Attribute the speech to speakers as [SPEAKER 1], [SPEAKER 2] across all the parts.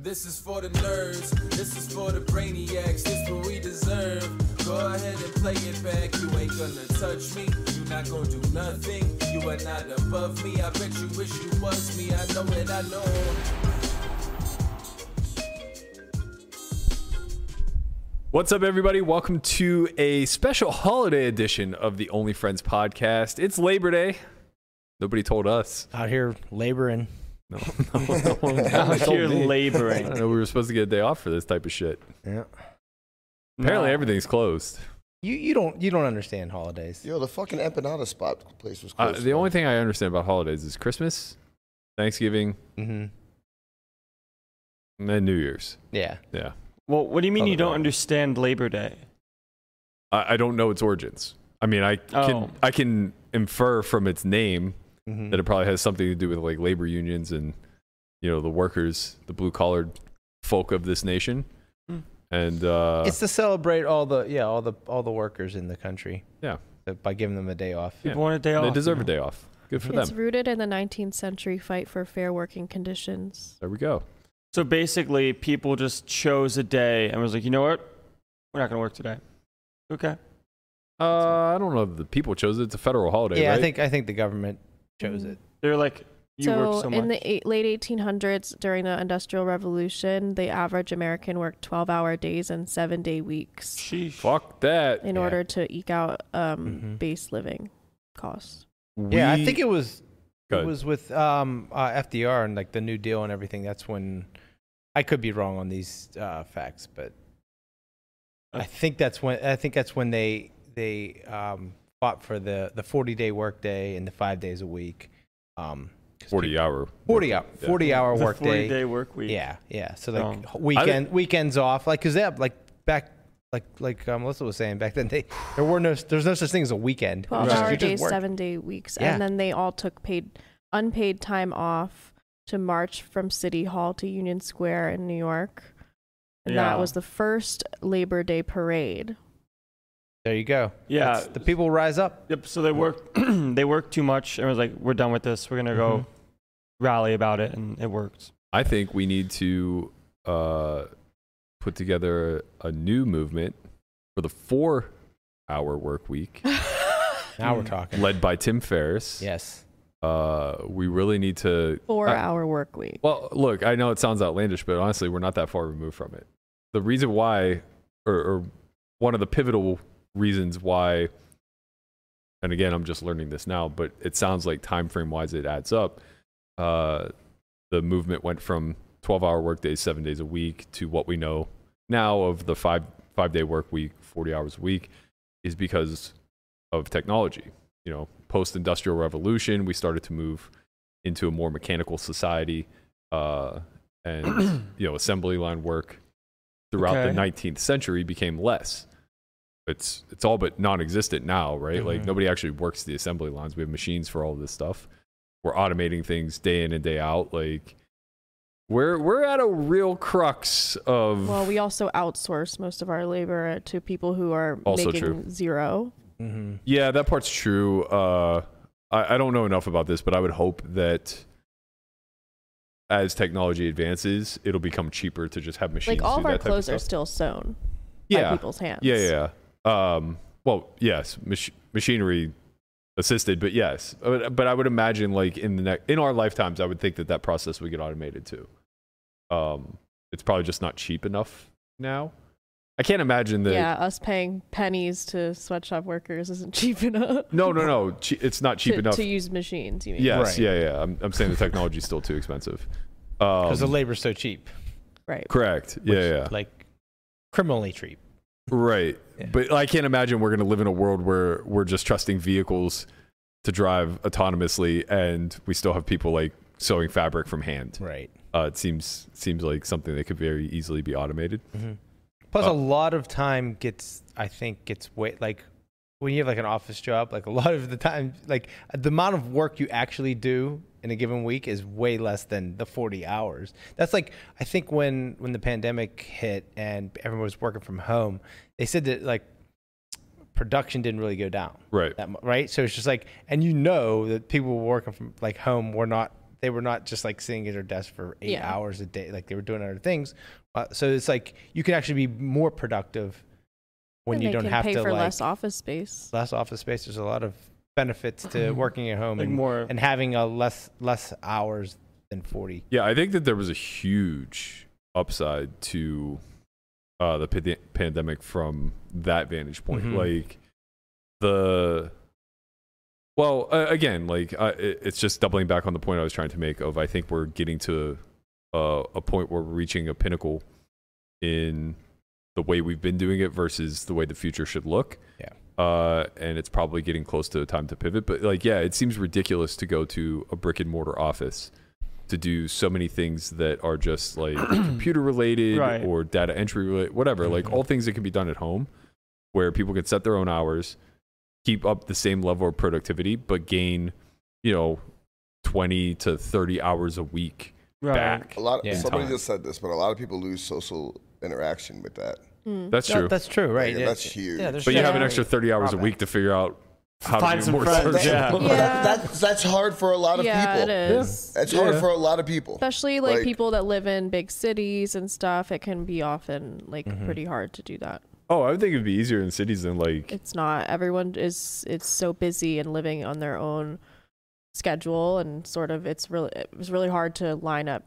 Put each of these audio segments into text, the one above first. [SPEAKER 1] This is for the nerds, this is for the brainiacs, this what we deserve. Go ahead and play it back, you ain't gonna touch me, you not gonna do nothing, you are not above me. I bet you wish you was me, I know it, I know.
[SPEAKER 2] What's up, everybody? Welcome to a special holiday edition of the Only Friends podcast. It's Labor Day. Nobody told us.
[SPEAKER 3] out here laboring.
[SPEAKER 2] No, no, no one
[SPEAKER 4] Out
[SPEAKER 2] told
[SPEAKER 4] here
[SPEAKER 2] me. I
[SPEAKER 4] laboring.
[SPEAKER 2] didn't know we were supposed to get a day off for this type of shit.
[SPEAKER 3] Yeah.
[SPEAKER 2] Apparently,
[SPEAKER 4] No.
[SPEAKER 2] everything's closed.
[SPEAKER 3] You you don't you don't understand holidays.
[SPEAKER 5] Yo, the fucking empanada spot place was
[SPEAKER 2] Uh,
[SPEAKER 5] closed.
[SPEAKER 2] the only thing I understand about holidays is Christmas, Thanksgiving,
[SPEAKER 3] Mm-hmm.
[SPEAKER 2] and then New Year's.
[SPEAKER 3] Yeah.
[SPEAKER 2] Yeah.
[SPEAKER 4] Well, what do you mean you
[SPEAKER 2] Other
[SPEAKER 4] don't
[SPEAKER 2] way.
[SPEAKER 4] understand Labor Day?
[SPEAKER 2] I, I don't know its origins. I mean, I can,
[SPEAKER 4] Oh.
[SPEAKER 2] I can infer from its name
[SPEAKER 3] Mm-hmm.
[SPEAKER 2] that it probably has something to do with like labor unions and you know the workers, the blue collared folk of this nation,
[SPEAKER 4] Hmm.
[SPEAKER 2] and uh,
[SPEAKER 3] it's to celebrate all the yeah all the all the workers in the country.
[SPEAKER 2] Yeah.
[SPEAKER 3] So by giving them a day off.
[SPEAKER 2] Yeah.
[SPEAKER 4] People want a day off.
[SPEAKER 2] they deserve
[SPEAKER 4] you
[SPEAKER 2] a day off. Good for
[SPEAKER 6] It's
[SPEAKER 2] them.
[SPEAKER 6] rooted in the 19th century fight for fair working conditions.
[SPEAKER 2] There we go.
[SPEAKER 4] So basically, people just chose a day and was like, you know what? We're not going to work today. Okay.
[SPEAKER 2] Uh, I don't know. if The people chose it. It's a federal holiday,
[SPEAKER 3] yeah,
[SPEAKER 2] right?
[SPEAKER 3] I think I think the government chose it.
[SPEAKER 4] They're like, you
[SPEAKER 6] so,
[SPEAKER 4] work so much.
[SPEAKER 6] in the eight, late 1800s, during the Industrial Revolution, the average American worked 12 hour days and seven day weeks
[SPEAKER 4] Sheesh.
[SPEAKER 2] Fuck that.
[SPEAKER 6] in
[SPEAKER 3] Yeah.
[SPEAKER 6] order to eke out um,
[SPEAKER 3] Mhm.
[SPEAKER 6] base living costs.
[SPEAKER 3] Yeah, I
[SPEAKER 2] We-
[SPEAKER 3] think it was
[SPEAKER 2] Go
[SPEAKER 3] it
[SPEAKER 2] ahead.
[SPEAKER 3] was with um uh, FDR and like the New Deal and everything. That's when I could be wrong on these uh, facts, but I
[SPEAKER 4] Okay.
[SPEAKER 3] think that's when I think that's when they they um, fought for the the forty day workday and the five days a week. Um, 'cause
[SPEAKER 2] forty
[SPEAKER 3] people-
[SPEAKER 2] hour.
[SPEAKER 3] 40 hour,
[SPEAKER 2] Yeah.
[SPEAKER 3] 40 hour
[SPEAKER 4] It's a
[SPEAKER 3] workday.
[SPEAKER 4] 40 day work week.
[SPEAKER 3] Yeah, yeah. So like
[SPEAKER 4] Um,
[SPEAKER 3] h- weekend weekends off, like because they have like back like like um, Melissa was saying back then they there were no there's no such thing as a weekend. It
[SPEAKER 6] 12
[SPEAKER 3] was just-
[SPEAKER 6] hour
[SPEAKER 3] you just
[SPEAKER 6] days,
[SPEAKER 3] worked.
[SPEAKER 6] seven day weeks.
[SPEAKER 3] Yeah.
[SPEAKER 6] And then they all took paid unpaid time off to march from City Hall to Union Square in New York. And
[SPEAKER 4] Yeah.
[SPEAKER 6] that was the first Labor Day parade.
[SPEAKER 3] There you go.
[SPEAKER 4] Yeah.
[SPEAKER 3] That's- the people rise up.
[SPEAKER 4] Yep. So they work. they work too much and was like, we're done with this. We're going to go
[SPEAKER 2] Mm-hmm.
[SPEAKER 4] rally about it. And it worked.
[SPEAKER 2] I think we need to uh, put together a new movement for the four hour work week,
[SPEAKER 3] Now we're talking.
[SPEAKER 2] led by Tim Ferriss.
[SPEAKER 3] Yes.
[SPEAKER 2] Uh, we really need to
[SPEAKER 6] Four
[SPEAKER 2] Uh,
[SPEAKER 6] hour work week.
[SPEAKER 2] Well, look, I know it sounds outlandish, but honestly, we're not that far removed from it. The reason why, or, or one of the pivotal reasons why, and again, I'm just learning this now, but it sounds like time frame wise, it adds up. Uh, the movement went from 12 hour work days, seven days a week, to what we know now of the five five day work week, 40 hours a week, is because of technology. You know, post industrial revolution, we started to move into a more mechanical society uh, and you know assembly line work throughout
[SPEAKER 4] Okay.
[SPEAKER 2] the 19th century became less it's it's all but non-existent now right like
[SPEAKER 3] Mhm.
[SPEAKER 2] nobody actually works the assembly lines we have machines for all of this stuff we're automating things day in and day out like we're we're at a real crux of
[SPEAKER 6] Well, we also outsource most of our labor uh, to people who are
[SPEAKER 2] Also
[SPEAKER 6] making
[SPEAKER 2] true.
[SPEAKER 6] zero.
[SPEAKER 3] Mm-hmm.
[SPEAKER 2] Yeah, that part's true. Uh, I, I don't know enough about this, but I would hope that as technology advances, it'll become cheaper to just have machines.
[SPEAKER 6] Like all
[SPEAKER 2] do
[SPEAKER 6] of our
[SPEAKER 2] that type
[SPEAKER 6] clothes
[SPEAKER 2] of
[SPEAKER 6] are
[SPEAKER 2] stuff.
[SPEAKER 6] still sewn
[SPEAKER 2] yeah,
[SPEAKER 6] by people's hands.
[SPEAKER 2] yeah, yeah, yeah. Um, well, yes, mach- machinery assisted, but yes, Uh, but, but I would imagine like in the next in our lifetimes, I would think that that process would get automated too. Um, it's probably just not cheap enough now. I can't imagine that.
[SPEAKER 6] Yeah, us paying pennies to sweatshop workers isn't cheap enough.
[SPEAKER 2] No, no, no. Che- it's not cheap
[SPEAKER 6] to,
[SPEAKER 2] enough.
[SPEAKER 6] to use machines. You mean?
[SPEAKER 2] Yes,
[SPEAKER 3] Right.
[SPEAKER 2] yeah, yeah. I'm, I'm saying the technology is still too expensive.
[SPEAKER 3] Because
[SPEAKER 2] Um,
[SPEAKER 3] the labor's so cheap.
[SPEAKER 6] right.
[SPEAKER 2] correct. Yeah,
[SPEAKER 3] which,
[SPEAKER 2] yeah.
[SPEAKER 3] Like criminally cheap.
[SPEAKER 2] right.
[SPEAKER 3] Yeah.
[SPEAKER 2] But I can't imagine we're going to live in a world where we're just trusting vehicles to drive autonomously, and we still have people like sewing fabric from hand.
[SPEAKER 3] Right.
[SPEAKER 2] Uh, it seems seems like something that could very easily be automated.
[SPEAKER 3] Mm-hmm. Plus,
[SPEAKER 2] Uh,
[SPEAKER 3] a lot of time gets, I think, gets wait like when you have like an office job, like a lot of the time, like the amount of work you actually do in a given week is way less than the 40 hours. That's like I think when when the pandemic hit and everyone was working from home, they said that like production didn't really go down
[SPEAKER 2] Right.
[SPEAKER 3] that mu- right? So it's just like, and you know that people working from like home were not They were not just like sitting at their desk for eight
[SPEAKER 6] Yeah.
[SPEAKER 3] hours a day. Like they were doing other things. Uh, so it's like you can actually be more productive when
[SPEAKER 6] And
[SPEAKER 3] you
[SPEAKER 6] they
[SPEAKER 3] don't
[SPEAKER 6] can
[SPEAKER 3] have
[SPEAKER 6] pay
[SPEAKER 3] to
[SPEAKER 6] for
[SPEAKER 3] like
[SPEAKER 6] less office space.
[SPEAKER 3] less office space. There's a lot of benefits to
[SPEAKER 6] Mm-hmm.
[SPEAKER 3] working at home
[SPEAKER 4] Like
[SPEAKER 3] and
[SPEAKER 4] more-
[SPEAKER 3] and having a less less hours than forty.
[SPEAKER 2] Yeah, I think that there was a huge upside to uh, the pand- pandemic from that vantage point.
[SPEAKER 3] Mhm.
[SPEAKER 2] Like the well, uh, again, like uh, it, it's just doubling back on the point I was trying to make of I think we're getting to uh, a point where we're reaching a pinnacle in the way we've been doing it versus the way the future should look.
[SPEAKER 3] Yeah.
[SPEAKER 2] Uh, and it's probably getting close to the time to pivot. But like, yeah, it seems ridiculous to go to a brick and mortar office to do so many things that are just like computer related
[SPEAKER 4] Right. Mm-hmm.
[SPEAKER 2] or data entry related, whatever. Like
[SPEAKER 3] Mhm.
[SPEAKER 2] all things that can be done at home, where people can set their own hours, keep up the same level of productivity, but gain, you know, twenty to thirty hours a week
[SPEAKER 4] Right.
[SPEAKER 2] back.
[SPEAKER 5] A lot.
[SPEAKER 3] Yeah.
[SPEAKER 5] somebody
[SPEAKER 2] Time.
[SPEAKER 5] just said this, but a lot of people lose social interaction with that.
[SPEAKER 6] Mm.
[SPEAKER 2] That's
[SPEAKER 3] No,
[SPEAKER 2] true.
[SPEAKER 3] That's true, right?
[SPEAKER 5] Yeah,
[SPEAKER 3] Yeah,
[SPEAKER 5] that's huge.
[SPEAKER 3] there's
[SPEAKER 2] but you have an
[SPEAKER 3] definitely-
[SPEAKER 2] extra thirty hours a
[SPEAKER 3] drawback.
[SPEAKER 2] week to figure out how
[SPEAKER 4] Find
[SPEAKER 2] to do
[SPEAKER 4] some
[SPEAKER 2] more
[SPEAKER 4] friends,
[SPEAKER 2] search.
[SPEAKER 4] yeah.
[SPEAKER 5] But
[SPEAKER 6] Yeah.
[SPEAKER 5] that's that's hard for a lot of
[SPEAKER 6] yeah,
[SPEAKER 5] people.
[SPEAKER 6] it is.
[SPEAKER 5] That's hard
[SPEAKER 2] Yeah.
[SPEAKER 5] for a lot of people.
[SPEAKER 6] Especially like,
[SPEAKER 5] Like-
[SPEAKER 6] people that live in big cities and stuff, it can be often like
[SPEAKER 2] Mm-hmm.
[SPEAKER 6] pretty hard to do that.
[SPEAKER 2] Oh, I would think it'd be easier in cities than like
[SPEAKER 6] It's not everyone is it's so busy and living on their own schedule and sort of it's really it's really hard to line up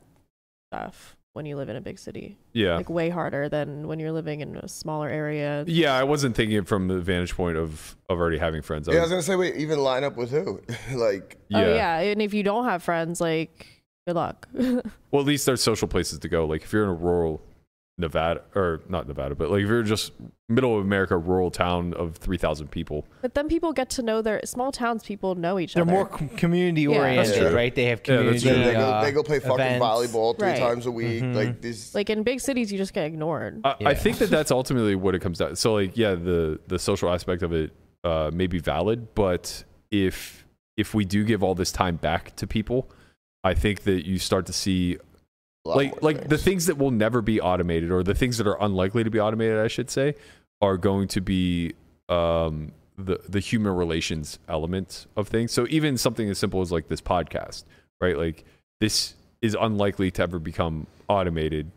[SPEAKER 6] stuff when you live in a big city.
[SPEAKER 2] yeah.
[SPEAKER 6] Like way harder than when you're living in a smaller area.
[SPEAKER 2] yeah, I wasn't thinking it from the vantage point of of already having friends. I
[SPEAKER 5] yeah, I was
[SPEAKER 2] was-
[SPEAKER 5] gonna say, wait, even line up with who? like,
[SPEAKER 6] Oh yeah, and if you don't have friends, like good luck.
[SPEAKER 2] Well, at least there's social places to go. Like if you're in a rural Nevada or not Nevada, but like if you're just middle of America, rural town of three thousand people.
[SPEAKER 6] but then people get to know their small towns people know each
[SPEAKER 3] They're
[SPEAKER 6] other.
[SPEAKER 3] more com- community
[SPEAKER 6] Yeah.
[SPEAKER 5] That's
[SPEAKER 3] oriented,
[SPEAKER 5] true.
[SPEAKER 3] right? They have
[SPEAKER 2] Yeah, that's
[SPEAKER 3] community.
[SPEAKER 2] true.
[SPEAKER 5] they,
[SPEAKER 2] Yeah,
[SPEAKER 5] go,
[SPEAKER 3] uh,
[SPEAKER 5] they go play fucking
[SPEAKER 3] events.
[SPEAKER 5] volleyball three
[SPEAKER 6] Right.
[SPEAKER 5] times a week.
[SPEAKER 3] Mhm.
[SPEAKER 5] Like this.
[SPEAKER 6] like in big cities you just get ignored.
[SPEAKER 2] I, I
[SPEAKER 3] Yeah.
[SPEAKER 2] think that that's ultimately what it comes down. So like yeah, the the social aspect of it uh, may be valid, but if if we do give all this time back to people, I think that you start to see
[SPEAKER 5] a lot
[SPEAKER 2] like
[SPEAKER 5] more
[SPEAKER 2] like the
[SPEAKER 5] things.
[SPEAKER 2] things that will never be automated or the things that are unlikely to be automated i should say are going to be um the the human relations element of things so even something as simple as like this podcast right like this is unlikely to ever become automated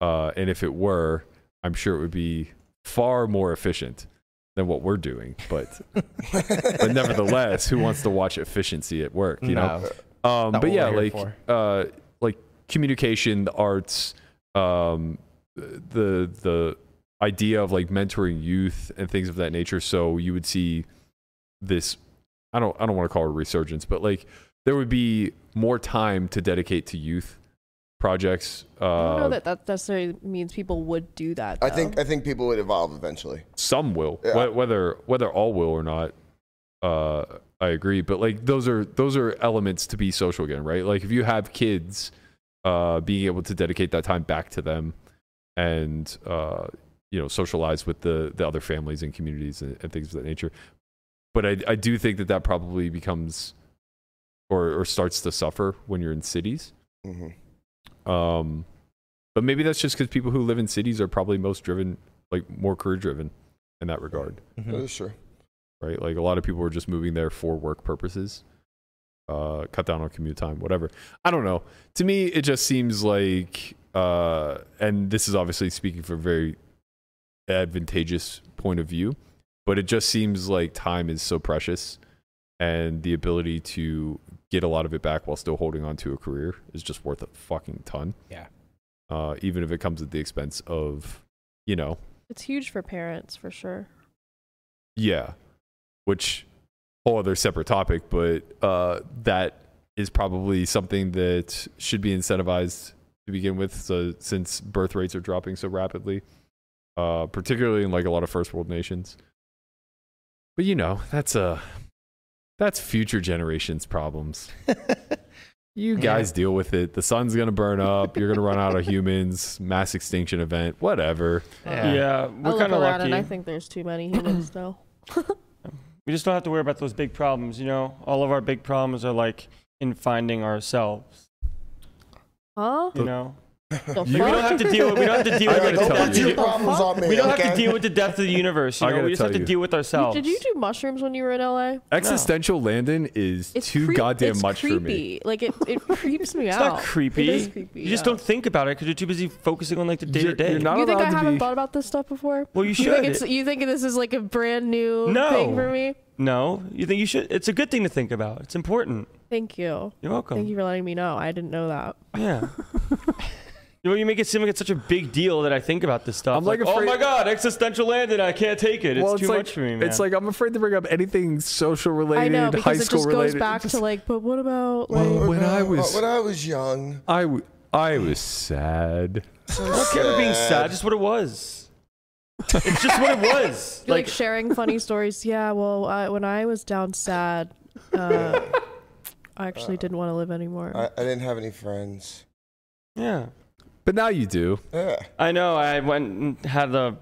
[SPEAKER 2] uh and if it were i'm sure it would be far more efficient than what we're doing but but nevertheless who wants to watch efficiency at work you know
[SPEAKER 3] No.
[SPEAKER 2] um, but
[SPEAKER 3] Not what
[SPEAKER 2] yeah,
[SPEAKER 3] we're here
[SPEAKER 2] like
[SPEAKER 3] for.
[SPEAKER 2] uh, like communication, the arts, um, the the idea of like mentoring youth and things of that nature. So you would see this. I don't I don't want to call it a resurgence, but like there would be more time to dedicate to youth projects.
[SPEAKER 6] I don't
[SPEAKER 2] Uh,
[SPEAKER 6] know that that necessarily means people would do that.
[SPEAKER 5] I
[SPEAKER 6] though.
[SPEAKER 5] think I think people would evolve eventually.
[SPEAKER 2] some will, wh-
[SPEAKER 5] Yeah.
[SPEAKER 2] whether whether all will or not. Uh, I agree, but like those are those are elements to be social again, right? Like if you have kids, uh, being able to dedicate that time back to them, and uh, you know, socialize with the the other families and communities and, and things of that nature. But I I do think that that probably becomes or or starts to suffer when you're in cities.
[SPEAKER 5] hmm
[SPEAKER 3] Mm-hmm.
[SPEAKER 2] Um, but maybe that's just because people who live in cities are probably most driven, like more career driven, in that regard
[SPEAKER 5] That
[SPEAKER 3] Mhm.
[SPEAKER 5] is true.
[SPEAKER 2] right? Like a lot of people are just moving there for work purposes, uh, cut down on commute time, whatever. I don't know. To me, it just seems like, uh, and this is obviously speaking from a very advantageous point of view, but it just seems like time is so precious, and the ability to get a lot of it back while still holding on to a career is just worth a fucking ton.
[SPEAKER 3] Yeah.
[SPEAKER 2] Uh, even if it comes at the expense of, you know,
[SPEAKER 6] it's huge for parents for sure.
[SPEAKER 2] yeah, which whole other separate topic, but uh, that is probably something that should be incentivized to begin with. So since birth rates are dropping so rapidly, uh, particularly in like a lot of first world nations. But you know, that's uh that's future generations problems. You
[SPEAKER 3] Yeah.
[SPEAKER 2] guys deal with it. The sun's gonna burn up. You're gonna run out of humans. Mass extinction event. Whatever.
[SPEAKER 4] Yeah,
[SPEAKER 3] Yeah.
[SPEAKER 6] I
[SPEAKER 4] we're
[SPEAKER 6] look
[SPEAKER 4] kind of
[SPEAKER 6] around
[SPEAKER 4] lucky.
[SPEAKER 6] and I think there's too many humans still.
[SPEAKER 4] we just don't have to worry about those big problems. You know, all of our big problems are like in finding ourselves.
[SPEAKER 6] Huh?
[SPEAKER 4] You know,
[SPEAKER 6] The
[SPEAKER 2] You
[SPEAKER 4] We
[SPEAKER 6] fuck?
[SPEAKER 4] don't have to deal. With, we don't have to deal with
[SPEAKER 2] gotta
[SPEAKER 4] like,
[SPEAKER 5] don't
[SPEAKER 4] the
[SPEAKER 2] tell
[SPEAKER 5] put
[SPEAKER 4] death-
[SPEAKER 2] you.
[SPEAKER 5] your problems on me.
[SPEAKER 4] We don't
[SPEAKER 5] okay?
[SPEAKER 4] have to deal with the depth of the universe. You
[SPEAKER 2] I
[SPEAKER 4] know?
[SPEAKER 2] gotta
[SPEAKER 4] We just have
[SPEAKER 2] tell
[SPEAKER 4] to
[SPEAKER 2] you.
[SPEAKER 4] deal with ourselves.
[SPEAKER 6] Did you do mushrooms when you were in LA?
[SPEAKER 2] Existential Landon is
[SPEAKER 6] It's
[SPEAKER 2] too
[SPEAKER 6] creep-
[SPEAKER 2] goddamn
[SPEAKER 6] it's
[SPEAKER 2] much for me.
[SPEAKER 6] creepy. Like it, it creeps me
[SPEAKER 4] It's
[SPEAKER 6] out.
[SPEAKER 4] not creepy.
[SPEAKER 6] It is creepy.
[SPEAKER 4] You just
[SPEAKER 6] yeah.
[SPEAKER 4] don't think about it because you're too busy focusing on like the day
[SPEAKER 2] You're-
[SPEAKER 4] to day.
[SPEAKER 2] you're not-
[SPEAKER 6] you think I
[SPEAKER 2] allowed to
[SPEAKER 6] haven't
[SPEAKER 2] be-
[SPEAKER 6] thought about this stuff before?
[SPEAKER 4] Well, you
[SPEAKER 6] You think,
[SPEAKER 4] should.
[SPEAKER 6] it's, you think this is like a brand new
[SPEAKER 4] No.
[SPEAKER 6] thing for me?
[SPEAKER 4] No, you think you should. It's a good thing to think about. It's important.
[SPEAKER 6] Thank
[SPEAKER 2] Oh.
[SPEAKER 6] you.
[SPEAKER 4] You're welcome.
[SPEAKER 6] Thank you for letting me know. I didn't know that.
[SPEAKER 4] Yeah. You know, you make it seem like it's such a big deal that I think about this stuff.
[SPEAKER 2] I'm, like,
[SPEAKER 4] oh
[SPEAKER 2] afraid-
[SPEAKER 4] my god, existential landing, I can't take it. It's
[SPEAKER 2] well,
[SPEAKER 4] too
[SPEAKER 2] like,
[SPEAKER 4] much for me, man.
[SPEAKER 2] It's like I'm afraid to bring up anything social related,
[SPEAKER 6] I know
[SPEAKER 2] high
[SPEAKER 6] because it
[SPEAKER 2] school
[SPEAKER 6] just
[SPEAKER 2] related.
[SPEAKER 6] goes back
[SPEAKER 2] Just-
[SPEAKER 6] to like, but what about like?
[SPEAKER 2] Well, when I was,
[SPEAKER 5] when I was young.
[SPEAKER 2] I, w- I was sad.
[SPEAKER 4] I don't care about being sad. Just what it was. It's just what it was.
[SPEAKER 6] You're like, sharing funny stories. Yeah, well, I, when I was down sad, uh, I actually didn't want to live anymore.
[SPEAKER 5] I, I didn't have any friends.
[SPEAKER 4] yeah.
[SPEAKER 2] But now you do.
[SPEAKER 5] Yeah.
[SPEAKER 4] I know. I went and had a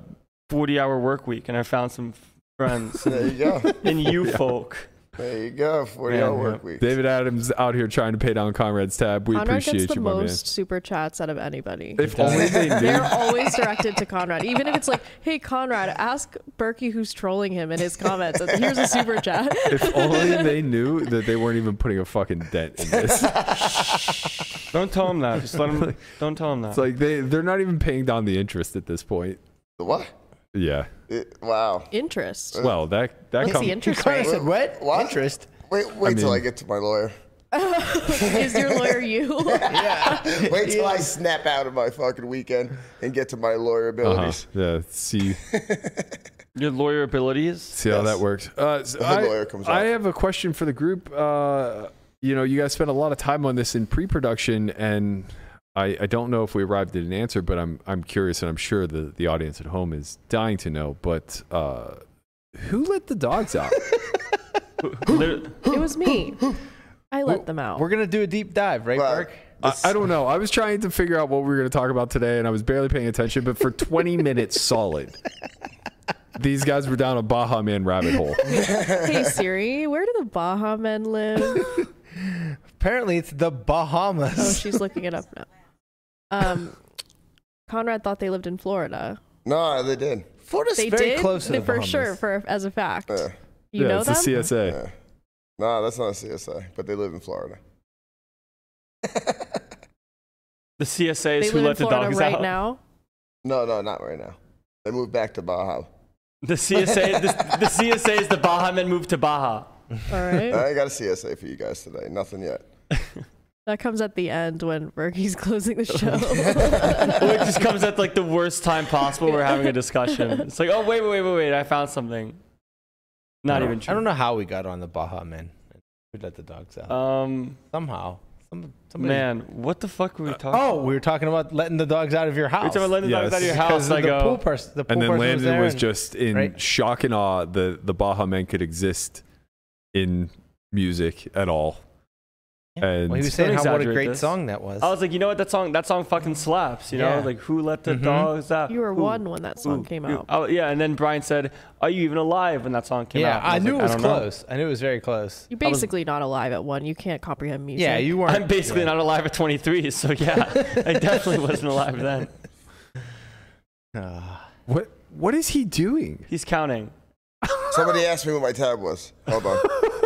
[SPEAKER 4] 40-hour work week, and I found some friends
[SPEAKER 5] There you go.
[SPEAKER 4] in you folk.
[SPEAKER 5] There you go. 40
[SPEAKER 4] Yeah,
[SPEAKER 5] hour
[SPEAKER 4] yeah.
[SPEAKER 5] work week.
[SPEAKER 2] David Adams out here trying to pay down Conrad's tab. We
[SPEAKER 6] Conrad gets
[SPEAKER 2] appreciate
[SPEAKER 6] the
[SPEAKER 2] you, my
[SPEAKER 6] most super chats out of anybody.
[SPEAKER 2] man. If only they
[SPEAKER 6] They're
[SPEAKER 2] knew.
[SPEAKER 6] always directed to Conrad, even if it's like, "Hey Conrad, ask Berkey who's trolling him in his comments." And here's a super chat.
[SPEAKER 2] If only they knew that they weren't even putting a fucking dent in this.
[SPEAKER 4] Don't tell them that. Just let them. Don't tell them that.
[SPEAKER 2] It's like they they're not even paying down the interest at this point.
[SPEAKER 5] What?
[SPEAKER 2] Yeah.
[SPEAKER 5] It- wow.
[SPEAKER 6] Interest.
[SPEAKER 2] Well, that that
[SPEAKER 6] What's
[SPEAKER 2] comes
[SPEAKER 6] the interest
[SPEAKER 3] Connor
[SPEAKER 6] rate?
[SPEAKER 5] Wait,
[SPEAKER 3] said, "What?
[SPEAKER 5] what?
[SPEAKER 3] Interest?
[SPEAKER 5] Wait, wait till I
[SPEAKER 2] mean-
[SPEAKER 5] get to my lawyer.
[SPEAKER 6] Is your lawyer you?
[SPEAKER 5] Wait till I snap out of my fucking weekend and get to my lawyer
[SPEAKER 2] uh-huh.
[SPEAKER 5] abilities.
[SPEAKER 2] Yeah. See
[SPEAKER 4] Your lawyer abilities.
[SPEAKER 2] see how that
[SPEAKER 5] Yes.
[SPEAKER 2] works. Uh, so
[SPEAKER 5] The
[SPEAKER 2] I,
[SPEAKER 5] lawyer comes
[SPEAKER 2] I
[SPEAKER 5] out.
[SPEAKER 2] have a question for the group. Uh, you know, you guys spent a lot of time on this in pre-production, and I, I don't know if we arrived at an answer, but I'm I'm curious, and I'm sure the the audience at home is dying to know. But uh, who let the dogs out?
[SPEAKER 4] Lit-
[SPEAKER 6] it was me. I let them out.
[SPEAKER 3] We're gonna do a deep dive, right,
[SPEAKER 5] Well,
[SPEAKER 3] Mark?
[SPEAKER 2] I, I don't know. I was trying to figure out what we were going to talk about today, and I was barely paying attention. But for 20 minutes solid, these guys were down a Baja Man rabbit hole.
[SPEAKER 6] hey Siri, where do the Baja men live?
[SPEAKER 3] Apparently, it's the
[SPEAKER 6] Oh,
[SPEAKER 3] Bahamas.
[SPEAKER 6] she's looking it up now. Um, Conrad thought they lived in Florida.
[SPEAKER 5] No, they did.
[SPEAKER 3] Florida's
[SPEAKER 6] They
[SPEAKER 3] very
[SPEAKER 6] did
[SPEAKER 3] close to the
[SPEAKER 6] for
[SPEAKER 3] Bahamas.
[SPEAKER 6] sure, for as a fact.
[SPEAKER 5] Uh, Yeah.
[SPEAKER 6] you
[SPEAKER 2] yeah,
[SPEAKER 6] know
[SPEAKER 2] it's
[SPEAKER 6] them.
[SPEAKER 2] the CSA.
[SPEAKER 5] yeah. No, that's not a CSI, but they live in Florida.
[SPEAKER 4] the CSA
[SPEAKER 6] they
[SPEAKER 4] is who
[SPEAKER 6] live in
[SPEAKER 4] let the
[SPEAKER 6] Florida
[SPEAKER 4] dogs
[SPEAKER 6] right
[SPEAKER 4] out.
[SPEAKER 6] now.
[SPEAKER 5] no, no, not right now. They moved back to Baja.
[SPEAKER 4] The CSA. The, the CSA is the Baja men moved to Baja.
[SPEAKER 6] All right,
[SPEAKER 5] I got a CSA for you guys today. Nothing yet.
[SPEAKER 6] that comes at the end when Berkey's closing the show.
[SPEAKER 4] Or it just comes at like the worst time possible. We're having a discussion. It's like, oh wait, wait, wait, wait, wait! I found something. Not
[SPEAKER 2] No.
[SPEAKER 4] even
[SPEAKER 3] I
[SPEAKER 4] true.
[SPEAKER 3] don't know how we got on the Baja men. We let the dogs out
[SPEAKER 4] Um,
[SPEAKER 3] somehow. Some, somebody-
[SPEAKER 4] man, what the fuck were we talking?
[SPEAKER 3] Oh, we were talking about letting the dogs out of your house.
[SPEAKER 4] we were talking about letting
[SPEAKER 2] Yes.
[SPEAKER 4] dogs out of your
[SPEAKER 3] Because
[SPEAKER 4] house. uh,
[SPEAKER 3] the
[SPEAKER 4] I
[SPEAKER 3] pool
[SPEAKER 4] go.
[SPEAKER 3] person. The pool
[SPEAKER 2] And then
[SPEAKER 3] person was,
[SPEAKER 2] Landon
[SPEAKER 3] there
[SPEAKER 2] was
[SPEAKER 3] and-
[SPEAKER 2] just in
[SPEAKER 3] right?
[SPEAKER 2] shock and awe that the Baja Man could exist in music at all.
[SPEAKER 3] Yeah.
[SPEAKER 2] and-
[SPEAKER 3] well, he was
[SPEAKER 4] Don't
[SPEAKER 3] saying how what a
[SPEAKER 4] exaggerate
[SPEAKER 3] great
[SPEAKER 4] this.
[SPEAKER 3] song that was.
[SPEAKER 4] I was like, you know what? That song, that song fucking slaps. You know,
[SPEAKER 3] Yeah.
[SPEAKER 4] like who let the
[SPEAKER 3] Mhm.
[SPEAKER 4] dogs out?
[SPEAKER 6] you were
[SPEAKER 4] Who?
[SPEAKER 6] one when that song
[SPEAKER 4] Ooh,
[SPEAKER 6] came
[SPEAKER 4] ooh.
[SPEAKER 6] out.
[SPEAKER 4] Oh, yeah, and then Brian said, "Are you even alive?" When that song came
[SPEAKER 3] yeah,
[SPEAKER 4] out,
[SPEAKER 3] I,
[SPEAKER 4] And
[SPEAKER 3] knew
[SPEAKER 4] was
[SPEAKER 3] it was
[SPEAKER 4] like, "I don't know."
[SPEAKER 3] close. I knew it was very close.
[SPEAKER 6] You're
[SPEAKER 4] I was-
[SPEAKER 6] basically not alive at one. You can't comprehend music.
[SPEAKER 3] Yeah, you weren't.
[SPEAKER 4] I'm basically not alive at 23, so yeah, I definitely wasn't alive then.
[SPEAKER 3] Uh,
[SPEAKER 2] What what is he doing?
[SPEAKER 4] He's counting.
[SPEAKER 5] Somebody asked me what my tab was. Hold on.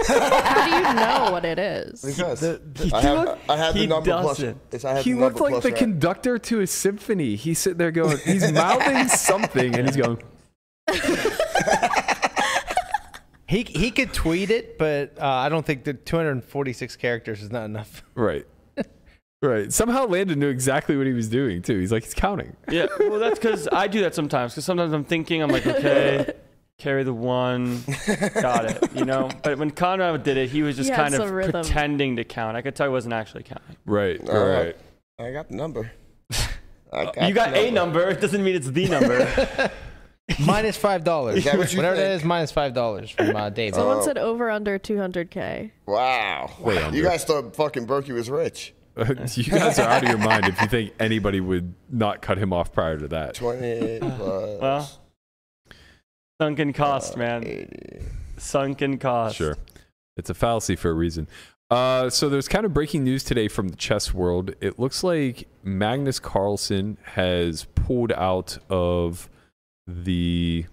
[SPEAKER 6] How do you know what it is?
[SPEAKER 5] Because
[SPEAKER 4] He
[SPEAKER 5] I have,
[SPEAKER 4] looked-
[SPEAKER 5] I have
[SPEAKER 4] he
[SPEAKER 5] the number plus.
[SPEAKER 4] doesn't.
[SPEAKER 5] It's, I have
[SPEAKER 2] He
[SPEAKER 5] the
[SPEAKER 2] looked
[SPEAKER 5] number
[SPEAKER 2] like
[SPEAKER 5] plus
[SPEAKER 2] the
[SPEAKER 5] right.
[SPEAKER 2] conductor to a symphony. He's sitting there going, he's mouthing something, and he's going,
[SPEAKER 3] he he could tweet it, but uh, I don't think the 246 characters is not enough.
[SPEAKER 2] right, right. Somehow Landon knew exactly what he was doing too. He's like, he's counting.
[SPEAKER 4] Yeah, well, that's because I do that sometimes. Because sometimes I'm thinking, I'm like, okay, carry the one, got it, you know. But when Conrad did it, he was just
[SPEAKER 6] Yeah,
[SPEAKER 4] kind
[SPEAKER 6] it's
[SPEAKER 4] of
[SPEAKER 6] a rhythm.
[SPEAKER 4] pretending to count. I could tell he wasn't actually counting.
[SPEAKER 2] Right,
[SPEAKER 5] All
[SPEAKER 3] Uh-huh.
[SPEAKER 5] right. right. I got the number. I
[SPEAKER 4] you got a number. It doesn't mean it's the number.
[SPEAKER 3] minus five dollars.
[SPEAKER 5] Is that what you
[SPEAKER 3] Whatever that
[SPEAKER 5] think?
[SPEAKER 3] is, minus five dollars from uh, David.
[SPEAKER 6] Someone said over under 200k.
[SPEAKER 5] Wow.
[SPEAKER 2] Way under.
[SPEAKER 5] You guys thought fucking Berkey was rich.
[SPEAKER 2] you guys are out of your mind if you think anybody would not cut him off prior to that.
[SPEAKER 5] 28 plus uh,
[SPEAKER 4] well, sunken cost, man.
[SPEAKER 5] 80.
[SPEAKER 4] Sunken cost.
[SPEAKER 2] Sure, it's a fallacy for a reason. Uh, so there's kind of breaking news today from the chess world. It looks like Magnus Carlsen has pulled out of the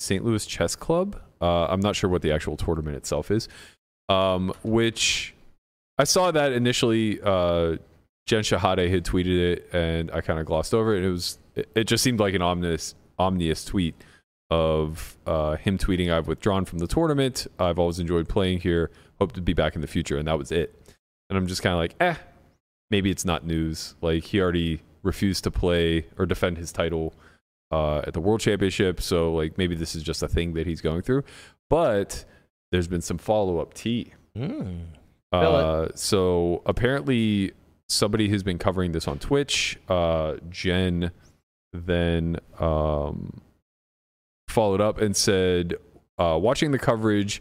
[SPEAKER 2] St. Louis Chess Club. Uh, I'm not sure what the actual tournament itself is, um, which I saw that initially. Uh, Jen Shahade had tweeted it, and I kind of glossed over it. It was it, it just seemed like an ominous ominous tweet of uh, him tweeting, "I've withdrawn from the tournament. I've always enjoyed playing here. Hope to be back in the future." And that was it. And I'm just kind of like, eh, maybe it's not news. Like he already refused to play or defend his title uh, at the World Championship, so like maybe this is just a thing that he's going through. But there's been some follow up tea.
[SPEAKER 3] Mm. Fill it.
[SPEAKER 2] Uh, so apparently, somebody who's been covering this on Twitch, uh, Jen, then um, followed up and said, uh, watching the coverage,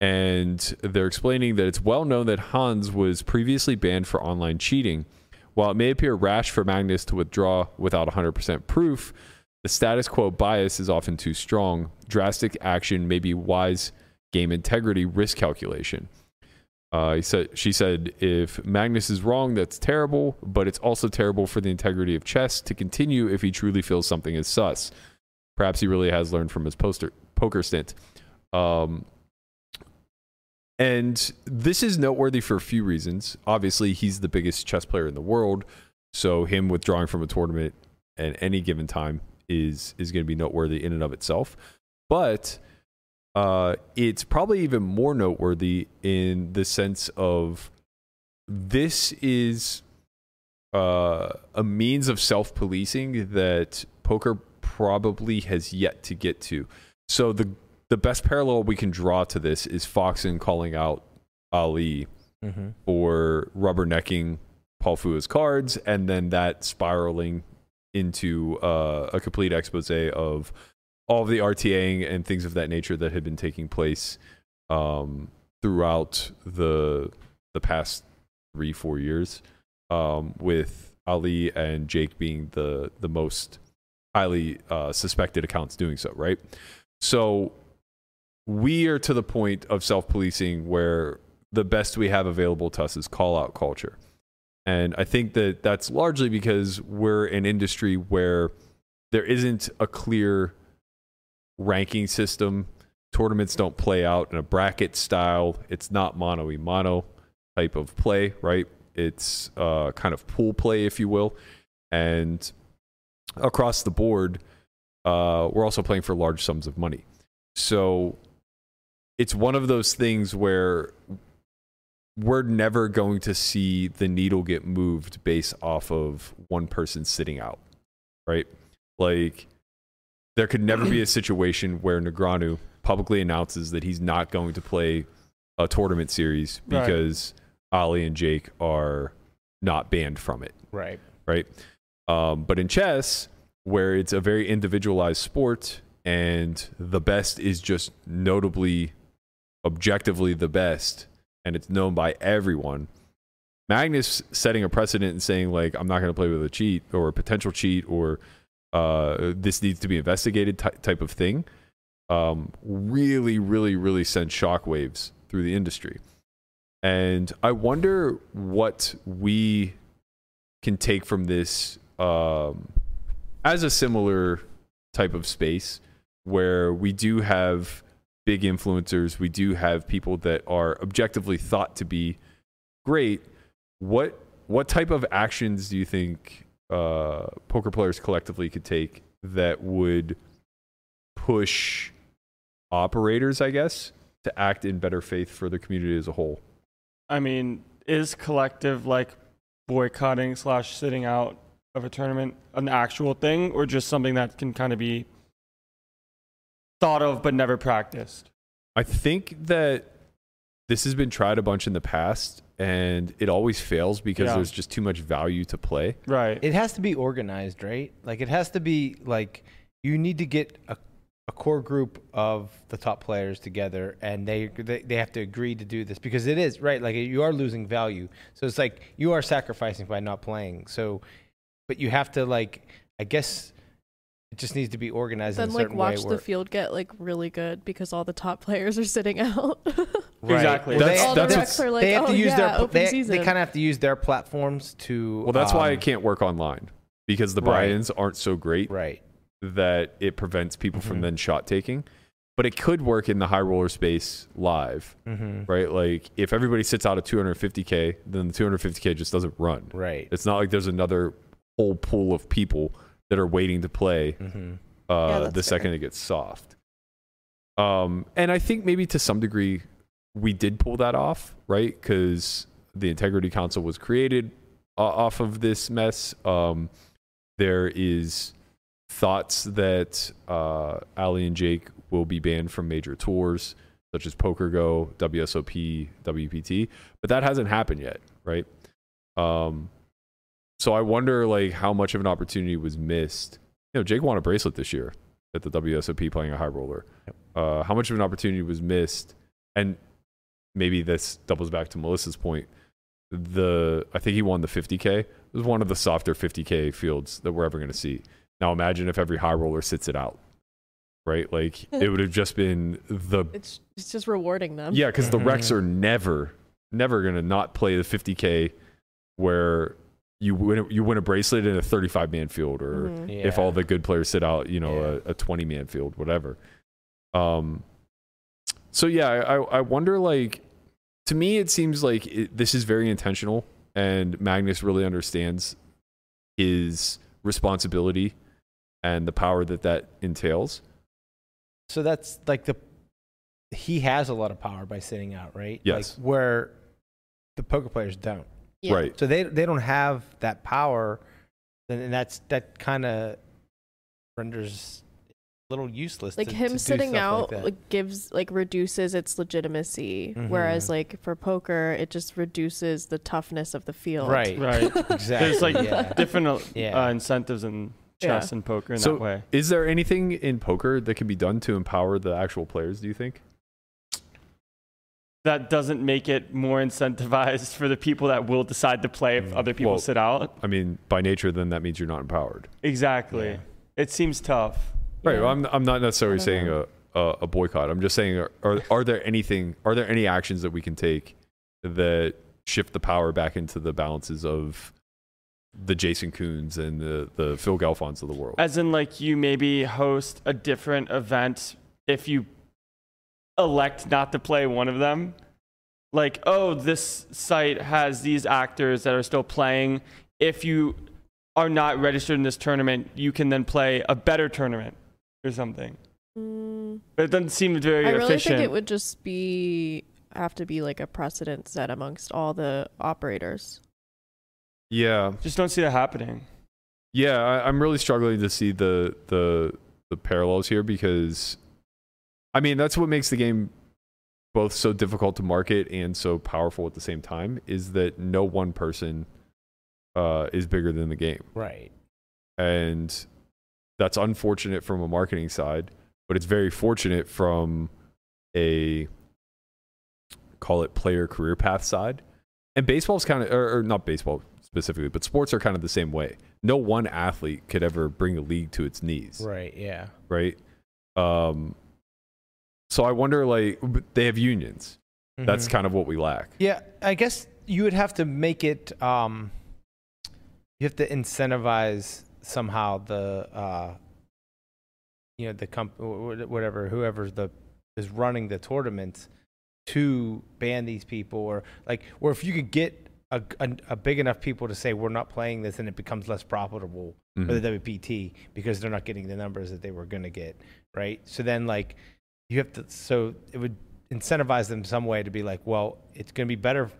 [SPEAKER 2] and they're explaining that it's well known that Hans was previously banned for online cheating. While it may appear rash for Magnus to withdraw without 100% proof, the status quo bias is often too strong. Drastic action may be wise game integrity risk calculation. Uh, he said, she said, if Magnus is wrong, that's terrible, but it's also terrible for the integrity of chess to continue if he truly feels something is sus. Perhaps he really has learned from his poster, poker stint. Um, and this is noteworthy for a few reasons. Obviously, he's the biggest chess player in the world, so him withdrawing from a tournament at any given time is is going to be noteworthy in and of itself. But uh, it's probably even more noteworthy in the sense of this is uh, a means of self policing that poker probably has yet to get to. So the the best parallel we can draw to this is Foxen calling out Ali
[SPEAKER 3] Mm-hmm.
[SPEAKER 2] for rubbernecking Paul Fua's cards, and then that spiraling into uh, a complete expose of all of the RTAing and things of that nature that had been taking place um, throughout the the past three four years, um, with Ali and Jake being the the most highly uh, suspected accounts doing so. Right, so we are to the point of self policing where the best we have available to us is call out culture. And I think that that's largely because we're an industry where there isn't a clear ranking system. Tournaments don't play out in a bracket style. It's not mono e mono type of play, right? It's uh, kind of pool play, if you will. And across the board, uh, we're also playing for large sums of money. So it's one of those things where we're never going to see the needle get moved based off of one person sitting out, right? Like, there could never be a situation where Negranu publicly announces that he's not going to play a tournament series
[SPEAKER 4] Right.
[SPEAKER 2] because Ali and Jake are not banned from it
[SPEAKER 3] Right.
[SPEAKER 2] right? Um, but in chess, where it's a very individualized sport and the best is just notably, objectively the best, and it's known by everyone, Magnus setting a precedent and saying, like, I'm not going to play with a cheat or a potential cheat or uh, this needs to be investigated ty- type of thing, um, really, really, really sent shockwaves through the industry. And I wonder what we can take from this um, as a similar type of space where we do have big influencers, we do have people that are objectively thought to be great. What what type of actions do you think uh, poker players collectively could take that would push operators, I guess, to act in better faith for the community as a whole?
[SPEAKER 4] I mean, is collective like boycotting slash sitting out of a tournament an actual thing, or just something that can kind of be thought of but never practiced?
[SPEAKER 2] I think that this has been tried a bunch in the past and it always fails because
[SPEAKER 4] Yeah.
[SPEAKER 2] there's just too much value to play.
[SPEAKER 4] Right.
[SPEAKER 3] It has to be organized, right? Like it has to be like you need to get a, a core group of the top players together, and they, they they have to agree to do this because it is right. Like you are losing value, so it's like you are sacrificing by not playing. So, but you have to like I guess it just needs to be organized.
[SPEAKER 6] then
[SPEAKER 3] in a
[SPEAKER 6] like
[SPEAKER 3] certain way
[SPEAKER 6] watch the
[SPEAKER 3] where-
[SPEAKER 6] field get like really good because all the top players are sitting out.
[SPEAKER 4] Exactly.
[SPEAKER 2] That's-
[SPEAKER 6] all
[SPEAKER 2] that's
[SPEAKER 6] the
[SPEAKER 2] what's-
[SPEAKER 6] refs are like,
[SPEAKER 3] they have
[SPEAKER 6] oh
[SPEAKER 3] to use
[SPEAKER 6] yeah,
[SPEAKER 3] their
[SPEAKER 6] open
[SPEAKER 3] they, they
[SPEAKER 6] season.
[SPEAKER 3] kind of have to use their platforms to.
[SPEAKER 2] Well, that's why I
[SPEAKER 3] um,
[SPEAKER 2] can't work online because the
[SPEAKER 3] Right.
[SPEAKER 2] buy-ins aren't so great
[SPEAKER 3] Right.
[SPEAKER 2] that it prevents people from
[SPEAKER 3] Mhm.
[SPEAKER 2] then shot taking. But it could work in the high roller space live,
[SPEAKER 3] Mm-hmm.
[SPEAKER 2] right? Like if everybody sits out of 250k, then the 250k just doesn't run.
[SPEAKER 3] Right.
[SPEAKER 2] It's not like there's another whole pool of people that are waiting to play
[SPEAKER 3] Mm-hmm.
[SPEAKER 2] uh, the
[SPEAKER 6] that's
[SPEAKER 2] second
[SPEAKER 6] fair.
[SPEAKER 2] it gets soft. Um, and I think maybe to some degree we did pull that off, right? Because the Integrity Council was created uh, off of this mess. Um, there is thoughts that uh, Ali and Jake will be banned from major tours such as PokerGo, WSOP, WPT, E but that hasn't happened yet, right? Um, so I wonder like how much of an opportunity was missed. You know, Jake won a bracelet this year at the WSOP playing a high roller. Uh, how much of an opportunity was missed? And maybe this doubles back to Melissa's point. The I think he won the 50k. It was one of the softer 50k fields that we're ever going to see. Now imagine if every high roller sits it out, right? Like it would have just been the
[SPEAKER 6] It's it's just rewarding them.
[SPEAKER 2] yeah, because the Rex
[SPEAKER 3] Mhm.
[SPEAKER 2] are never, never gonna not play the 50k where you win, you win a bracelet in a 35 man field, or
[SPEAKER 3] Mm-hmm.
[SPEAKER 6] Mhm.
[SPEAKER 2] if all the good players sit out, you know, a, a 20 man field, whatever. Um. So yeah, I I I wonder like, to me it seems like it, this is very intentional, and Magnus really understands his responsibility and the power that that entails.
[SPEAKER 3] So that's like the he has a lot of power by sitting out, right?
[SPEAKER 2] Yes.
[SPEAKER 3] Like where the poker players don't.
[SPEAKER 6] Yeah.
[SPEAKER 2] Right.
[SPEAKER 3] So they they don't have that power, then and that's that kind of renders it a little useless.
[SPEAKER 6] Like
[SPEAKER 3] to- to
[SPEAKER 6] him
[SPEAKER 3] do
[SPEAKER 6] sitting
[SPEAKER 3] stuff
[SPEAKER 6] out
[SPEAKER 3] like,
[SPEAKER 6] like,
[SPEAKER 3] that.
[SPEAKER 6] gives like reduces its legitimacy, whereas
[SPEAKER 3] Mhm.
[SPEAKER 6] like for poker, it just reduces the toughness of the field.
[SPEAKER 3] right?
[SPEAKER 4] Right.
[SPEAKER 3] Exactly.
[SPEAKER 4] There's like
[SPEAKER 3] yeah.
[SPEAKER 4] different uh,
[SPEAKER 3] Yeah.
[SPEAKER 4] uh, incentives in chess and poker in
[SPEAKER 2] So-
[SPEAKER 4] that way.
[SPEAKER 2] Is there anything in poker that can be done to empower the actual players? Do you think?
[SPEAKER 4] That doesn't make it more incentivized for the people that will decide to play if other people
[SPEAKER 2] Mm. Well-
[SPEAKER 4] sit out.
[SPEAKER 2] I mean, by nature, then that means you're not empowered.
[SPEAKER 4] Exactly.
[SPEAKER 3] Yeah.
[SPEAKER 4] It seems tough.
[SPEAKER 2] Right.
[SPEAKER 6] Yeah.
[SPEAKER 2] Well, I'm, I'm not necessarily
[SPEAKER 6] I don't
[SPEAKER 2] saying a,
[SPEAKER 6] know.
[SPEAKER 2] a, a boycott. I'm just saying, are- are, are there anything, are there any actions that we can take that shift the power back into the balances of the Jason Coons and the, the Phil Galfons of the world?
[SPEAKER 4] As in, like, you maybe host a different event if you elect not to play one of them. Like, oh, this site has these actors that are still playing. If you are not registered in this tournament, you can then play a better tournament or something.
[SPEAKER 6] Mm,
[SPEAKER 4] But it doesn't seem
[SPEAKER 6] I
[SPEAKER 4] very
[SPEAKER 6] really
[SPEAKER 4] efficient.
[SPEAKER 6] think it would just be have to be like a precedent set amongst all the operators.
[SPEAKER 2] Yeah.
[SPEAKER 4] Just don't see that happening.
[SPEAKER 2] Yeah, I, I'm really struggling to see the the the parallels here because, I mean, that's what makes the game both so difficult to market and so powerful at the same time is that no one person uh, is bigger than the game,
[SPEAKER 3] right.
[SPEAKER 2] and that's unfortunate from a marketing side, but it's very fortunate from a call it player career path side. And baseball's kind of, or, or not baseball specifically, but sports are kind of the same way. No one athlete could ever bring a league to its knees,
[SPEAKER 3] Right. Yeah.
[SPEAKER 2] right? Um, so I wonder, like, but they have unions. That's
[SPEAKER 3] Mhm.
[SPEAKER 2] kind of what we lack.
[SPEAKER 3] Yeah, I guess you would have to make it. Um, you have to incentivize somehow the, uh, you know, the comp, wh- wh- whatever, whoever's the is running the tournament, to ban these people or like, or if you could get a, a, a big enough people to say we're not playing this, and it becomes less profitable
[SPEAKER 2] Mhm.
[SPEAKER 3] for the WPT because they're not getting the numbers that they were going to get, right? So then like you have to so it would incentivize them some way to be like, well, it's going to be better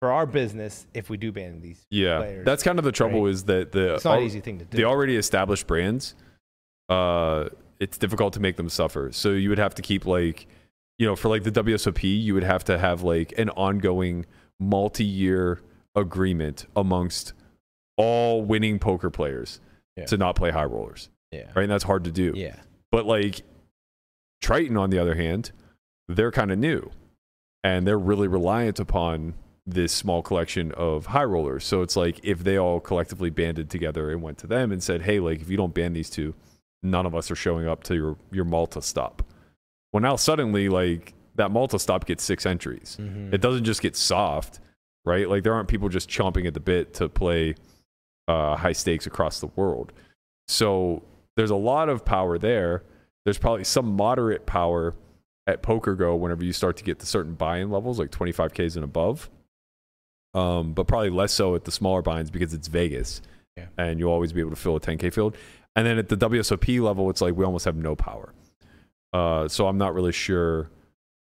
[SPEAKER 3] for our business if we do ban these.
[SPEAKER 2] Yeah,
[SPEAKER 3] players,
[SPEAKER 2] that's kind of the trouble
[SPEAKER 3] right?
[SPEAKER 2] is that the
[SPEAKER 3] It's not
[SPEAKER 2] all-
[SPEAKER 3] an easy thing to do.
[SPEAKER 2] the already established brands, uh, it's difficult to make them suffer. So you would have to keep like, you know, for like the WSOP, you would have to have like an ongoing multi-year agreement amongst all winning poker players
[SPEAKER 3] Yeah.
[SPEAKER 2] to not play high rollers,
[SPEAKER 3] yeah.
[SPEAKER 2] right? And that's hard to do.
[SPEAKER 3] Yeah.
[SPEAKER 2] But like Triton, on the other hand, they're kind of new and they're really reliant upon this small collection of high rollers. So it's like if they all collectively banded together and went to them and said, hey, like if you don't ban these two, none of us are showing up to your, your Malta stop. Well, now suddenly, like that Malta stop gets six entries. It doesn't just get soft, right? Like there aren't people just chomping at the bit to play uh, high stakes across the world. So there's a lot of power there. There's probably some moderate power at Poker Go whenever you start to get to certain buy-in levels, like 25ks and above. Um, but probably less so at the smaller buy-ins because it's Vegas,
[SPEAKER 3] Yeah.
[SPEAKER 2] and you'll always be able to fill a 10k field. And then at the WSOP level, it's like we almost have no power. Uh, so I'm not really sure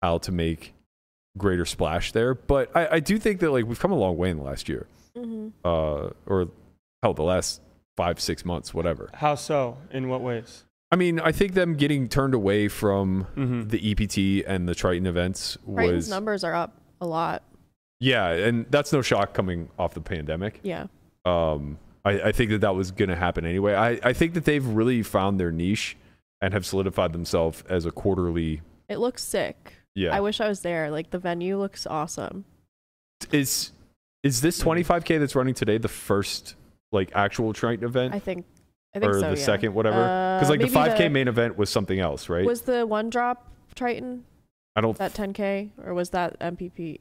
[SPEAKER 2] how to make greater splash there. But I, I do think that like we've come a long way in the last year,
[SPEAKER 6] hmm
[SPEAKER 2] uh, or hell, the last five, six months, whatever.
[SPEAKER 4] How so? In what ways?
[SPEAKER 2] I mean, I think them getting turned away from
[SPEAKER 4] Mm-hmm.
[SPEAKER 2] the EPT and the Triton events
[SPEAKER 6] Triton's
[SPEAKER 2] was
[SPEAKER 6] numbers are up a lot.
[SPEAKER 2] yeah, and that's no shock coming off the pandemic.
[SPEAKER 6] Yeah.
[SPEAKER 2] Um, I, I think that that was going to happen anyway. I, I think that they've really found their niche and have solidified themselves as a quarterly.
[SPEAKER 6] It looks sick.
[SPEAKER 2] Yeah,
[SPEAKER 6] I wish I was there. Like the venue looks awesome.
[SPEAKER 2] is is this 25k that's running today the first like actual Triton event
[SPEAKER 6] I think. I think
[SPEAKER 2] or
[SPEAKER 6] so.
[SPEAKER 2] the
[SPEAKER 6] yeah.
[SPEAKER 2] second whatever? Because
[SPEAKER 6] Uh,
[SPEAKER 2] like the
[SPEAKER 6] maybe
[SPEAKER 2] 5k main event was something else, right?
[SPEAKER 6] was the one drop Triton
[SPEAKER 2] I don't.
[SPEAKER 6] that 10k or was that MPP?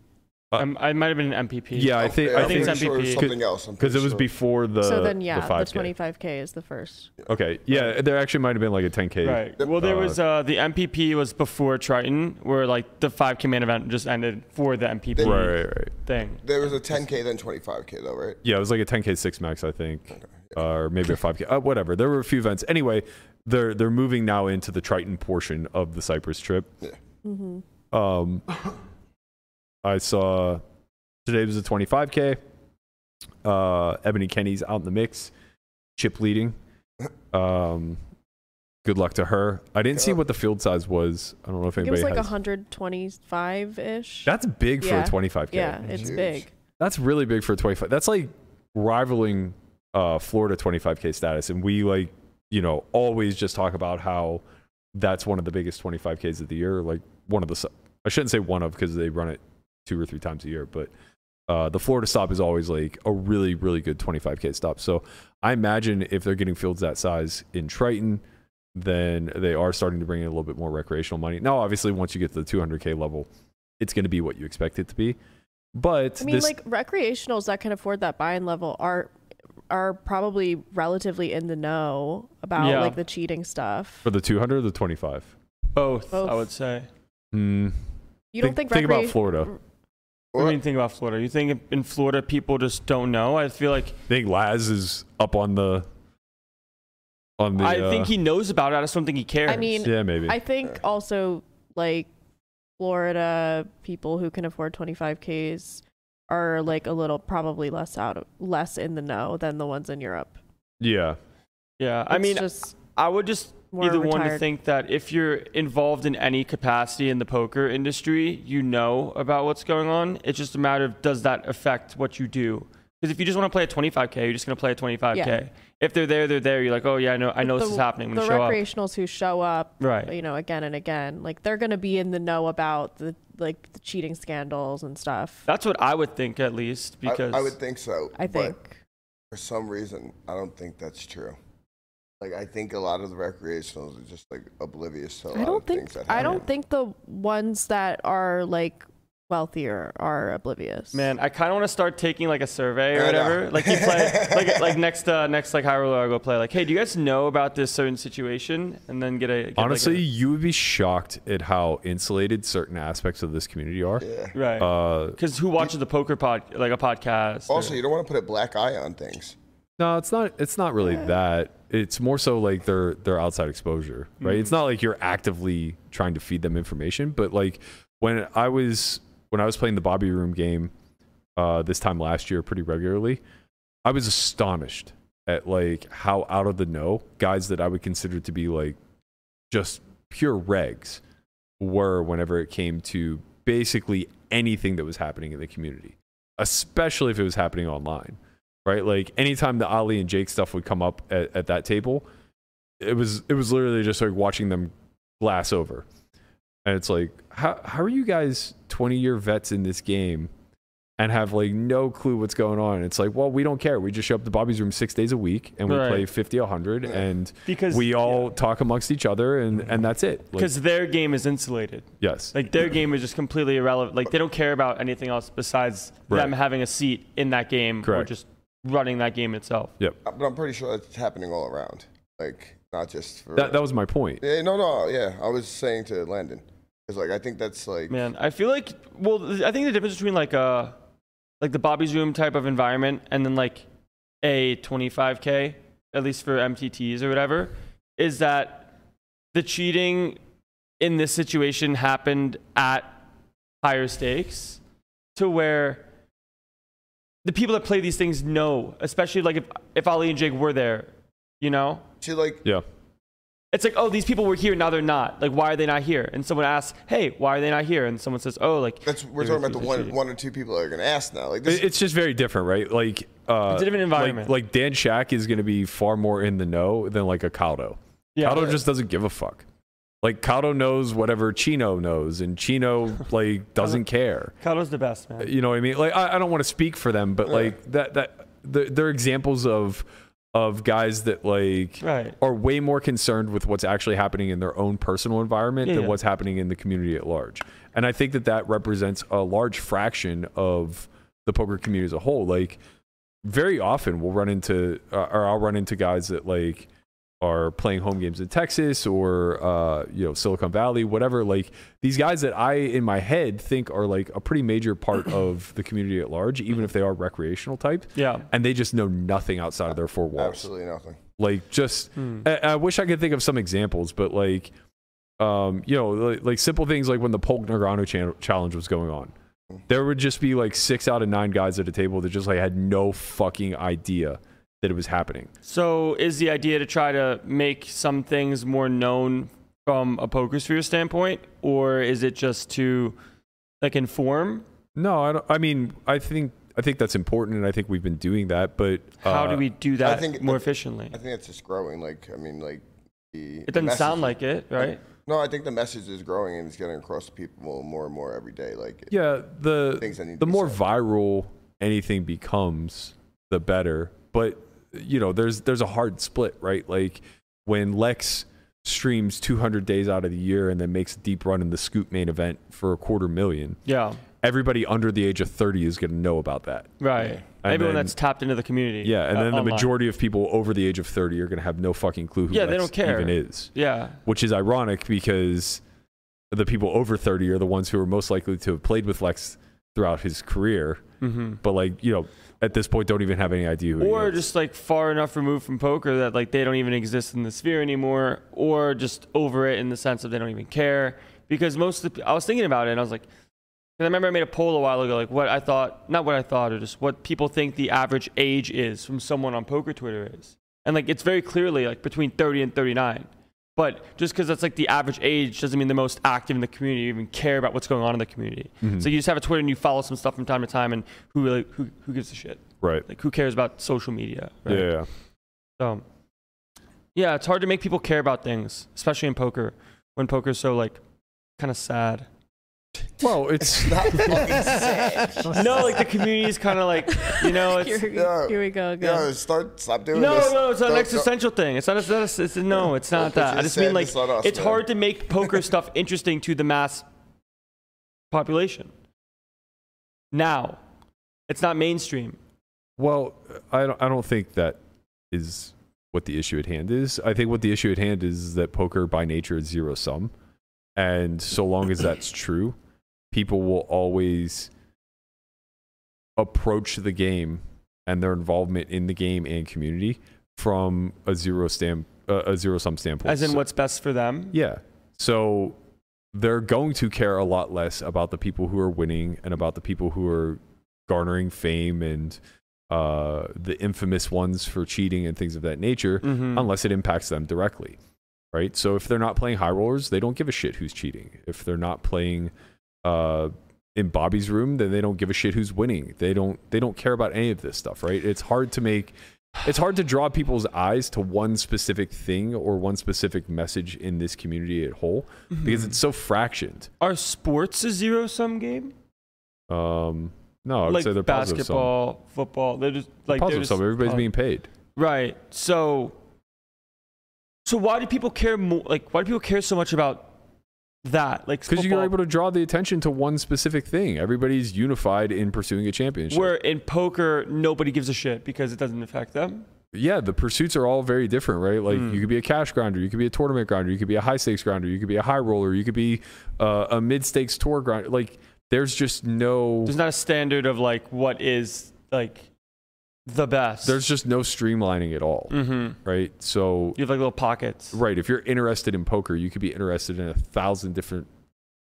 [SPEAKER 4] Um, I might have been an MPP.
[SPEAKER 2] uh, yeah, I think
[SPEAKER 5] Oh, Yeah,
[SPEAKER 2] I
[SPEAKER 5] I'm
[SPEAKER 4] think
[SPEAKER 2] think
[SPEAKER 4] it's
[SPEAKER 5] pretty sure it was
[SPEAKER 4] MVP.
[SPEAKER 5] something else. I'm
[SPEAKER 2] because it
[SPEAKER 5] pretty
[SPEAKER 2] was
[SPEAKER 5] sure.
[SPEAKER 2] before the
[SPEAKER 6] so then yeah,
[SPEAKER 2] the
[SPEAKER 6] the
[SPEAKER 2] 5k.
[SPEAKER 6] 25k is the first.
[SPEAKER 2] Okay, yeah, there actually might have been like a 10k.
[SPEAKER 4] Right. Well, there
[SPEAKER 2] Uh,
[SPEAKER 4] was uh, the MPP was before Triton, where like the five command event just ended for the MPP
[SPEAKER 2] Right, right, right.
[SPEAKER 4] thing.
[SPEAKER 5] There was a 10k then 25k though, right?
[SPEAKER 2] Yeah, it was like a 10k six max, I think, or maybe a 5k, uh, whatever. There were a few events. Anyway, they're they're moving now into the Triton portion of the Cyprus trip.
[SPEAKER 6] Mm-hmm.
[SPEAKER 2] Um, I saw today was a 25k. Uh, Ebony Kenny's out in the mix, chip leading. Um, good luck to her. I didn't see
[SPEAKER 5] Yeah.
[SPEAKER 2] what the field size was. I don't know if
[SPEAKER 6] It
[SPEAKER 2] anybody
[SPEAKER 6] was like
[SPEAKER 2] has.
[SPEAKER 6] 125 ish.
[SPEAKER 2] That's big for
[SPEAKER 6] Yeah.
[SPEAKER 2] a 25k.
[SPEAKER 6] Yeah, it's
[SPEAKER 5] Huge.
[SPEAKER 6] big.
[SPEAKER 2] That's really big for 25. That's like rivaling uh, Florida 25K status. And we like, you know, always just talk about how that's one of the biggest 25Ks of the year. Like one of the, s- I shouldn't say one of because they run it two or three times a year, but uh, the Florida stop is always like a really, really good 25K stop. So I imagine if they're getting fields that size in Triton, then they are starting to bring in a little bit more recreational money. Now, obviously, once you get to the 200K level, it's going to be what you expect it to be. But
[SPEAKER 6] I mean,
[SPEAKER 2] this,
[SPEAKER 6] like recreationals that can afford that buy-in level are are probably relatively in the know about
[SPEAKER 4] Yeah.
[SPEAKER 6] like the cheating stuff.
[SPEAKER 2] For the 200 or the 25?
[SPEAKER 4] Both, I
[SPEAKER 6] Both.
[SPEAKER 4] would say. Hmm.
[SPEAKER 2] Mm.
[SPEAKER 6] You don't think,
[SPEAKER 2] think about
[SPEAKER 6] recre-
[SPEAKER 2] Florida.
[SPEAKER 4] What do
[SPEAKER 5] Or-
[SPEAKER 4] you mean think about Florida? You think in Florida people just don't know? I feel like
[SPEAKER 2] I think Laz is up on the on the.
[SPEAKER 4] I
[SPEAKER 2] uh,
[SPEAKER 4] think he knows about it. I just don't think he cares.
[SPEAKER 6] I mean,
[SPEAKER 2] Yeah, maybe.
[SPEAKER 6] I think also like Florida people who can afford 25ks are like a little probably less out of, less in the know than the ones in Europe.
[SPEAKER 2] yeah,
[SPEAKER 4] yeah. I
[SPEAKER 6] It's
[SPEAKER 4] mean,
[SPEAKER 6] just
[SPEAKER 4] I would just
[SPEAKER 6] more
[SPEAKER 4] either
[SPEAKER 6] retired.
[SPEAKER 4] want to think that if you're involved in any capacity in the poker industry, you know about what's going on. It's just a matter of does that affect what you do? Because if you just want to play a 25k, you're just going to play a 25k.
[SPEAKER 6] Yeah.
[SPEAKER 4] If they're there, they're there. You're like, oh yeah, I know, I know
[SPEAKER 6] the,
[SPEAKER 4] this is happening. I'm
[SPEAKER 6] the
[SPEAKER 4] going to show up.
[SPEAKER 6] recreationals who show up,
[SPEAKER 4] Right.
[SPEAKER 6] you know, again and again, like they're going to be in the know about the like the cheating scandals and stuff.
[SPEAKER 4] That's what I would think at least
[SPEAKER 5] I-
[SPEAKER 4] because
[SPEAKER 5] I, would think so.
[SPEAKER 6] I
[SPEAKER 5] but
[SPEAKER 6] think.
[SPEAKER 5] for some reason, I don't think that's true. Like I think a lot of the recreationals are just like oblivious to a lot
[SPEAKER 6] I don't
[SPEAKER 5] of
[SPEAKER 6] think
[SPEAKER 5] things that happen.
[SPEAKER 6] I don't think the ones that are like wealthier are oblivious.
[SPEAKER 4] Man, I kind of want to start taking like a survey or
[SPEAKER 5] I know.
[SPEAKER 4] whatever. Like you play, like like next uh, next like high roller, I go play. Like, hey, do you guys know about this certain situation? And then get a get, like,
[SPEAKER 2] honestly, you would be shocked at how insulated certain aspects of this community are.
[SPEAKER 5] Yeah.
[SPEAKER 4] a, right?
[SPEAKER 2] Uh,
[SPEAKER 4] Because who watches the poker pod like a podcast? or-
[SPEAKER 5] Also, you don't want to put a black eye on things.
[SPEAKER 2] no, it's not. It's not really that. It's more so like their their outside exposure, right? It's not like you're actively trying to feed them information, but like when I was when I was playing the Bobby Room game uh, this time last year pretty regularly, I was astonished at like how out of the know guys that I would consider to be like just pure regs were whenever it came to basically anything that was happening in the community, especially if it was happening online, right? Like anytime the Ali and Jake stuff would come up at, at that table, it was it was literally just like watching them glass over, and it's like how how are you guys twenty year vets in this game? and have like no clue what's going on. It's like, well, we don't care. We just show up to Bobby's room six days a week and we
[SPEAKER 4] Right.
[SPEAKER 2] play 50, 100,
[SPEAKER 5] Yeah.
[SPEAKER 2] and
[SPEAKER 4] Because
[SPEAKER 2] we all talk amongst each other, and, and that's it. Like,
[SPEAKER 4] because their game is insulated.
[SPEAKER 2] yes.
[SPEAKER 4] Like their game is just completely irrelevant. Like they don't care about anything else besides
[SPEAKER 2] Right.
[SPEAKER 4] them having a seat in that game or
[SPEAKER 2] Correct.
[SPEAKER 4] just running that game itself.
[SPEAKER 5] Uh, But I'm pretty sure that's happening all around. Like not just for
[SPEAKER 2] that, that was my point.
[SPEAKER 5] Yeah, no, no, yeah. I was saying to Landon, it's like I think that's like
[SPEAKER 4] Man, I feel like well, th- I think the difference between like uh like the Bobby's room type of environment and then like a 25k at least for MTTs or whatever is that the cheating in this situation happened at higher stakes to where the people that play these things know, especially like if if Ali and Jake were there, you know,
[SPEAKER 5] she like
[SPEAKER 2] Yeah.
[SPEAKER 4] it's like, oh, these people were here, now they're not. Like, why are they not here? And someone asks, hey, why are they not here? And someone says, oh, like,
[SPEAKER 5] that's we're
[SPEAKER 4] they
[SPEAKER 5] talking about the
[SPEAKER 4] refuse to
[SPEAKER 5] one
[SPEAKER 4] cheat.
[SPEAKER 5] one or two people that are gonna ask now. Like this
[SPEAKER 2] It- It's just very different, right? Like, uh,
[SPEAKER 4] It's a different environment.
[SPEAKER 2] Like, like Dan Shack is going to be far more in the know than like a Caldo.
[SPEAKER 4] Yeah.
[SPEAKER 2] Caldo just doesn't give a fuck. Like Caldo knows whatever Chino knows, and Chino like doesn't care.
[SPEAKER 4] Kado's the best, man.
[SPEAKER 2] You know what I mean? Like I, I don't want to speak for them, but like that that they're, they're examples of of guys that like
[SPEAKER 4] Right.
[SPEAKER 2] are way more concerned with what's actually happening in their own personal environment
[SPEAKER 4] Yeah,
[SPEAKER 2] than
[SPEAKER 4] yeah.
[SPEAKER 2] what's happening in the community at large. And I think that that represents a large fraction of the poker community as a whole. Like very often we'll run into uh, or I'll run into guys that like are playing home games in Texas or uh, you know Silicon Valley, whatever. Like these guys that I in my head think are like a pretty major part of the community at large, even if they are recreational type,
[SPEAKER 4] Yeah.
[SPEAKER 2] and they just know nothing outside of their four walls.
[SPEAKER 5] absolutely nothing.
[SPEAKER 2] Like just,
[SPEAKER 4] Hmm.
[SPEAKER 2] I, I wish I could think of some examples, but like, um, you know, like, like simple things like when the Polk Nagano chan- challenge was going on. There would just be like six out of nine guys at a table that just like had no fucking idea that it was happening.
[SPEAKER 4] So, is the idea to try to make some things more known from a poker sphere standpoint, or is it just to like inform?
[SPEAKER 2] No, I don't. I mean, I think I think that's important, and I think we've been doing that. But
[SPEAKER 4] How
[SPEAKER 2] uh,
[SPEAKER 4] do we do that
[SPEAKER 5] think
[SPEAKER 4] more
[SPEAKER 5] that-
[SPEAKER 4] efficiently?
[SPEAKER 5] I think that's just growing. Like I mean, like the
[SPEAKER 4] It doesn't sound like it, right?
[SPEAKER 5] No, I think the message is growing and it's getting across to people more and more every day. Like
[SPEAKER 2] Yeah, the
[SPEAKER 5] Things that need to
[SPEAKER 2] the
[SPEAKER 5] be
[SPEAKER 2] more
[SPEAKER 5] said.
[SPEAKER 2] viral anything becomes, the better. But you know, there's there's a hard split, right? Like when Lex streams 200 days out of the year and then makes a deep run in the Scoop main event for a quarter million,
[SPEAKER 4] Yeah,
[SPEAKER 2] everybody under the age of 30 is going to know about that.
[SPEAKER 4] right. Everyone
[SPEAKER 2] then-
[SPEAKER 4] that's tapped into the community.
[SPEAKER 2] Yeah, and
[SPEAKER 4] uh,
[SPEAKER 2] then the
[SPEAKER 4] online.
[SPEAKER 2] majority of people over the age of 30 are going to have no fucking clue who
[SPEAKER 4] Yeah,
[SPEAKER 2] Lex
[SPEAKER 4] they don't care.
[SPEAKER 2] even is
[SPEAKER 4] Yeah,
[SPEAKER 2] which is ironic because the people over 30 are the ones who are most likely to have played with Lex throughout his career. Mm-hmm. But like, you know, at this point, don't even have any idea who he
[SPEAKER 4] or
[SPEAKER 2] is.
[SPEAKER 4] just like far enough removed from poker that like they don't even exist in the sphere anymore or just over it in the sense of they don't even care because most of the, i was thinking about it and i was like 'cause i remember i made a poll a while ago like what i thought not what i thought or just what people think the average age is from someone on poker twitter is and like it's very clearly like between 30 and 39 but just because that's like the average age doesn't mean the most active in the community even care about what's going on in the community.
[SPEAKER 2] Mm-hmm. Hmm.
[SPEAKER 4] So you just have a Twitter and you follow some stuff from time to time, and who really who, who gives a shit?
[SPEAKER 2] right.
[SPEAKER 4] like who cares about social media right?
[SPEAKER 2] Yeah.
[SPEAKER 4] so yeah it's hard to make people care about things especially in poker when poker's so like kind of sad
[SPEAKER 2] Well, it's
[SPEAKER 5] not fucking sad.
[SPEAKER 4] no like the community is kind of like you know it's
[SPEAKER 6] here, we-
[SPEAKER 5] Yeah.
[SPEAKER 6] here we go again.
[SPEAKER 5] Yeah, start stop doing
[SPEAKER 4] no,
[SPEAKER 5] this.
[SPEAKER 4] no, it's not an
[SPEAKER 5] Don't-
[SPEAKER 4] existential thing. It's not. It's, not it's, it's no, it's
[SPEAKER 5] Don't
[SPEAKER 4] not
[SPEAKER 5] put
[SPEAKER 4] that. I
[SPEAKER 5] your
[SPEAKER 4] just mean like
[SPEAKER 5] sadness on us,
[SPEAKER 4] it's
[SPEAKER 5] man.
[SPEAKER 4] hard to make poker stuff interesting to the mass population. Now, it's not mainstream.
[SPEAKER 2] well, I don't, I don't think that is what the issue at hand is. I think what the issue at hand is, is that poker by nature is zero sum. And so long as that's true, people will always approach the game and their involvement in the game and community from a zero stamp uh, a zero sum standpoint.
[SPEAKER 4] As in,
[SPEAKER 2] So-
[SPEAKER 4] what's best for them?
[SPEAKER 2] Yeah. So they're going to care a lot less about the people who are winning and about the people who are garnering fame and uh, the infamous ones for cheating and things of that nature,
[SPEAKER 4] Mhm.
[SPEAKER 2] unless it impacts them directly. Right. So if they're not playing high rollers, they don't give a shit who's cheating. If they're not playing uh, in Bobby's room, then they don't give a shit who's winning. They don't. They don't care about any of this stuff. Right. It's hard to make it's hard to draw people's eyes to one specific thing or one specific message in this community at whole
[SPEAKER 4] Mm-hmm.
[SPEAKER 2] because it's so fractioned.
[SPEAKER 4] Are sports a zero-sum game?
[SPEAKER 2] Um, No, I would
[SPEAKER 4] like
[SPEAKER 2] say they're positive some.
[SPEAKER 4] basketball, football. They're just like they're
[SPEAKER 2] positive
[SPEAKER 4] just
[SPEAKER 2] some. Everybody's
[SPEAKER 4] oh,
[SPEAKER 2] being paid.
[SPEAKER 4] right. So, so why do people care more? Like, why do people care so much about that? Like,
[SPEAKER 2] Because you're
[SPEAKER 4] football-
[SPEAKER 2] able to draw the attention to one specific thing. Everybody's unified in pursuing a championship.
[SPEAKER 4] Where in poker, nobody gives a shit because it doesn't affect them.
[SPEAKER 2] yeah, the pursuits are all very different, right? Like
[SPEAKER 4] Hmm.
[SPEAKER 2] you could be a cash grinder, you could be a tournament grinder, you could be a high stakes grinder, you could be a high roller, you could be uh, a mid stakes tour grinder. Like there's just no
[SPEAKER 4] There's not a standard of like what is like the best.
[SPEAKER 2] there's just no streamlining at all, right?
[SPEAKER 4] mm-hmm.
[SPEAKER 2] So
[SPEAKER 4] you have like little pockets.
[SPEAKER 2] right, if you're interested in poker, you could be interested in a thousand different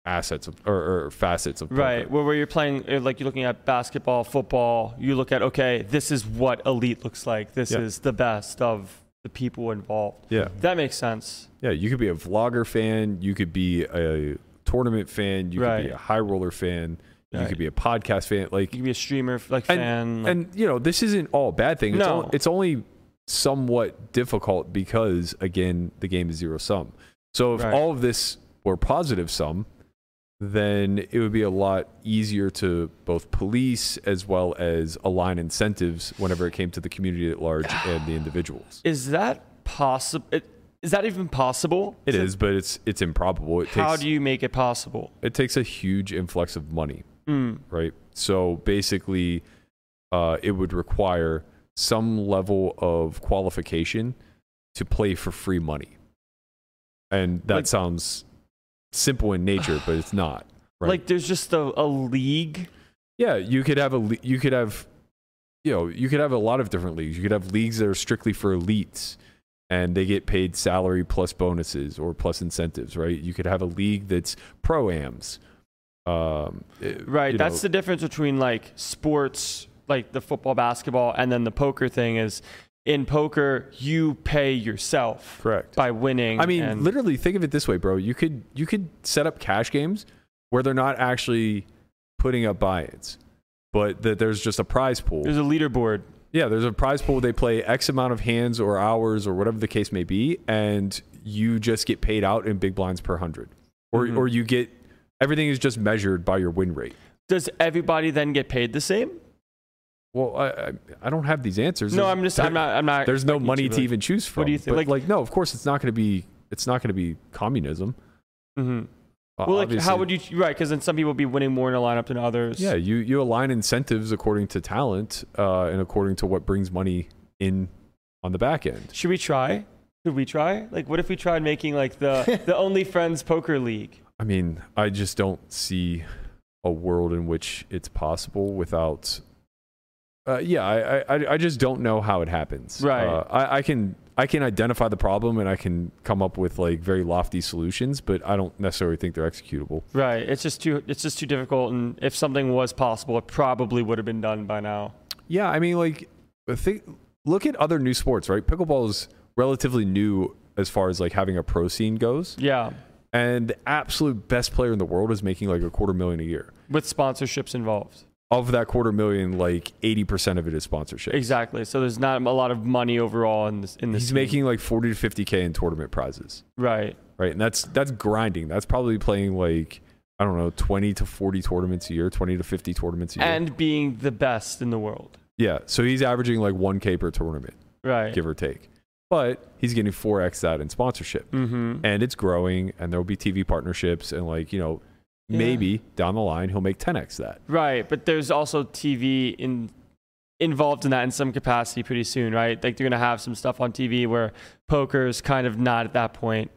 [SPEAKER 2] assets of, or, or facets of poker.
[SPEAKER 4] Right, where, where you're playing, uh, like you're looking at basketball, football, you look at, okay, this is what elite looks like. This
[SPEAKER 2] Yeah.
[SPEAKER 4] is the best of the people involved.
[SPEAKER 2] Yeah.
[SPEAKER 4] That makes sense.
[SPEAKER 2] Yeah, you could be a vlogger fan, you could be a tournament fan, you could
[SPEAKER 4] Right.
[SPEAKER 2] be a high roller fan, you
[SPEAKER 4] Right.
[SPEAKER 2] could be a podcast fan. Like
[SPEAKER 4] You can be a streamer, like
[SPEAKER 2] and,
[SPEAKER 4] fan. like-
[SPEAKER 2] and you know this isn't all bad thing. It's,
[SPEAKER 4] No.
[SPEAKER 2] on- it's only somewhat difficult because again the game is zero sum. So if
[SPEAKER 4] Right.
[SPEAKER 2] all of this were positive sum, then it would be a lot easier to both police as well as align incentives whenever it came to the community at large and the individuals.
[SPEAKER 4] is that possible? Is that even possible?
[SPEAKER 2] It is, but it's it's improbable. It
[SPEAKER 4] How
[SPEAKER 2] takes
[SPEAKER 4] do you make it possible?
[SPEAKER 2] it takes a huge influx of money.
[SPEAKER 4] Mm,
[SPEAKER 2] right? So basically, uh, it would require some level of qualification to play for free money. And that
[SPEAKER 4] Like-
[SPEAKER 2] sounds simple in nature, but it's not. Right?
[SPEAKER 4] Like there's just a, a league.
[SPEAKER 2] yeah, you could have a le- you could have you know, you could have a lot of different leagues. You could have leagues that are strictly for elites and they get paid salary plus bonuses or plus incentives, right? You could have a league that's pro-ams. Um, it-
[SPEAKER 4] Right.
[SPEAKER 2] you
[SPEAKER 4] That's
[SPEAKER 2] know,
[SPEAKER 4] the difference between like sports, like the football, basketball, and then the poker thing is in poker, you pay yourself.
[SPEAKER 2] correct.
[SPEAKER 4] by winning.
[SPEAKER 2] I mean,
[SPEAKER 4] and-
[SPEAKER 2] literally, think of it this way, bro. You could you could set up cash games where they're not actually putting up buy-ins, but that there's just a prize pool.
[SPEAKER 4] there's a leaderboard.
[SPEAKER 2] yeah, there's a prize pool. They play X amount of hands or hours or whatever the case may be, and you just get paid out in big blinds per hundred, or
[SPEAKER 4] Mhm.
[SPEAKER 2] or you get everything is just measured by your win rate.
[SPEAKER 4] Does everybody then get paid the same?
[SPEAKER 2] Well, I I, I don't have these answers.
[SPEAKER 4] no,
[SPEAKER 2] There's-
[SPEAKER 4] I'm just.
[SPEAKER 2] there-
[SPEAKER 4] I'm not. I'm not.
[SPEAKER 2] There's no
[SPEAKER 4] expecting
[SPEAKER 2] money
[SPEAKER 4] be
[SPEAKER 2] to
[SPEAKER 4] like-
[SPEAKER 2] even choose from.
[SPEAKER 4] What do you think?
[SPEAKER 2] But,
[SPEAKER 4] Like-
[SPEAKER 2] like, no, of course it's not going to be. It's not going to be communism.
[SPEAKER 4] Mhm. Well, like, how
[SPEAKER 2] Obviously.
[SPEAKER 4] would you? Right, because then some people would be winning more in a lineup than others.
[SPEAKER 2] Yeah, you you align incentives according to talent uh, and according to what brings money in on the back end.
[SPEAKER 4] Should we try? Could we try? Like, what if we tried making like the the Only Friends Poker League?
[SPEAKER 2] I mean, I just don't see a world in which it's possible without. Uh, yeah, I, I- I I just don't know how it happens.
[SPEAKER 4] Right.
[SPEAKER 2] Uh, I, I can I can identify the problem and I can come up with like very lofty solutions, but I don't necessarily think they're executable.
[SPEAKER 4] Right. It's just too. It's just too difficult. And if something was possible, it probably would have been done by now.
[SPEAKER 2] Yeah, I mean, like, think, look at other new sports, right? Pickleball is relatively new as far as like having a pro scene goes.
[SPEAKER 4] Yeah,
[SPEAKER 2] and the absolute best player in the world is making like a quarter million a year.
[SPEAKER 4] with sponsorships involved.
[SPEAKER 2] Of that quarter million, like eighty percent of it is sponsorship.
[SPEAKER 4] Exactly. So there's not a lot of money overall in this. In this,
[SPEAKER 2] He's
[SPEAKER 4] scene.
[SPEAKER 2] making like forty to fifty k in tournament prizes,
[SPEAKER 4] right.
[SPEAKER 2] right? And that's that's grinding. That's probably playing like I don't know, twenty to forty tournaments a year, twenty to fifty tournaments a year.
[SPEAKER 4] and being the best in the world.
[SPEAKER 2] yeah, so he's averaging like one k per tournament,
[SPEAKER 4] Right.
[SPEAKER 2] give or take. But he's getting four x that in sponsorship,
[SPEAKER 4] mm-hmm.
[SPEAKER 2] and it's growing. And there will be TV partnerships, and like you know,
[SPEAKER 4] Yeah.
[SPEAKER 2] maybe down the line he'll make ten x that.
[SPEAKER 4] Right, but there's also TV in involved in that in some capacity pretty soon, right? Like they're gonna have some stuff on TV where poker is kind of not at that point.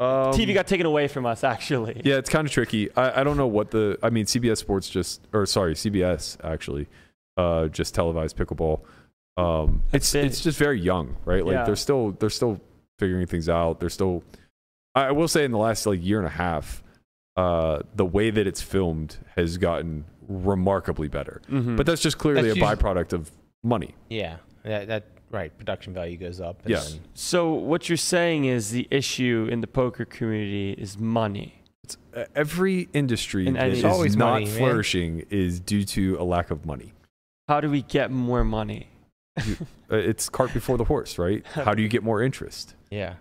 [SPEAKER 4] TV got taken away from us, actually.
[SPEAKER 2] Um, Yeah, it's kind of tricky. I, I don't know what the. I mean, CBS Sports just, or sorry, CBS actually, uh, just televised pickleball. Um, it's
[SPEAKER 4] That's big.
[SPEAKER 2] it's just very young, right? Like
[SPEAKER 4] Yeah.
[SPEAKER 2] they're still they're still figuring things out. They're still. I, I will say, in the last like year and a half, uh, the way that it's filmed has gotten remarkably better.
[SPEAKER 4] Mhm.
[SPEAKER 2] But that's just clearly
[SPEAKER 3] Hmm. That's
[SPEAKER 2] a
[SPEAKER 3] usually-
[SPEAKER 2] byproduct of money.
[SPEAKER 3] Yeah, that, that right. Production value goes up. and
[SPEAKER 2] Yeah.
[SPEAKER 3] then-
[SPEAKER 4] so what you're saying is the issue in the poker community is money.
[SPEAKER 2] It's, uh, every industry
[SPEAKER 4] And-
[SPEAKER 2] that
[SPEAKER 4] and
[SPEAKER 2] is
[SPEAKER 4] it's
[SPEAKER 3] always
[SPEAKER 2] not
[SPEAKER 3] money, man.
[SPEAKER 2] flourishing is due to a lack of money.
[SPEAKER 4] How do we get more money?
[SPEAKER 2] Uh, It's cart before the horse, right? How do you get more interest?
[SPEAKER 3] yeah.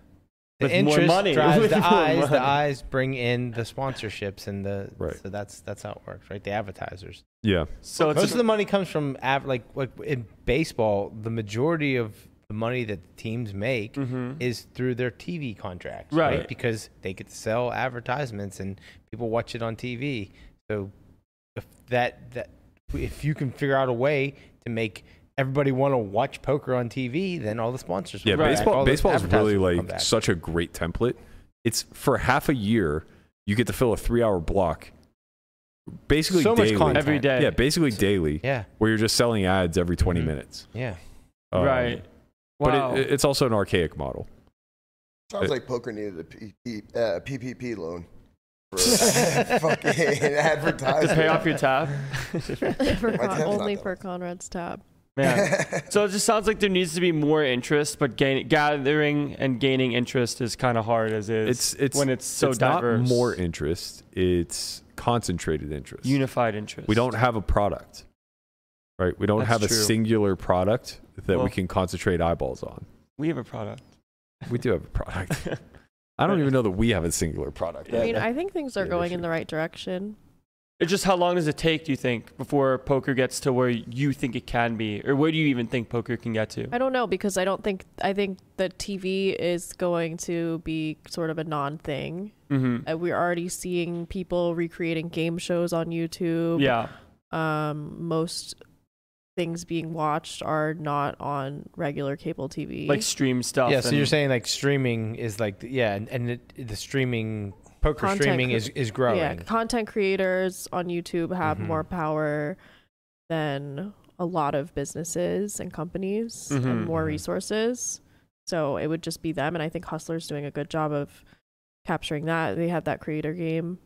[SPEAKER 3] The
[SPEAKER 4] With more
[SPEAKER 3] interest
[SPEAKER 4] money.
[SPEAKER 3] drives
[SPEAKER 4] With
[SPEAKER 3] the
[SPEAKER 4] more
[SPEAKER 3] eyes.
[SPEAKER 4] money.
[SPEAKER 3] The eyes bring in the sponsorships and the
[SPEAKER 2] Right.
[SPEAKER 3] So that's that's how it works, right? The advertisers.
[SPEAKER 2] Yeah.
[SPEAKER 4] So it's
[SPEAKER 3] Most of the money comes from av- like like in baseball, the majority of the money that the teams make
[SPEAKER 4] Mhm.
[SPEAKER 3] is through their TV contracts,
[SPEAKER 4] Right.
[SPEAKER 3] Because they could sell advertisements and people watch it on TV. So if that that if you can figure out a way to make everybody want to watch poker on TV, then all the sponsors,
[SPEAKER 2] Yeah,
[SPEAKER 3] will come back,
[SPEAKER 2] baseball
[SPEAKER 3] all the
[SPEAKER 2] baseball is really
[SPEAKER 3] advertisers will come
[SPEAKER 2] like
[SPEAKER 3] back.
[SPEAKER 2] such a great template. It's for half a year, you get to fill a three hour block. Basically
[SPEAKER 3] So much
[SPEAKER 2] daily.
[SPEAKER 3] content.
[SPEAKER 4] every day.
[SPEAKER 2] Yeah, basically daily.
[SPEAKER 3] yeah,
[SPEAKER 2] Where you're just selling ads every 20
[SPEAKER 3] Mhm.
[SPEAKER 2] minutes.
[SPEAKER 3] yeah.
[SPEAKER 2] Um,
[SPEAKER 4] right.
[SPEAKER 2] But
[SPEAKER 4] Wow.
[SPEAKER 2] it, it's also an archaic model.
[SPEAKER 5] Sounds
[SPEAKER 2] Uh,
[SPEAKER 5] like poker needed a P- P- uh, PPP loan for fucking advertising.
[SPEAKER 4] to pay off your tab.
[SPEAKER 6] for
[SPEAKER 5] My
[SPEAKER 6] Con-
[SPEAKER 5] tab's not
[SPEAKER 6] only
[SPEAKER 5] that
[SPEAKER 6] for
[SPEAKER 5] much.
[SPEAKER 6] Conrad's tab.
[SPEAKER 4] Man. So it just sounds like there needs to be more interest, but gain, gathering and gaining interest is kind of hard as is.
[SPEAKER 2] It's it's
[SPEAKER 4] when it's so
[SPEAKER 2] it's
[SPEAKER 4] diverse.
[SPEAKER 2] not more interest, it's concentrated interest.
[SPEAKER 4] unified interest.
[SPEAKER 2] we don't have a product. Right? We don't
[SPEAKER 4] That's
[SPEAKER 2] have a
[SPEAKER 4] true.
[SPEAKER 2] singular product that
[SPEAKER 4] Well-
[SPEAKER 2] we can concentrate eyeballs on.
[SPEAKER 4] We have a product.
[SPEAKER 2] We do have a product. I don't even know that we have a singular product.
[SPEAKER 6] I mean, I think things are
[SPEAKER 2] Yeah,
[SPEAKER 6] going
[SPEAKER 2] issue.
[SPEAKER 6] in the right direction.
[SPEAKER 4] It's just how long does it take? Do you think before poker gets to where you think it can be, or where do you even think poker can get to?
[SPEAKER 6] I don't know because I don't think I think the TV is going to be sort of a non thing.
[SPEAKER 4] hmm
[SPEAKER 6] Uh, We're already seeing people recreating game shows on YouTube.
[SPEAKER 4] Yeah,
[SPEAKER 6] Um, most things being watched are not on regular cable TV.
[SPEAKER 4] like stream stuff.
[SPEAKER 3] Yeah, so you're
[SPEAKER 4] and-
[SPEAKER 3] saying like streaming is like the- yeah, and, and it, the streaming poker
[SPEAKER 6] Content
[SPEAKER 3] streaming
[SPEAKER 6] cre-
[SPEAKER 3] is is growing.
[SPEAKER 6] yeah, content creators on YouTube have
[SPEAKER 4] Mm-hmm.
[SPEAKER 3] Mhm.
[SPEAKER 6] more power than a lot of businesses and companies
[SPEAKER 4] Mhm.
[SPEAKER 6] and more
[SPEAKER 3] Mhm.
[SPEAKER 6] resources. So it would just be them and I think Hustler's doing a good job of capturing that. They have that creator game.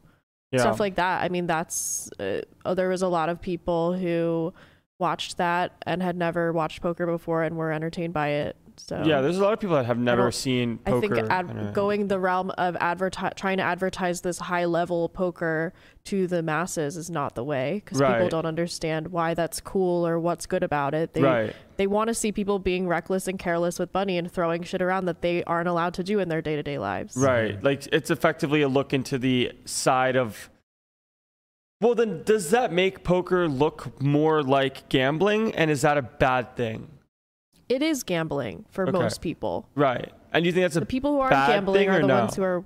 [SPEAKER 4] yeah.
[SPEAKER 6] Stuff like that. I mean, that's uh, oh, there was a lot of people who watched that and had never watched poker before and were entertained by it. So
[SPEAKER 4] yeah, there's a lot of people that have never
[SPEAKER 6] don't-
[SPEAKER 4] seen
[SPEAKER 6] I
[SPEAKER 4] poker.
[SPEAKER 6] think
[SPEAKER 4] and, uh,
[SPEAKER 6] ad- going the realm of adverti- trying to advertise this high level poker to the masses is not the way because people
[SPEAKER 4] Right.
[SPEAKER 6] don't understand why that's cool or what's good about it. They
[SPEAKER 4] right.
[SPEAKER 6] they want to see people being reckless and careless with money and throwing shit around that they aren't allowed to do in their day to day lives.
[SPEAKER 4] Right. Like it's effectively a look into the side of Well then does that make poker look more like gambling and is that a bad thing?
[SPEAKER 6] It is gambling for
[SPEAKER 4] Okay.
[SPEAKER 6] most people.
[SPEAKER 4] Right. And you think that's a
[SPEAKER 6] The people who aren't
[SPEAKER 4] bad
[SPEAKER 6] gambling
[SPEAKER 4] thing
[SPEAKER 6] are
[SPEAKER 4] or
[SPEAKER 6] the
[SPEAKER 4] no?
[SPEAKER 6] ones who are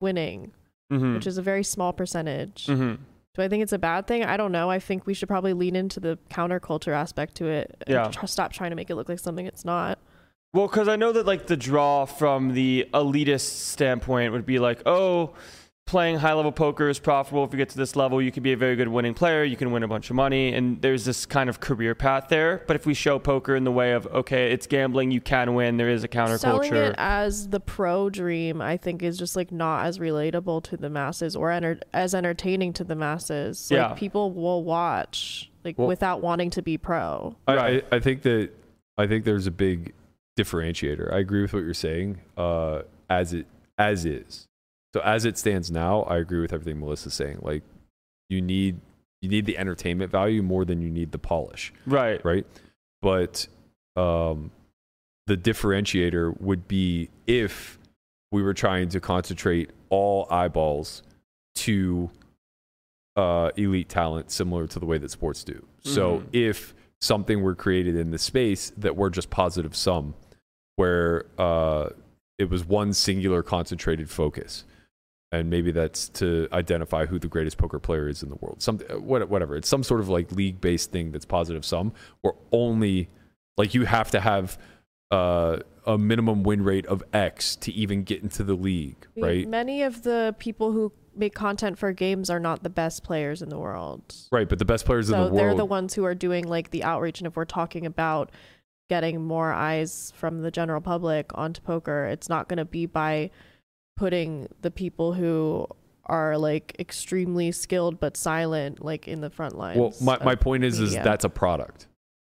[SPEAKER 6] winning,
[SPEAKER 4] Mhm.
[SPEAKER 6] which is a very small percentage.
[SPEAKER 4] Mhm.
[SPEAKER 6] Do I think it's a bad thing? I don't know. I think we should probably lean into the counterculture aspect to it. and
[SPEAKER 4] Yeah.
[SPEAKER 6] tr- stop trying to make it look like something it's not.
[SPEAKER 4] Well, because I know that like the draw from the elitist standpoint would be like, oh, playing high level poker is profitable. If you get to this level, you can be a very good winning player. You can win a bunch of money, and there's this kind of career path there. But if we show poker in the way of okay, it's gambling, you can win. There is a
[SPEAKER 6] Selling
[SPEAKER 4] counterculture.
[SPEAKER 6] it as the pro dream, I think, is just like not as relatable to the masses or enter- as entertaining to the masses. Like
[SPEAKER 4] Yeah.
[SPEAKER 6] people will watch like
[SPEAKER 2] Well-
[SPEAKER 6] without wanting to be pro.
[SPEAKER 2] I,
[SPEAKER 4] Right.
[SPEAKER 2] I, I think that I think there's a big differentiator. I agree with what you're saying. Uh, as it as is, so as it stands now, I agree with everything Melissa's saying. Like you need you need the entertainment value more than you need the polish,
[SPEAKER 4] right.
[SPEAKER 2] right? But um, the differentiator would be if we were trying to concentrate all eyeballs to uh, elite talent, similar to the way that sports do. So
[SPEAKER 4] Mhm.
[SPEAKER 2] if something were created in the space that were just positive sum, where uh, it was one singular concentrated focus, and maybe that's to identify who the greatest poker player is in the world. Some uh, what- whatever. It's some sort of like league based thing that's positive sum, where only like you have to have uh, a minimum win rate of X to even get into the league,
[SPEAKER 6] I mean,
[SPEAKER 2] right?
[SPEAKER 6] Many of the people who make content for games are not the best players in the world.
[SPEAKER 2] Right, but the best players in
[SPEAKER 6] so
[SPEAKER 2] the
[SPEAKER 6] they're
[SPEAKER 2] world.
[SPEAKER 6] the ones who are doing like the outreach and if we're talking about getting more eyes from the general public onto poker it's not going to be by putting the people who are like extremely skilled but silent like in the front lines
[SPEAKER 2] well, my,
[SPEAKER 6] of
[SPEAKER 2] my point is, is
[SPEAKER 6] media.
[SPEAKER 2] that's a product.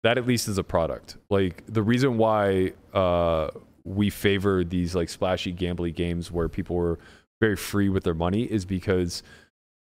[SPEAKER 2] That at least is a product. Like the reason why uh, we favor these like splashy, gambly games where people were very free with their money is because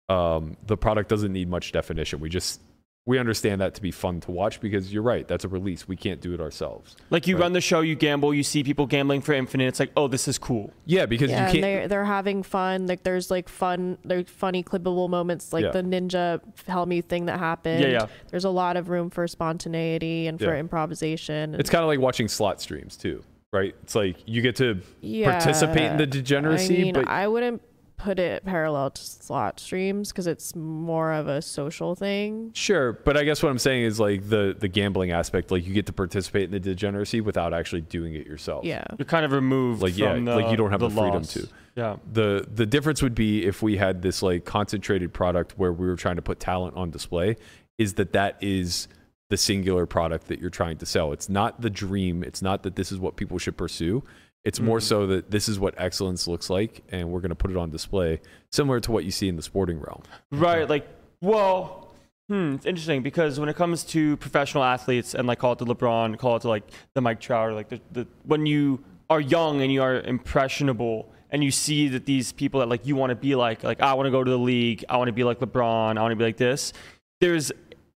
[SPEAKER 2] um, the product doesn't need much definition. We just we understand that to be fun to watch because you're right. That's a release. We can't do it ourselves.
[SPEAKER 4] Like you
[SPEAKER 2] Right.
[SPEAKER 4] run the show, you gamble, you see people gambling for infinite. It's like, oh, this is cool.
[SPEAKER 2] Yeah, because
[SPEAKER 6] yeah,
[SPEAKER 2] you
[SPEAKER 6] and
[SPEAKER 2] can't.
[SPEAKER 6] they're they're having fun. Like there's like fun, like funny clippable moments, like
[SPEAKER 2] Yeah.
[SPEAKER 6] the ninja Helmy thing that happened.
[SPEAKER 4] Yeah, yeah.
[SPEAKER 6] There's a lot of room for spontaneity and for
[SPEAKER 2] Yeah.
[SPEAKER 6] improvisation.
[SPEAKER 2] It's kind of like watching slot streams too, right? It's like you get to participate in the degeneracy,
[SPEAKER 6] I mean,
[SPEAKER 2] but
[SPEAKER 6] I wouldn't put it parallel to slot streams because it's more of a social thing.
[SPEAKER 2] Sure, but I guess what I'm saying is like the the gambling aspect, like you get to participate in the degeneracy without actually doing it yourself.
[SPEAKER 6] Yeah.
[SPEAKER 4] You're kind of removed.
[SPEAKER 2] Like, yeah,
[SPEAKER 4] from the,
[SPEAKER 2] like you don't have the freedom
[SPEAKER 4] loss.
[SPEAKER 2] to.
[SPEAKER 4] Yeah,
[SPEAKER 2] The the difference would be if we had this like concentrated product where we were trying to put talent on display is that that is the singular product that you're trying to sell. It's not the dream, it's not that this is what people should pursue. It's more so that this is what excellence looks like and we're going to put it on display similar to what you see in the sporting realm.
[SPEAKER 4] right. Like, well, hmm, it's interesting because when it comes to professional athletes and like call it to LeBron, call it to like the Mike Trout, or like the, the when you are young and you are impressionable and you see that these people that like you want to be like, like I want to go to the league, I want to be like LeBron, I want to be like this. There's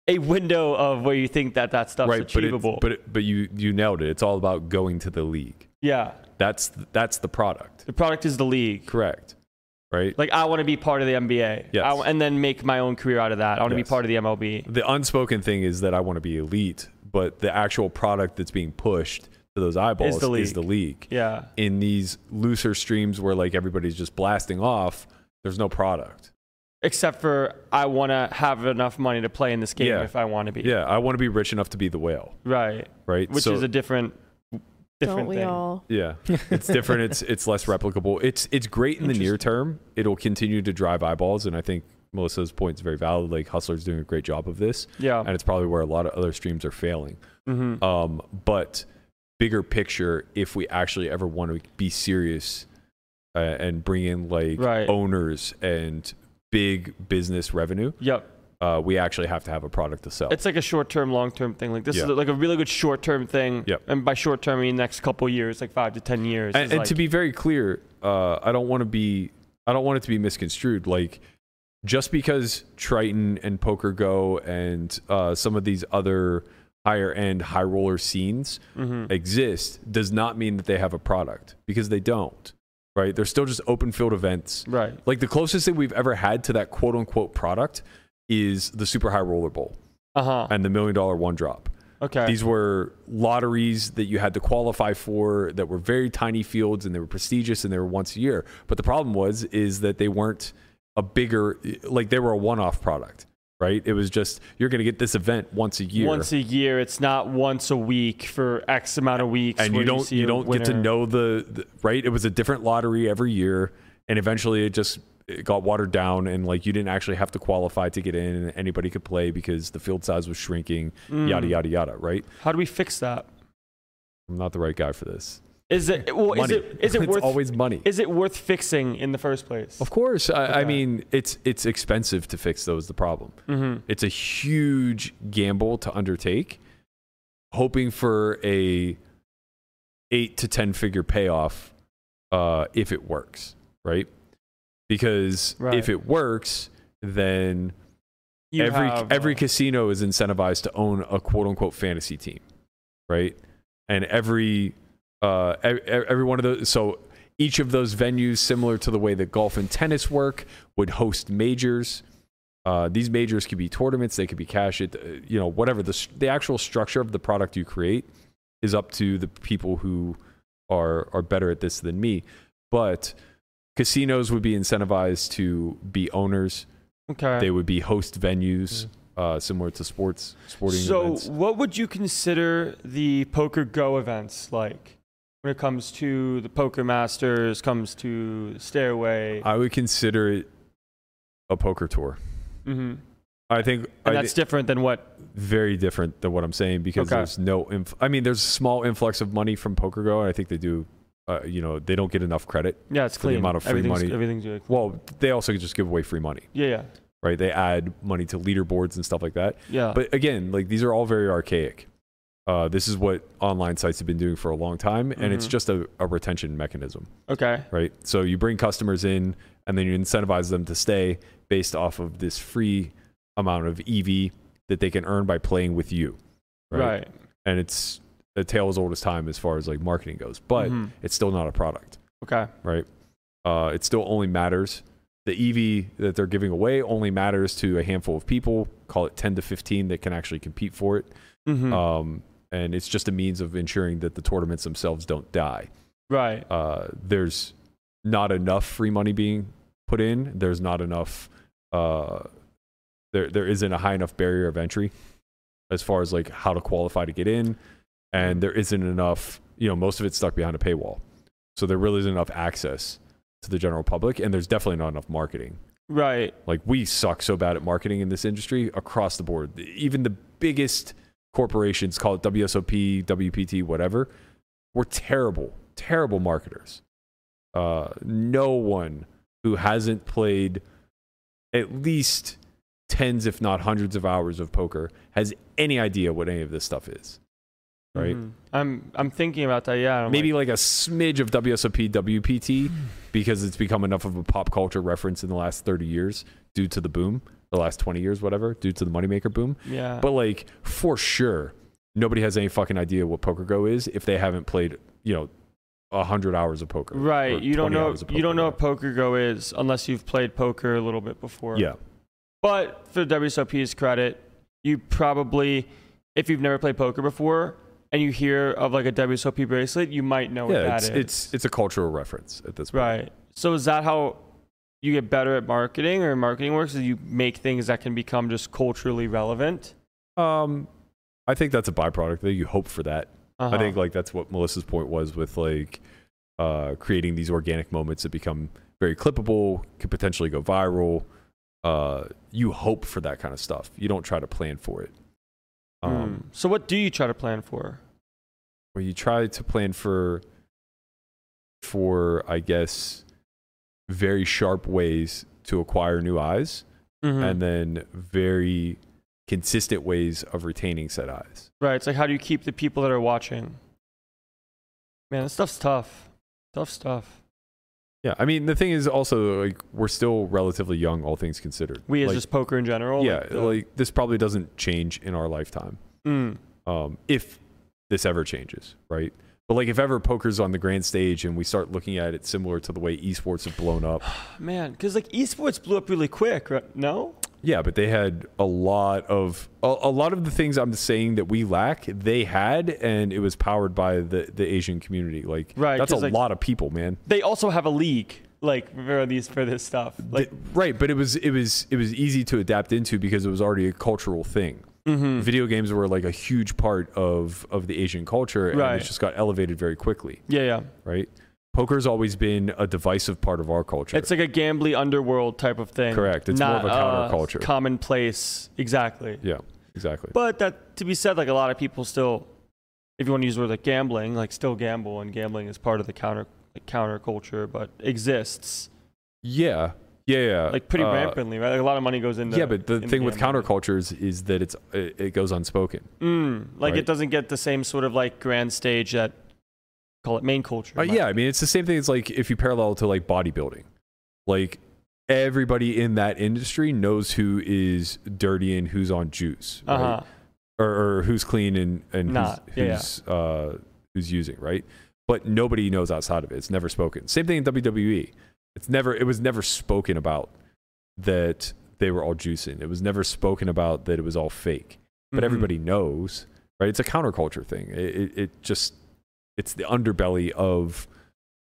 [SPEAKER 4] a window of where you think that that stuff's
[SPEAKER 2] right, but it-
[SPEAKER 4] achievable.
[SPEAKER 2] but it, but you you nailed it. It's all about going to the league.
[SPEAKER 4] yeah,
[SPEAKER 2] That's that's the product.
[SPEAKER 4] the product is the league.
[SPEAKER 2] Correct. Right?
[SPEAKER 4] Like I want to be part of the NBA.
[SPEAKER 2] Yes.
[SPEAKER 4] I w- and then make my own career out of that. I want to
[SPEAKER 2] Yes.
[SPEAKER 4] be part of the MLB.
[SPEAKER 2] the unspoken thing is that I want to be elite, but the actual product that's being pushed to those eyeballs
[SPEAKER 4] Is the
[SPEAKER 2] is the league.
[SPEAKER 4] Yeah.
[SPEAKER 2] In these looser streams where like everybody's just blasting off, there's no product.
[SPEAKER 4] Except for I want to have enough money to play in this game
[SPEAKER 2] Yeah.
[SPEAKER 4] if I want to be.
[SPEAKER 2] Yeah, I want to be rich enough to be the whale,
[SPEAKER 4] Right.
[SPEAKER 2] right?
[SPEAKER 4] Which
[SPEAKER 2] So-
[SPEAKER 4] is a different different
[SPEAKER 6] Don't we
[SPEAKER 4] thing.
[SPEAKER 6] all?
[SPEAKER 2] yeah, it's different. It's it's less replicable. It's it's great in the near term. It'll continue to drive eyeballs, and I think Melissa's point is very valid. Like Hustler's doing a great job of this.
[SPEAKER 4] Yeah.
[SPEAKER 2] and it's probably where a lot of other streams are failing.
[SPEAKER 4] Mhm.
[SPEAKER 2] Um, but bigger picture, if we actually ever want to be serious uh, and bring in like
[SPEAKER 4] Right.
[SPEAKER 2] owners and big business revenue,
[SPEAKER 4] Yep.
[SPEAKER 2] uh, we actually have to have a product to sell.
[SPEAKER 4] It's like a short term, long term thing. Like this is
[SPEAKER 2] Yeah.
[SPEAKER 4] like a really good short term thing.
[SPEAKER 2] Yep.
[SPEAKER 4] And by short term, I mean next couple years, like five to ten years.
[SPEAKER 2] and,
[SPEAKER 4] is
[SPEAKER 2] and
[SPEAKER 4] like-
[SPEAKER 2] to be very clear, uh, I don't want to be, I don't want it to be misconstrued. Like, just because Triton and Poker Go and uh, some of these other higher end high roller scenes
[SPEAKER 4] Mm-hmm.
[SPEAKER 2] exist, does not mean that they have a product because they don't. Right? They're still just open field events.
[SPEAKER 4] right.
[SPEAKER 2] Like the closest thing we've ever had to that quote unquote product is the Super High Roller Bowl
[SPEAKER 4] Uh huh.
[SPEAKER 2] and the Million Dollar One Drop.
[SPEAKER 4] Okay.
[SPEAKER 2] These were lotteries that you had to qualify for that were very tiny fields and they were prestigious and they were once a year. But the problem was is that they weren't a bigger like they were a one-off product, right? It was just you're going to get this event once a year.
[SPEAKER 4] Once a year, it's not once a week for X amount of weeks.
[SPEAKER 2] and
[SPEAKER 4] where
[SPEAKER 2] you don't
[SPEAKER 4] see
[SPEAKER 2] you,
[SPEAKER 4] a
[SPEAKER 2] don't get to
[SPEAKER 4] winner.
[SPEAKER 2] know the, the right. It was a different lottery every year and eventually it just it got watered down and like you didn't actually have to qualify to get in and anybody could play because the field size was shrinking,
[SPEAKER 4] Mm.
[SPEAKER 2] yada yada yada, right?
[SPEAKER 4] How do we fix that?
[SPEAKER 2] I'm not the right guy for this.
[SPEAKER 4] Is it well?
[SPEAKER 2] Money.
[SPEAKER 4] Is it is it
[SPEAKER 2] It's
[SPEAKER 4] worth
[SPEAKER 2] always money.
[SPEAKER 4] Is it worth fixing in the first place?
[SPEAKER 2] Of course, I, I
[SPEAKER 4] Okay.
[SPEAKER 2] mean it's it's expensive to fix those. The problem,
[SPEAKER 4] Mm-hmm.
[SPEAKER 2] it's a huge gamble to undertake, hoping for a eight to ten figure payoff uh, if it works, right? Because
[SPEAKER 4] Right.
[SPEAKER 2] if it works, then every
[SPEAKER 4] uh,
[SPEAKER 2] every casino is incentivized to own a quote unquote fantasy team, right? And every uh, e- e- every one of those so each of those venues, similar to the way that golf and tennis work, would host majors. Uh, these majors could be tournaments, they could be cash it, uh, you know, whatever. The s- the actual structure of the product you create is up to the people who are are better at this than me, but casinos would be incentivized to be owners
[SPEAKER 4] uh, okay.
[SPEAKER 2] they would be host venues uh, similar to sports sporting
[SPEAKER 4] Mm. so,
[SPEAKER 2] events.
[SPEAKER 4] what would you consider the Poker Go events like when it comes to the Poker Masters, comes to Stairway?
[SPEAKER 2] I would consider it a poker tour.
[SPEAKER 4] hmm
[SPEAKER 2] I think I
[SPEAKER 4] And that's
[SPEAKER 2] thi-
[SPEAKER 4] different than what.
[SPEAKER 2] very different than what I'm saying because
[SPEAKER 4] Okay.
[SPEAKER 2] there's no. Inf- I mean, there's a small influx of money from PokerGo, and I think they do. Uh, you know, they don't get enough credit.
[SPEAKER 4] Yeah, it's
[SPEAKER 2] For the
[SPEAKER 4] clean.
[SPEAKER 2] amount of free
[SPEAKER 4] everything's,
[SPEAKER 2] money.
[SPEAKER 4] Everything's really clean.
[SPEAKER 2] Well, they also just give away free money,
[SPEAKER 4] Yeah, yeah,
[SPEAKER 2] right? They add money to leaderboards and stuff like that.
[SPEAKER 4] yeah.
[SPEAKER 2] But again, like these are all very archaic. Uh, this is what online sites have been doing for a long time, and it's
[SPEAKER 4] Mhm.
[SPEAKER 2] just a, a retention mechanism.
[SPEAKER 4] okay.
[SPEAKER 2] right? So you bring customers in and then you incentivize them to stay based off of this free amount of EV that they can earn by playing with you. Right.
[SPEAKER 4] right.
[SPEAKER 2] And it's a tale as old as time as far as like marketing goes, but
[SPEAKER 4] Mhm.
[SPEAKER 2] it's still not a product,
[SPEAKER 4] okay,
[SPEAKER 2] right? Uh, it still only matters. The EV that they're giving away only matters to a handful of people, call it 10 to 15 that can actually compete for it.
[SPEAKER 4] Mhm.
[SPEAKER 2] Um, and it's just a means of ensuring that the tournaments themselves don't die.
[SPEAKER 4] right,
[SPEAKER 2] Uh, there's not enough free money being put in. There's not enough. Uh, there there isn't a high enough barrier of entry as far as like how to qualify to get in, and there isn't enough. You know, most of it's stuck behind a paywall, so there really isn't enough access to the general public, and there's definitely not enough marketing.
[SPEAKER 4] right,
[SPEAKER 2] Like we suck so bad at marketing in this industry across the board. Even the biggest corporations, call it WSOP, WPT, whatever, we're terrible, terrible marketers. Uh, no one who hasn't played at least tens, if not hundreds, of hours of poker has any idea what any of this stuff is. Right?
[SPEAKER 4] Mhm. I'm I'm thinking about that. Yeah, I'm
[SPEAKER 2] Maybe
[SPEAKER 4] like,
[SPEAKER 2] like a smidge of WSOP, WPT, because it's become enough of a pop culture reference in the last 30 years due to the boom, the last 20 years, whatever, due to the moneymaker boom.
[SPEAKER 4] yeah,
[SPEAKER 2] But like for sure, nobody has any fucking idea what Poker Go is if they haven't played, you know, hundred hours of poker. or
[SPEAKER 4] right. You don't
[SPEAKER 2] 20
[SPEAKER 4] know
[SPEAKER 2] hours of
[SPEAKER 4] you don't know what
[SPEAKER 2] poker,
[SPEAKER 4] poker go is unless you've played poker a little bit before.
[SPEAKER 2] whatever. Yeah,
[SPEAKER 4] But for WSOP's credit, you probably, if you've never played poker before and you hear of like a WSOP bracelet, you might know what
[SPEAKER 2] yeah.
[SPEAKER 4] that
[SPEAKER 2] It's,
[SPEAKER 4] is.
[SPEAKER 2] it's it's a cultural reference at this point.
[SPEAKER 4] right. So is that how you get better at marketing or marketing works? Is you make things that can become just culturally relevant?
[SPEAKER 2] Um, I think that's a byproduct. I think you hope for that. I
[SPEAKER 4] Um, Uh-huh.
[SPEAKER 2] think like that's what Melissa's point was with like uh, creating these organic moments that become very clippable, could potentially go viral. Uh, you hope for that kind of stuff. You don't try to plan for it. Um,
[SPEAKER 4] Um, so what do you try to plan for? Hmm.
[SPEAKER 2] where you try to plan for for I guess very sharp ways to acquire new eyes
[SPEAKER 4] Hmm.
[SPEAKER 2] and then very consistent ways of retaining said eyes.
[SPEAKER 4] right. It's like how do you keep the people that are watching? Man, this stuff's tough. Tough stuff.
[SPEAKER 2] Yeah, I mean the thing is also like we're still relatively young all things considered.
[SPEAKER 4] We as
[SPEAKER 2] Like,
[SPEAKER 4] just poker in general.
[SPEAKER 2] yeah,
[SPEAKER 4] the-
[SPEAKER 2] like this probably doesn't change in our lifetime.
[SPEAKER 4] Mm,
[SPEAKER 2] um, if this ever changes, right? But like if ever poker's on the grand stage and we start looking at it similar to the way esports have blown up,
[SPEAKER 4] man, because like esports blew up really quick. Right? No.
[SPEAKER 2] yeah. But they had a lot of a, a lot of the things I'm saying that we lack, they had, and it was powered by the the Asian community. Like
[SPEAKER 4] Right,
[SPEAKER 2] that's a
[SPEAKER 4] 'cause, like-
[SPEAKER 2] lot of people, man.
[SPEAKER 4] they also have a league like for these for this stuff like
[SPEAKER 2] Th- right, but it was it was it was easy to adapt into because it was already a cultural thing.
[SPEAKER 4] mm-hmm. Hmm.
[SPEAKER 2] Video games were like a huge part of of the Asian culture, and
[SPEAKER 4] Right.
[SPEAKER 2] it just got elevated very quickly.
[SPEAKER 4] yeah yeah
[SPEAKER 2] right? Poker's always been a divisive part of our culture.
[SPEAKER 4] it's like a gambly underworld type of thing
[SPEAKER 2] Correct. It's more of
[SPEAKER 4] not uh,
[SPEAKER 2] a counterculture.
[SPEAKER 4] commonplace exactly
[SPEAKER 2] yeah, exactly.
[SPEAKER 4] but that to be said like a lot of people still if you want to use the word like gambling like still gamble and gambling is part of the counter like counterculture but exists
[SPEAKER 2] yeah, yeah, yeah.
[SPEAKER 4] like pretty
[SPEAKER 2] Uh,
[SPEAKER 4] rampantly right like a lot of money goes into
[SPEAKER 2] Yeah, but the
[SPEAKER 4] into
[SPEAKER 2] thing with
[SPEAKER 4] gambling.
[SPEAKER 2] countercultures is that it's it, it goes unspoken. Uh,
[SPEAKER 4] mm, like
[SPEAKER 2] right?
[SPEAKER 4] it doesn't get the same sort of like grand stage that call it main culture
[SPEAKER 2] Uh, yeah, I mean it's the same thing. It's like if you parallel to like bodybuilding, like everybody in that industry knows who is dirty and who's on juice, right?
[SPEAKER 4] uh huh
[SPEAKER 2] or, or who's clean and and
[SPEAKER 4] Not,
[SPEAKER 2] who's
[SPEAKER 4] yeah, yeah.
[SPEAKER 2] who's, Uh, who's using right but nobody knows outside of it it's never spoken same thing in wwe it's never it was never spoken about that they were all juicing it was never spoken about that it was all fake but
[SPEAKER 4] Mhm.
[SPEAKER 2] everybody knows right it's a counterculture thing it, it, it just it's the underbelly of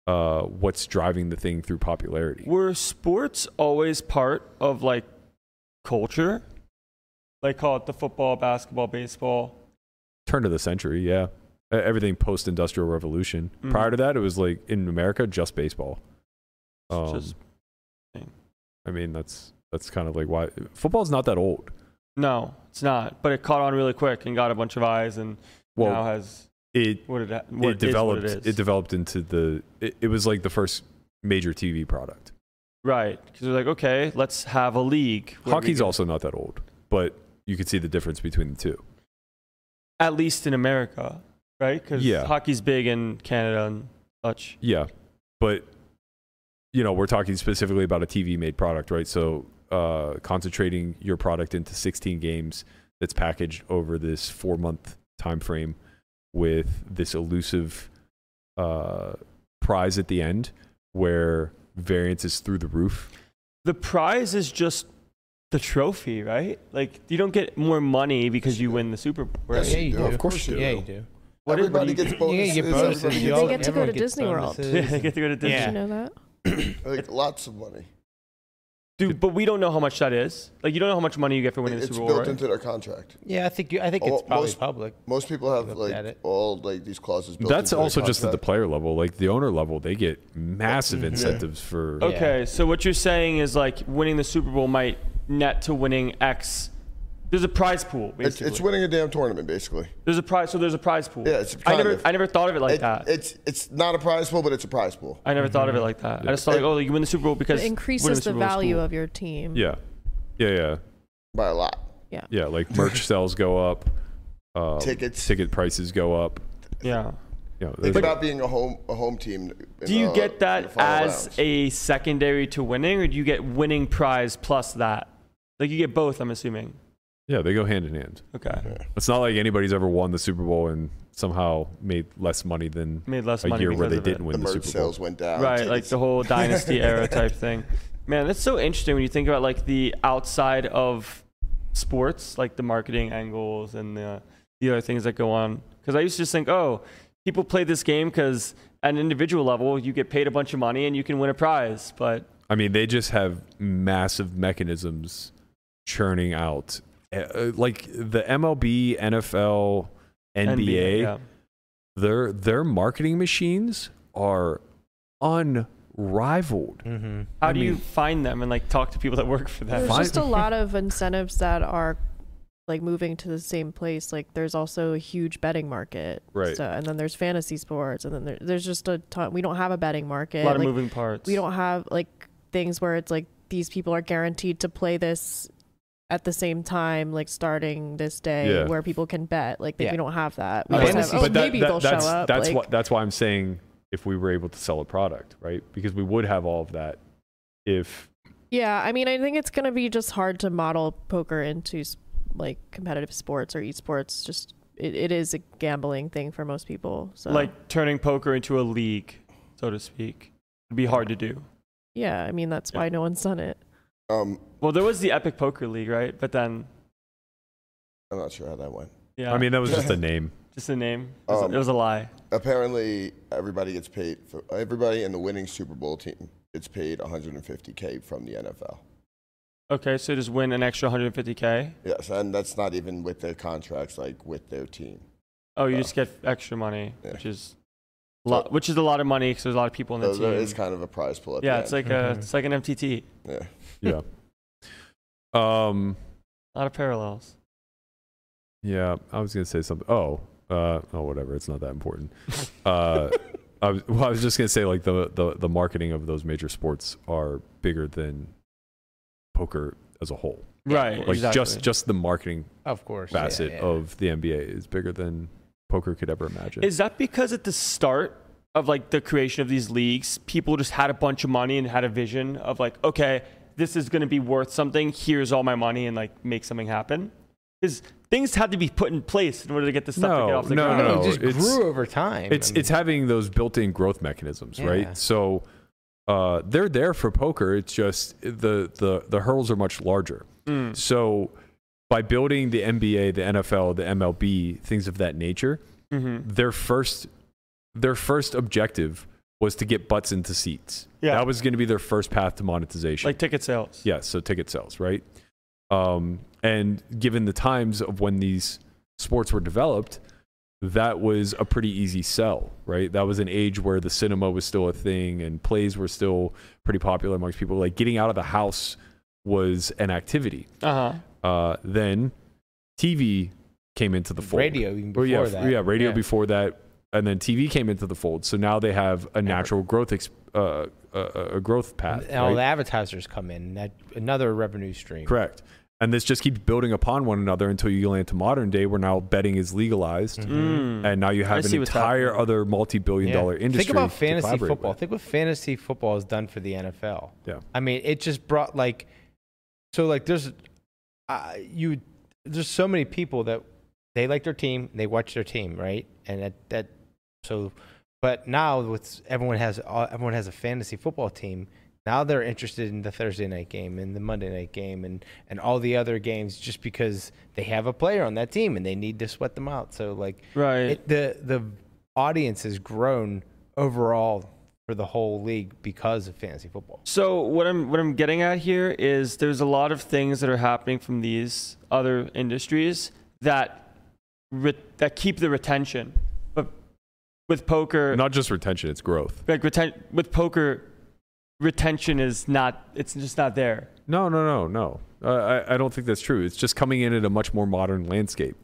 [SPEAKER 2] uh, what's driving the thing through popularity
[SPEAKER 4] Were sports always part of like culture? Like call it the football, basketball, baseball.
[SPEAKER 2] turn of the century yeah E- everything post-industrial revolution
[SPEAKER 4] Mhm.
[SPEAKER 2] prior to that it was like in america just baseball
[SPEAKER 4] It's
[SPEAKER 2] um,
[SPEAKER 4] just-
[SPEAKER 2] i mean that's that's kind of like why football's not that old
[SPEAKER 4] No, it's not. But it caught on really quick and got a bunch of eyes and
[SPEAKER 2] well
[SPEAKER 4] now has
[SPEAKER 2] it
[SPEAKER 4] what it, ha- what
[SPEAKER 2] it developed
[SPEAKER 4] Is what
[SPEAKER 2] it,
[SPEAKER 4] it is.
[SPEAKER 2] developed into the it, it was like the first major tv product
[SPEAKER 4] right. Because they're like, okay, let's have a league. where we
[SPEAKER 2] hockey's
[SPEAKER 4] can-
[SPEAKER 2] also not that old but you can see the difference between the two
[SPEAKER 4] At least in America, right? Because
[SPEAKER 2] Yeah.
[SPEAKER 4] hockey's big in Canada and such.
[SPEAKER 2] yeah but you know we're talking specifically about a tv made product right so uh, concentrating your product into 16 games that's packaged over this four month time frame with this elusive uh, prize at the end where variance is through the roof.
[SPEAKER 4] The prize is just the trophy, right? Like you don't get more money because you win the Super Bowl. Right?
[SPEAKER 5] Yes,
[SPEAKER 3] yeah, you
[SPEAKER 5] do.
[SPEAKER 3] do.
[SPEAKER 5] Of course you
[SPEAKER 3] Yeah,
[SPEAKER 5] do.
[SPEAKER 3] you do.
[SPEAKER 4] What is- what
[SPEAKER 5] everybody
[SPEAKER 4] do you-
[SPEAKER 5] gets
[SPEAKER 3] You
[SPEAKER 5] bonuses.
[SPEAKER 3] get your
[SPEAKER 5] everybody
[SPEAKER 3] bonuses.
[SPEAKER 5] gets
[SPEAKER 3] you
[SPEAKER 6] They
[SPEAKER 3] all-
[SPEAKER 6] get to go
[SPEAKER 3] everyone
[SPEAKER 6] to
[SPEAKER 3] gets
[SPEAKER 6] Disney World.
[SPEAKER 3] bonuses
[SPEAKER 4] Yeah, they
[SPEAKER 3] and-
[SPEAKER 4] get to go to Disney.
[SPEAKER 6] Did
[SPEAKER 3] Yeah.
[SPEAKER 6] you know that?
[SPEAKER 5] like lots of money.
[SPEAKER 4] Dude, but we don't know how much that is. Like you don't know how much money you get for winning
[SPEAKER 5] It's
[SPEAKER 4] the Super Bowl.
[SPEAKER 5] built
[SPEAKER 4] right?
[SPEAKER 5] into their contract.
[SPEAKER 3] Yeah, I think you, I think
[SPEAKER 5] Oh,
[SPEAKER 3] it's probably
[SPEAKER 5] most-
[SPEAKER 3] public.
[SPEAKER 5] Most people have
[SPEAKER 3] Looked at
[SPEAKER 5] like
[SPEAKER 3] it.
[SPEAKER 5] all like these clauses. Built
[SPEAKER 2] That's
[SPEAKER 5] into their
[SPEAKER 2] also just at the
[SPEAKER 5] contract.
[SPEAKER 2] player level. Like the owner level, they get massive incentives for.
[SPEAKER 3] Yeah.
[SPEAKER 4] Okay, so what you're saying is like winning the Super Bowl might net to winning X. There's a prize pool. Basically.
[SPEAKER 5] It's, it's winning a damn tournament, basically.
[SPEAKER 4] There's a prize. So there's a prize pool.
[SPEAKER 5] Yeah, it's
[SPEAKER 4] I
[SPEAKER 5] kind
[SPEAKER 4] never
[SPEAKER 5] of-
[SPEAKER 4] I never thought of it like
[SPEAKER 5] It-
[SPEAKER 4] that.
[SPEAKER 5] It's it's not a prize pool, but it's a prize pool.
[SPEAKER 4] I never thought of it like that. I just thought like, oh, you win the Super Bowl because
[SPEAKER 6] It increases
[SPEAKER 4] winning
[SPEAKER 6] the
[SPEAKER 4] Super Bowl is
[SPEAKER 6] value
[SPEAKER 4] cool.
[SPEAKER 6] of your team.
[SPEAKER 2] Yeah. Yeah. Yeah.
[SPEAKER 5] by a lot.
[SPEAKER 6] Yeah.
[SPEAKER 2] Yeah. Like merch sales go up. Um,
[SPEAKER 5] Tickets.
[SPEAKER 2] Ticket prices go up.
[SPEAKER 4] Yeah.
[SPEAKER 2] You know,
[SPEAKER 5] Think
[SPEAKER 2] there's-
[SPEAKER 5] about being a home a home team. in
[SPEAKER 4] Do you
[SPEAKER 5] the-
[SPEAKER 4] get
[SPEAKER 5] in the
[SPEAKER 4] that
[SPEAKER 5] final
[SPEAKER 4] as
[SPEAKER 5] rounds.
[SPEAKER 4] a secondary to winning, or do you get winning prize plus that? Like you get both, I'm assuming.
[SPEAKER 2] yeah, they go hand in hand.
[SPEAKER 4] Okay,
[SPEAKER 2] It's not like anybody's ever won the Super Bowl and somehow made less money than
[SPEAKER 4] made less
[SPEAKER 2] a
[SPEAKER 4] money
[SPEAKER 2] year
[SPEAKER 4] because
[SPEAKER 2] where they
[SPEAKER 4] of
[SPEAKER 2] didn't
[SPEAKER 4] it.
[SPEAKER 5] the
[SPEAKER 2] win the,
[SPEAKER 5] merch
[SPEAKER 2] Super Bowl.
[SPEAKER 5] sales went down?
[SPEAKER 4] Right, like the
[SPEAKER 5] tickets-
[SPEAKER 4] whole dynasty era type thing. Man, that's so interesting when you think about like the outside of sports, like the marketing angles and the the other things that go on. Because I used to just think, oh, people play this game because at an individual level you get paid a bunch of money and you can win a prize, but
[SPEAKER 2] I mean, they just have massive mechanisms churning out. Uh, uh, Like the MLB, NFL, NBA,
[SPEAKER 4] yeah.
[SPEAKER 2] their their marketing machines are unrivaled.
[SPEAKER 3] Mm-hmm.
[SPEAKER 4] How
[SPEAKER 2] I
[SPEAKER 4] do you
[SPEAKER 2] mean-
[SPEAKER 4] find them and like talk to people that work for them?
[SPEAKER 6] There's
[SPEAKER 2] Fine.
[SPEAKER 6] just a lot of incentives that are like moving to the same place. Like there's also a huge betting market,
[SPEAKER 2] Right.
[SPEAKER 6] So, and then there's fantasy sports, and then there, there's just a ton. We don't have a betting market.
[SPEAKER 4] a lot of
[SPEAKER 6] Like,
[SPEAKER 4] moving parts.
[SPEAKER 6] we don't have like things where it's like these people are guaranteed to play this at the same time, like starting this day,
[SPEAKER 2] Yeah.
[SPEAKER 6] where people can bet. Like that
[SPEAKER 3] Yeah.
[SPEAKER 6] we don't have that. We
[SPEAKER 3] But
[SPEAKER 6] just
[SPEAKER 3] that's-
[SPEAKER 6] have, oh,
[SPEAKER 2] that-
[SPEAKER 6] maybe
[SPEAKER 2] that-
[SPEAKER 6] they'll
[SPEAKER 2] that's,
[SPEAKER 6] show up.
[SPEAKER 2] That's
[SPEAKER 6] like,
[SPEAKER 2] why, that's why I'm saying if we were able to sell a product, right? Because we would have all of that if
[SPEAKER 6] Yeah, I mean, I think it's going to be just hard to model poker into s- like competitive sports or esports. Just it, it is a gambling thing for most people. So
[SPEAKER 4] like turning poker into a league, so to speak. It'd be hard to do.
[SPEAKER 6] yeah, I mean that's why no one's done it.
[SPEAKER 5] Um,
[SPEAKER 4] Well, there was the Epic Poker League, right? But then,
[SPEAKER 5] I'm not sure how that went.
[SPEAKER 4] yeah.
[SPEAKER 2] I mean uh, that was just a name.
[SPEAKER 4] just the name. It was,
[SPEAKER 5] Um,
[SPEAKER 4] it was a lie.
[SPEAKER 5] Apparently, everybody gets paid for everybody in the winning Super Bowl team gets paid 150k from the NFL.
[SPEAKER 4] Okay, so just win an extra 150k.
[SPEAKER 5] Yes, and that's not even with their contracts, like with their team.
[SPEAKER 4] Oh, you
[SPEAKER 5] Yeah.
[SPEAKER 4] just get extra money,
[SPEAKER 5] Yeah.
[SPEAKER 4] which is a lot, which is a lot of money because there's a lot of people in the
[SPEAKER 5] So there
[SPEAKER 4] team.
[SPEAKER 5] is kind of a prize pool. At
[SPEAKER 4] yeah,
[SPEAKER 5] the
[SPEAKER 4] it's
[SPEAKER 5] end.
[SPEAKER 4] like a,
[SPEAKER 3] Mhm.
[SPEAKER 4] it's like an MTT.
[SPEAKER 5] yeah.
[SPEAKER 2] Yeah. um
[SPEAKER 4] A lot of parallels.
[SPEAKER 2] yeah, I was gonna say something. Oh, uh, oh, whatever. It's not that important. Uh, I was, well, I was just gonna say like the, the the marketing of those major sports are bigger than poker as a whole.
[SPEAKER 4] right.
[SPEAKER 2] Like
[SPEAKER 4] exactly.
[SPEAKER 2] just just the marketing
[SPEAKER 3] Of course. yeah,
[SPEAKER 2] facet
[SPEAKER 3] yeah.
[SPEAKER 2] of the NBA is bigger than poker could ever imagine.
[SPEAKER 4] Is that because at the start of like the creation of these leagues, people just had a bunch of money and had a vision of like, okay, this is going to be worth something. Here's all my money and like make something happen. Because things had to be put in place in order to get this stuff to get
[SPEAKER 2] No,
[SPEAKER 4] off the
[SPEAKER 2] no,
[SPEAKER 4] ground.
[SPEAKER 3] No,
[SPEAKER 2] no,
[SPEAKER 3] it just
[SPEAKER 2] it's-
[SPEAKER 3] grew over time.
[SPEAKER 2] it's
[SPEAKER 3] and-
[SPEAKER 2] it's having those built-in growth mechanisms,
[SPEAKER 3] Yeah.
[SPEAKER 2] right? So uh, they're there for poker. It's just the the the hurdles are much larger.
[SPEAKER 4] Mm.
[SPEAKER 2] So by building the NBA, the NFL, the MLB, things of that nature,
[SPEAKER 4] Mhm.
[SPEAKER 2] their first their first objective was to get butts into seats.
[SPEAKER 4] Yeah.
[SPEAKER 2] That was going to be their first path to monetization.
[SPEAKER 4] Like ticket sales.
[SPEAKER 2] Yeah, so ticket sales, right? Um, and given the times of when these sports were developed, that was a pretty easy sell, right? That was an age where the cinema was still a thing and plays were still pretty popular amongst people. Like getting out of the house was an activity.
[SPEAKER 4] Uh huh.
[SPEAKER 2] Uh, then TV came into the fold.
[SPEAKER 3] radio even before
[SPEAKER 2] Well, yeah, f-
[SPEAKER 3] that.
[SPEAKER 2] yeah, radio before that, and then TV came into the fold. So now they have a natural growth, exp- uh, uh, a growth path.
[SPEAKER 3] And all
[SPEAKER 2] right?
[SPEAKER 3] the advertisers come in. That another revenue stream.
[SPEAKER 2] Correct. And this just keeps building upon one another until you land to modern day where now betting is legalized.
[SPEAKER 3] Mm-hmm.
[SPEAKER 4] Mm.
[SPEAKER 2] And now you
[SPEAKER 4] I
[SPEAKER 2] have an
[SPEAKER 4] see what's
[SPEAKER 2] entire
[SPEAKER 4] happening.
[SPEAKER 2] other multi billion
[SPEAKER 3] Yeah.
[SPEAKER 2] dollar industry.
[SPEAKER 3] Think about
[SPEAKER 2] to
[SPEAKER 3] fantasy
[SPEAKER 2] collaborate
[SPEAKER 3] football.
[SPEAKER 2] with.
[SPEAKER 3] Think what fantasy football has done for the NFL.
[SPEAKER 2] Yeah.
[SPEAKER 3] I mean, it just brought like, so like there's, uh, you there's so many people that they like their team, they watch their team, right? And that that so, but now with everyone has all- everyone has a fantasy football team. Now they're interested in the Thursday night game and the Monday night game and and all the other games just because they have a player on that team and they need to sweat them out. So like
[SPEAKER 4] Right.
[SPEAKER 3] it, the the audience has grown overall for the whole league because of fantasy football.
[SPEAKER 4] So what I'm what I'm getting at here is there's a lot of things that are happening from these other industries that re- that keep the retention, but with poker,
[SPEAKER 2] Not just retention, it's growth.
[SPEAKER 4] like reten- with poker, retention is not it's just not there.
[SPEAKER 2] No, no, no, no. Uh, I, I don't think that's true. It's just coming in at a much more modern landscape.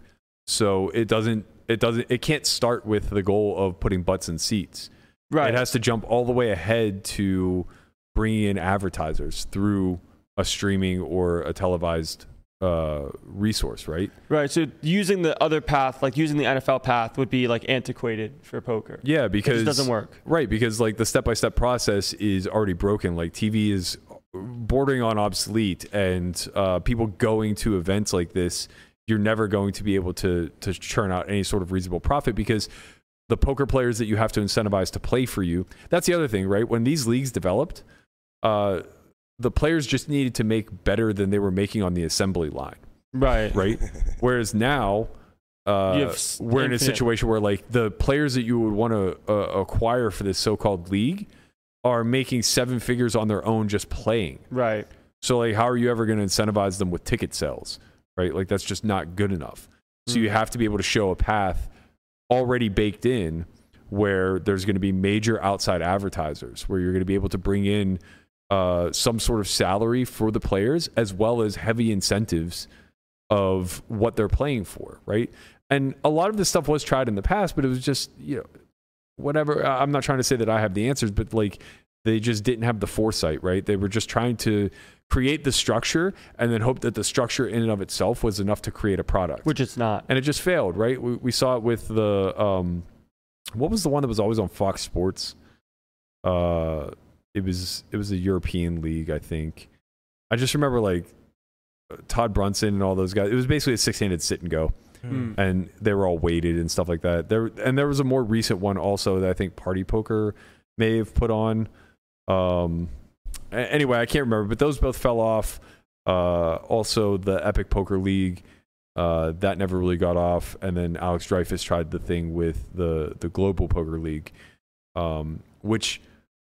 [SPEAKER 2] So it doesn't, it doesn't, it can't start with the goal of putting butts in seats.
[SPEAKER 4] Right.
[SPEAKER 2] It has to jump all the way ahead to bringing in advertisers through a streaming or a televised uh, resource, right?
[SPEAKER 4] right. So using the other path, like using the NFL path, would be like antiquated for poker.
[SPEAKER 2] Yeah, because
[SPEAKER 4] it just doesn't work.
[SPEAKER 2] Right, because like the step by step process is already broken. Like TV is bordering on obsolete, and uh, people going to events like this, you're never going to be able to to churn out any sort of reasonable profit because the poker players that you have to incentivize to play for you. That's the other thing, right? When these leagues developed, uh, the players just needed to make better than they were making on the assembly line
[SPEAKER 4] Right.
[SPEAKER 2] right? Whereas now, uh,
[SPEAKER 4] You have s-
[SPEAKER 2] we're in a
[SPEAKER 4] infinite-
[SPEAKER 2] situation where like the players that you would want to uh, acquire for this so-called league are making seven figures on their own just playing.
[SPEAKER 4] Right.
[SPEAKER 2] So like, how are you ever going to incentivize them with ticket sales, right? Like that's just not good enough. So
[SPEAKER 4] Mm.
[SPEAKER 2] you have to be able to show a path already baked in where there's going to be major outside advertisers, where you're going to be able to bring in uh, some sort of salary for the players as well as heavy incentives of what they're playing for, right? And a lot of this stuff was tried in the past, but it was just, you know, whatever. I- I'm not trying to say that I have the answers, but like they just didn't have the foresight, right? They were just trying to create the structure and then hope that the structure in and of itself was enough to create a product.
[SPEAKER 4] Which it's not.
[SPEAKER 2] and it just failed, right? We, we saw it with the, um, what was the one that was always on Fox Sports? Uh, it was it was a European league, I think. I just remember like uh, Todd Brunson and all those guys. It was basically a six-handed sit and go
[SPEAKER 4] Mm.
[SPEAKER 2] and they were all weighted and stuff like that. There and there was a more recent one also that I think Party Poker may have put on. Um, a- anyway, I can't remember, but those both fell off. Uh, also, the Epic Poker League uh, that never really got off, and then Alex Dreyfus tried the thing with the the Global Poker League, um, which.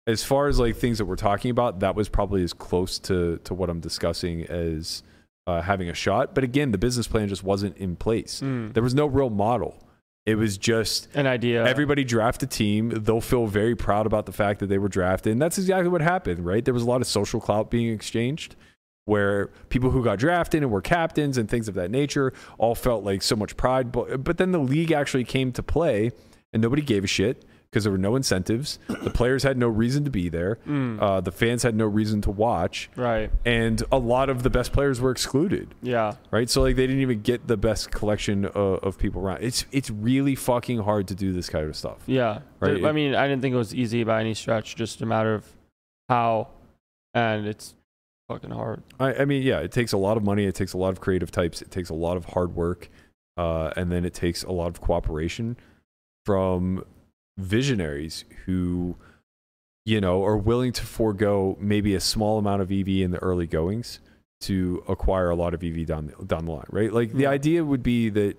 [SPEAKER 2] As far as like things that we're talking about, that was probably as close to to what I'm discussing as uh, having a shot. But again, the business plan just wasn't in place.
[SPEAKER 4] Mm.
[SPEAKER 2] There was no real model. It was just
[SPEAKER 4] An idea.
[SPEAKER 2] everybody draft a team. They'll feel very proud about the fact that they were drafted. And that's exactly what happened, right? There was a lot of social clout being exchanged where people who got drafted and were captains and things of that nature all felt like so much pride. But, but then the league actually came to play and nobody gave a shit because there were no incentives. The players had no reason to be there.
[SPEAKER 4] Hmm.
[SPEAKER 2] Uh, the fans had no reason to watch.
[SPEAKER 4] Mm. Right.
[SPEAKER 2] And a lot of the best players were excluded
[SPEAKER 4] Yeah.
[SPEAKER 2] right? So like they didn't even get the best collection of, of people around. It's it's really fucking hard to do this kind of stuff.
[SPEAKER 4] Yeah.
[SPEAKER 2] Right,
[SPEAKER 4] There- I
[SPEAKER 2] it-
[SPEAKER 4] mean, I didn't think it was easy by any stretch, just a matter of how, and it's fucking hard.
[SPEAKER 2] I, I mean, yeah, it takes a lot of money. It takes a lot of creative types. It takes a lot of hard work, uh, and then it takes a lot of cooperation from visionaries who, you know, are willing to forego maybe a small amount of EV in the early goings to acquire a lot of EV down the, down the line, right? Like the
[SPEAKER 4] Mhm.
[SPEAKER 2] idea would be that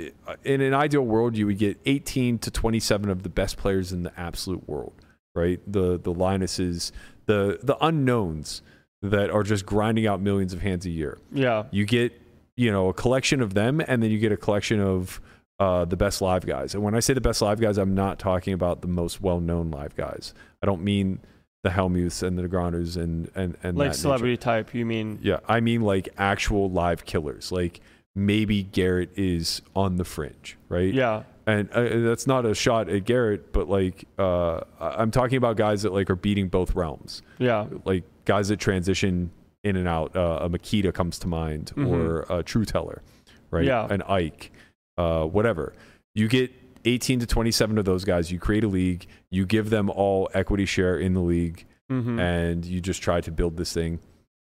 [SPEAKER 2] i- in an ideal world, you would get 18 to 27 of the best players in the absolute world, right? The the Linuses, the the unknowns that are just grinding out millions of hands a year.
[SPEAKER 4] Yeah.
[SPEAKER 2] You get you know a collection of them, and then you get a collection of uh, the best live guys. And when I say the best live guys, I'm not talking about the most well known live guys. I don't mean the Helmuths and the Granders and and and that
[SPEAKER 4] Like
[SPEAKER 2] nature.
[SPEAKER 4] celebrity type, you mean?
[SPEAKER 2] Yeah, I mean like actual live killers. Like maybe Garrett is on the fringe, right?
[SPEAKER 4] Yeah.
[SPEAKER 2] And uh, that's not a shot at Garrett, but like uh, I- I'm talking about guys that like are beating both realms,
[SPEAKER 4] Yeah.
[SPEAKER 2] like guys that transition in and out. Uh, a Makita comes to mind,
[SPEAKER 4] Mhm.
[SPEAKER 2] or a True Teller, right?
[SPEAKER 4] Yeah.
[SPEAKER 2] An Ike, uh, whatever. You get 18 to 27 of those guys. You create a league. You give them all equity share in the league
[SPEAKER 4] hmm
[SPEAKER 2] and you just try to build this thing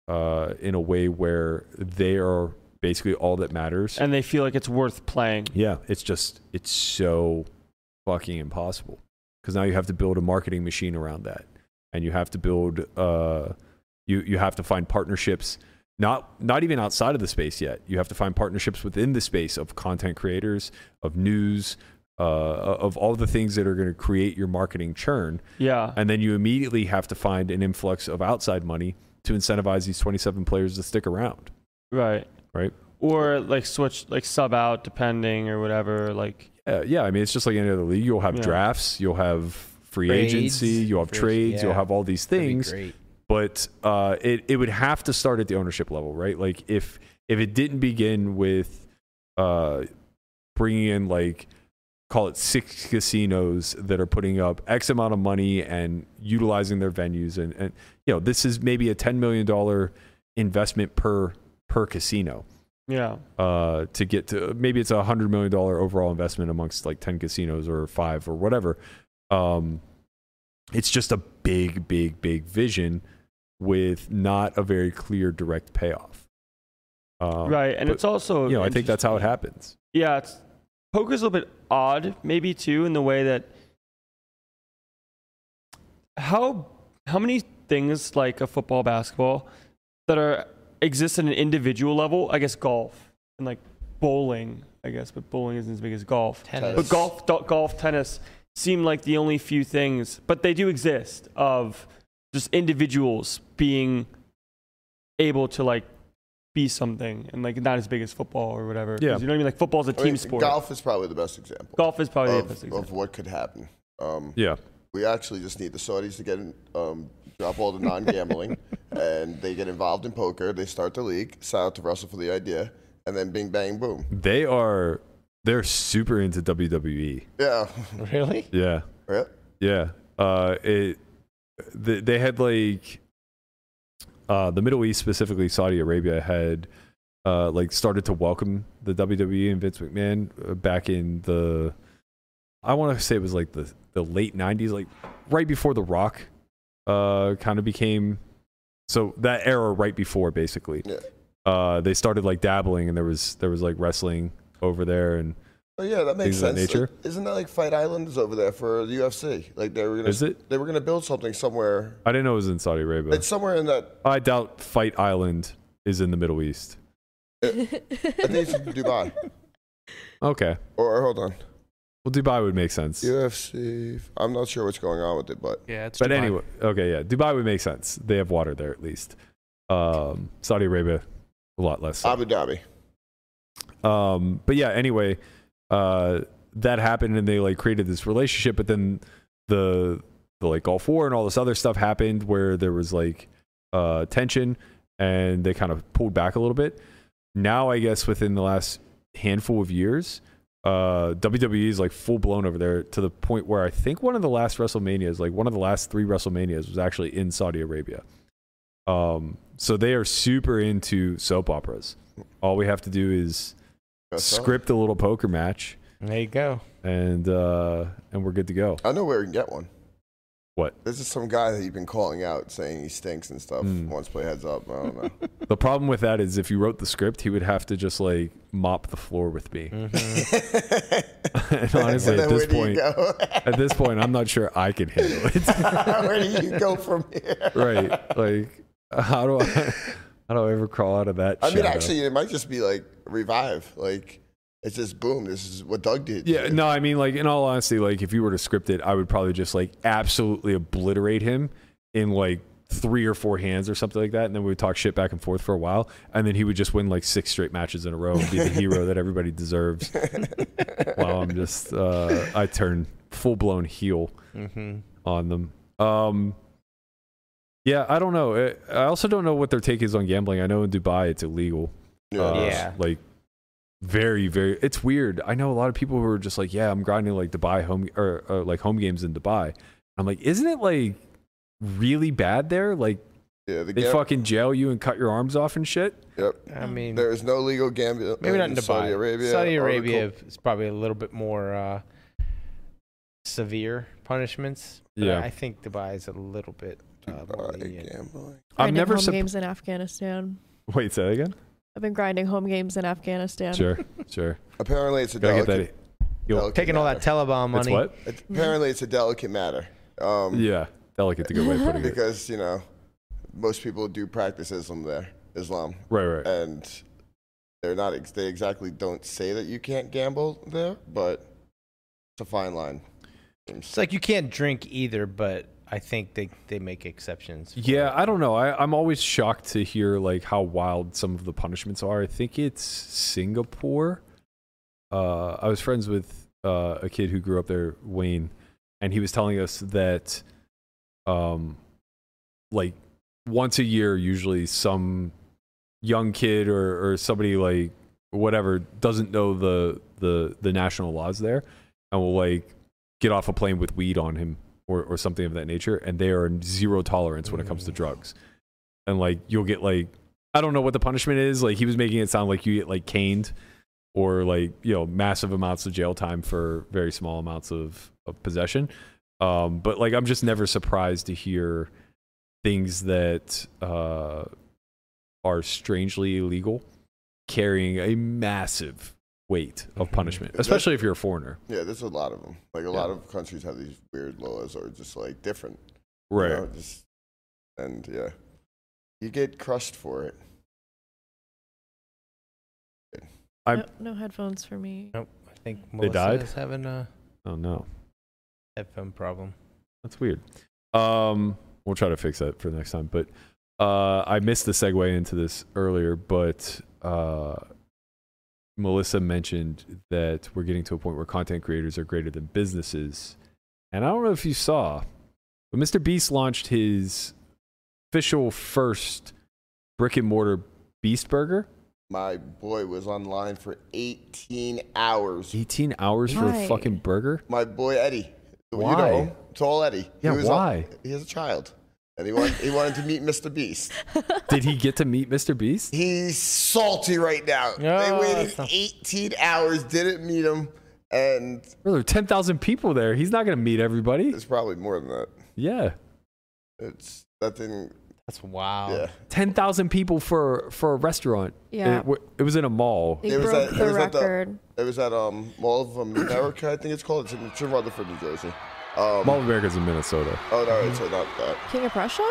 [SPEAKER 2] uh, in a way where they are basically all that matters.
[SPEAKER 4] and they feel like it's worth playing.
[SPEAKER 2] yeah, it's just it's so fucking impossible because now you have to build a marketing machine around that, and you have to build uh, you you have to find partnerships not not even outside of the space yet. You have to find partnerships within the space of content creators, of news, uh, of all the things that are going to create your marketing churn,
[SPEAKER 4] Yeah.
[SPEAKER 2] and then you immediately have to find an influx of outside money to incentivize these twenty-seven players to stick around.
[SPEAKER 4] Right.
[SPEAKER 2] Right.
[SPEAKER 4] Or like switch, like sub out depending or whatever. Like,
[SPEAKER 2] uh, yeah, I mean, it's just like any other league. You'll have
[SPEAKER 4] Yeah.
[SPEAKER 2] drafts, you'll have free
[SPEAKER 3] Trades.
[SPEAKER 2] agency, you'll have
[SPEAKER 3] Free-
[SPEAKER 2] trades, you'll
[SPEAKER 3] yeah.
[SPEAKER 2] have all these
[SPEAKER 3] That'd be
[SPEAKER 2] things.
[SPEAKER 3] great.
[SPEAKER 2] But uh, it it would have to start at the ownership level, right? Like if if it didn't begin with uh, bringing in like call it six casinos that are putting up X amount of money and utilizing their venues, and and you know this is maybe a ten million dollar investment per per casino
[SPEAKER 4] yeah.
[SPEAKER 2] uh, to get to maybe it's a hundred million dollar overall investment amongst like 10 casinos or five or whatever. Um, it's just a big, big, big vision with not a very clear direct payoff. Um,
[SPEAKER 4] right. And
[SPEAKER 2] but,
[SPEAKER 4] it's also,
[SPEAKER 2] you know, I think that's how it
[SPEAKER 4] interesting.
[SPEAKER 2] happens.
[SPEAKER 4] Yeah, it's poker's a little bit odd, maybe too, in the way that how how many things like a football, basketball that are exist at an individual level. I guess golf and like bowling, I guess, but bowling isn't as big as golf.
[SPEAKER 3] Tennis.
[SPEAKER 4] But golf, do- golf, tennis seem like the only few things, but they do exist of just individuals being able to like be something and like not as big as football or whatever. 'Cause
[SPEAKER 2] Yeah.
[SPEAKER 4] you know what I mean. Like football's a
[SPEAKER 5] I
[SPEAKER 4] team
[SPEAKER 5] mean,
[SPEAKER 4] sport.
[SPEAKER 5] Golf is probably the best example
[SPEAKER 4] Golf is probably the
[SPEAKER 5] of,
[SPEAKER 4] best
[SPEAKER 5] of
[SPEAKER 4] example.
[SPEAKER 5] what could happen. Um,
[SPEAKER 2] Yeah.
[SPEAKER 5] We actually just need the Saudis to get in, um, drop all the non-gambling, and they get involved in poker. They start the league. Shout out to Russell for the idea, and then bing bang boom.
[SPEAKER 2] They are, they're super into E. WWE.
[SPEAKER 5] Yeah,
[SPEAKER 3] Really?
[SPEAKER 2] Yeah.
[SPEAKER 5] right.
[SPEAKER 2] Yeah. Uh, it they, they had like uh, the Middle East, specifically Saudi Arabia, had uh, like started to welcome the WWE and Vince McMahon uh, back in the I want to say it was like the the late '90s, like right before The Rock uh, kind of became so that era right before basically.
[SPEAKER 5] Yeah.
[SPEAKER 2] Uh, they started like dabbling, and there was there was like wrestling over there, and
[SPEAKER 5] Oh yeah, that makes
[SPEAKER 2] Things of
[SPEAKER 5] sense.
[SPEAKER 2] that nature.
[SPEAKER 5] Like, isn't that like Fight Island is over there for the UFC? Like they were gonna
[SPEAKER 2] Is it?
[SPEAKER 5] they were gonna build something somewhere.
[SPEAKER 2] I didn't know it was in Saudi Arabia.
[SPEAKER 5] It's somewhere in that.
[SPEAKER 2] I doubt Fight Island is in the Middle East.
[SPEAKER 5] I think it's in Dubai.
[SPEAKER 2] Okay.
[SPEAKER 5] Or hold on,
[SPEAKER 2] Well, Dubai would make sense.
[SPEAKER 5] UFC. I'm not sure what's going on with it, but
[SPEAKER 7] Yeah, it's
[SPEAKER 2] but
[SPEAKER 7] Dubai.
[SPEAKER 2] anyway, okay, yeah, Dubai would make sense. They have water there at least. Um, Saudi Arabia, a lot less. so.
[SPEAKER 5] Abu Dhabi.
[SPEAKER 2] Um, but yeah, anyway, uh, that happened and they like created this relationship. But then the the like Gulf War and all this other stuff happened where there was like uh, tension and they kind of pulled back a little bit. Now, I guess within the last handful of years, uh, WWE is like full blown over there to the point where I think one of the last WrestleManias, like one of the last three WrestleManias, was actually in Saudi Arabia. Um, so they are super into soap operas. All we have to do is
[SPEAKER 5] That's all.
[SPEAKER 2] script a little poker match
[SPEAKER 3] There you go.
[SPEAKER 2] and uh and we're good to go
[SPEAKER 5] I know where we can get one.
[SPEAKER 2] What?
[SPEAKER 5] This is some guy that you've been calling out saying he stinks and stuff.
[SPEAKER 2] Mm.
[SPEAKER 5] Wants to play heads up. I don't know.
[SPEAKER 2] the problem with that is if you wrote the script he would have to just like mop the floor with me
[SPEAKER 3] Mhm.
[SPEAKER 2] and honestly
[SPEAKER 5] And
[SPEAKER 2] at this
[SPEAKER 5] then where
[SPEAKER 2] point
[SPEAKER 5] do you go?
[SPEAKER 2] at this point i'm not sure i can handle it
[SPEAKER 5] where do you go from here?
[SPEAKER 2] right like how do i how do i ever crawl out of that
[SPEAKER 5] I mean,
[SPEAKER 2] shadow?
[SPEAKER 5] actually, it might just be like revive. Like it's just boom. This is what Doug did.
[SPEAKER 2] yeah no i mean like in all honesty like if you were to script it i would probably just like absolutely obliterate him in like three or four hands or something like that and then we would talk shit back and forth for a while and then he would just win like six straight matches in a row and be the hero that everybody deserves wow, I'm just uh, I turn full blown heel
[SPEAKER 3] Mhm.
[SPEAKER 2] on them. Um, yeah, I don't know. I- I also don't know what their take is on gambling. I know in Dubai it's illegal. Uh,
[SPEAKER 3] Yeah.
[SPEAKER 2] like very, very. It's weird. I know a lot of people who are just like, yeah, I'm grinding like Dubai home or, or like home games in Dubai. I'm like, isn't it like really bad there? Like
[SPEAKER 5] yeah. The
[SPEAKER 2] they
[SPEAKER 5] gam-
[SPEAKER 2] fucking jail you and cut your arms off and shit.
[SPEAKER 5] Yep.
[SPEAKER 3] I mean,
[SPEAKER 5] There is no legal gambling.
[SPEAKER 3] maybe not in Dubai.
[SPEAKER 5] Saudi Arabia.
[SPEAKER 3] Saudi
[SPEAKER 5] article.
[SPEAKER 3] Arabia is probably a little bit more uh, severe punishments. but
[SPEAKER 2] Yeah.
[SPEAKER 3] I think Dubai is a little bit. Uh, more
[SPEAKER 5] Dubai
[SPEAKER 3] lenient.
[SPEAKER 5] gambling.
[SPEAKER 2] I'm never.
[SPEAKER 6] home
[SPEAKER 2] Sup-
[SPEAKER 6] games in Afghanistan.
[SPEAKER 2] Wait, say that again.
[SPEAKER 6] I've been grinding home games in Afghanistan.
[SPEAKER 2] Sure, sure.
[SPEAKER 5] Apparently, it's a
[SPEAKER 2] Gotta get
[SPEAKER 5] delicate.
[SPEAKER 2] that. Yo,
[SPEAKER 5] delicate
[SPEAKER 3] Taking all that
[SPEAKER 5] matter.
[SPEAKER 3] Telebon
[SPEAKER 2] It's
[SPEAKER 3] money.
[SPEAKER 2] what?
[SPEAKER 5] It- apparently, it's a delicate matter. Um,
[SPEAKER 2] Yeah, delicate's a good way of putting it.
[SPEAKER 5] because you know, most people do practice Islam there, Islam,
[SPEAKER 2] Right, right.
[SPEAKER 5] and they're not. Ex- they exactly don't say that you can't gamble there, but it's a fine line.
[SPEAKER 3] It's like you can't drink either, but I think they, they make exceptions.
[SPEAKER 2] Yeah, I don't know. I, I'm always shocked to hear like how wild some of the punishments are. I think it's Singapore. Uh, I was friends with uh, a kid who grew up there, Wayne, and he was telling us that, um, like once a year, usually some young kid or, or somebody like whatever doesn't know the the the national laws there, and will like get off a plane with weed on him or, or something of that nature, and they are zero tolerance when it comes to drugs. And like you'll get like I don't know what the punishment is. Like he was making it sound like you get like caned or like, you know, massive amounts of jail time for very small amounts of, of possession. Um, but like I'm just never surprised to hear things that uh, are strangely illegal carrying a massive weight of punishment, especially if you're a foreigner.
[SPEAKER 5] Yeah, there's a lot of them. Like a lot of countries have these weird laws or just like different. you know, just, and yeah, you get crushed for it.
[SPEAKER 2] I-
[SPEAKER 6] No, no headphones for me.
[SPEAKER 3] Nope. I think Melissa
[SPEAKER 2] died?
[SPEAKER 3] is having a
[SPEAKER 2] Oh no.
[SPEAKER 3] headphone problem.
[SPEAKER 2] That's weird. Um, we'll try to fix that for next time. But uh, I missed the segue into this earlier, but uh, Melissa mentioned that we're getting to a point where content creators are greater than businesses. And I don't know if you saw, but Mr. Beast launched his official first brick and mortar Beast Burger.
[SPEAKER 5] My boy was online for 18 hours.
[SPEAKER 2] 18 hours for a
[SPEAKER 6] Why?
[SPEAKER 2] fucking burger?
[SPEAKER 5] My boy Eddie, the- you
[SPEAKER 2] Why?
[SPEAKER 5] know, him, tall Eddie.
[SPEAKER 2] Yeah,
[SPEAKER 5] he was on-
[SPEAKER 2] why?
[SPEAKER 5] he has a child, and he wanted, he wanted to meet Mr. Beast.
[SPEAKER 2] Did he get to meet Mr. Beast?
[SPEAKER 5] He's salty right now. they
[SPEAKER 3] Oh,
[SPEAKER 5] waited
[SPEAKER 3] that's not-
[SPEAKER 5] 18 hours, didn't meet him, and
[SPEAKER 2] Bro, There were 10,000 people there. He's not going to meet everybody.
[SPEAKER 5] it's probably more than that.
[SPEAKER 2] Yeah.
[SPEAKER 5] It's that thing.
[SPEAKER 3] That's wow.
[SPEAKER 2] Oh.
[SPEAKER 5] Yeah,
[SPEAKER 2] ten thousand people for for a restaurant.
[SPEAKER 6] Yeah.
[SPEAKER 2] it, w- it was in a mall.
[SPEAKER 6] They
[SPEAKER 5] It was
[SPEAKER 6] broke
[SPEAKER 5] at- it
[SPEAKER 6] the
[SPEAKER 5] was at the-
[SPEAKER 6] record.
[SPEAKER 5] it was at um Mall of America, I think it's called. It's in, it's in Rutherford, New Jersey. Um,
[SPEAKER 2] Mall of America's in Minnesota.
[SPEAKER 5] Oh no, it's not that.
[SPEAKER 6] King of Prussia?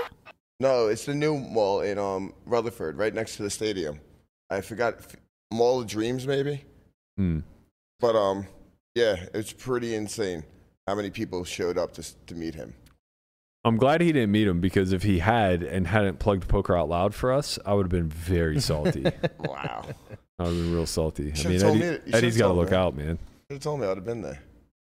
[SPEAKER 5] No, it's the new mall in um Rutherford, right next to the stadium. I forgot f- Mall of Dreams, maybe.
[SPEAKER 2] Hmm.
[SPEAKER 5] But um, yeah, it's pretty insane how many people showed up to s- to meet him.
[SPEAKER 2] I'm glad he didn't meet him because if he had and hadn't plugged Poker Out Loud for us, I would have been very salty. I
[SPEAKER 5] Wow,
[SPEAKER 2] would have been real salty. I
[SPEAKER 5] Should've
[SPEAKER 2] mean,
[SPEAKER 5] told
[SPEAKER 2] Eddie,
[SPEAKER 5] me that- you should've
[SPEAKER 2] Eddie's got to
[SPEAKER 5] told me
[SPEAKER 2] look
[SPEAKER 5] that.
[SPEAKER 2] out, man.
[SPEAKER 5] they told me I'd have been there.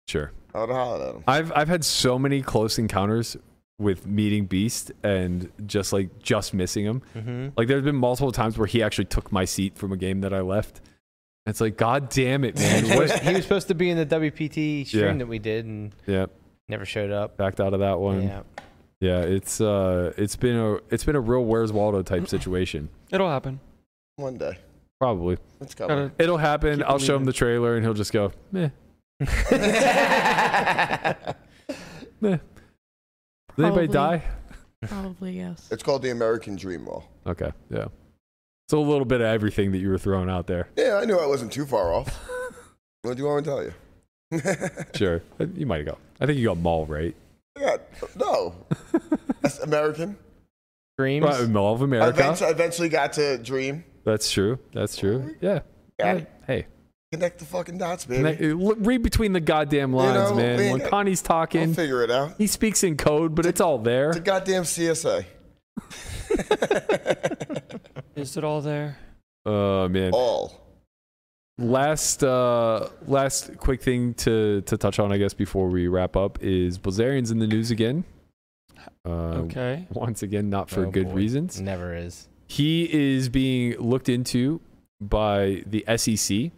[SPEAKER 2] Sure.
[SPEAKER 5] I would have hollered at him.
[SPEAKER 2] I've I've had so many close encounters with meeting Beast and just like just missing him.
[SPEAKER 3] Mm-hmm.
[SPEAKER 2] Like there's been multiple times where he actually took my seat from a game that I left. It's like, God damn it, man!
[SPEAKER 3] he, was,
[SPEAKER 2] What?
[SPEAKER 3] he was supposed to be in the WPT stream
[SPEAKER 2] Yeah.
[SPEAKER 3] that we did and
[SPEAKER 2] yeah,
[SPEAKER 3] never showed up.
[SPEAKER 2] backed out of that one.
[SPEAKER 3] Yeah.
[SPEAKER 2] Yeah, it's uh, it's been a it's been a real Where's Waldo type situation.
[SPEAKER 4] It'll happen.
[SPEAKER 5] One day,
[SPEAKER 2] Probably
[SPEAKER 5] it's coming.
[SPEAKER 4] Gotta-
[SPEAKER 2] it'll happen.
[SPEAKER 4] Keep
[SPEAKER 2] I'll show him
[SPEAKER 4] believing.
[SPEAKER 2] the trailer, and he'll just go, "Eh, "Meh." Did anybody
[SPEAKER 6] Probably.
[SPEAKER 2] die?
[SPEAKER 6] Probably yes.
[SPEAKER 5] It's called the American Dream Mall.
[SPEAKER 2] Okay, yeah. It's a little bit of everything that you were throwing out there.
[SPEAKER 5] Yeah, I knew I wasn't too far off. what do you want me to tell you?
[SPEAKER 2] Sure, Uh, you might have got. I think you got Mall right.
[SPEAKER 5] yeah, no, that's American.
[SPEAKER 3] Dreams.
[SPEAKER 2] Right, Mall of
[SPEAKER 5] I
[SPEAKER 2] America.
[SPEAKER 5] eventually, eventually got to Dream.
[SPEAKER 2] That's true. That's true. Yeah.
[SPEAKER 5] Got it.
[SPEAKER 2] Hey,
[SPEAKER 5] Connect the fucking dots, baby.
[SPEAKER 2] can I- look- read between the goddamn lines,
[SPEAKER 5] know,
[SPEAKER 2] man.
[SPEAKER 5] man,
[SPEAKER 2] When Connie's
[SPEAKER 5] We'll
[SPEAKER 2] talking,
[SPEAKER 5] figure it out.
[SPEAKER 2] he speaks in code, but it's all there.
[SPEAKER 5] It's a goddamn CSA.
[SPEAKER 4] Is it all there?
[SPEAKER 2] Oh man.
[SPEAKER 5] All.
[SPEAKER 2] last uh last quick thing to to touch on i guess before we wrap up is blazarian's in the news again uh
[SPEAKER 4] Okay.
[SPEAKER 2] once again not for
[SPEAKER 3] Oh,
[SPEAKER 2] good
[SPEAKER 3] boy.
[SPEAKER 2] reasons
[SPEAKER 3] Never is.
[SPEAKER 2] he is being looked into by the sec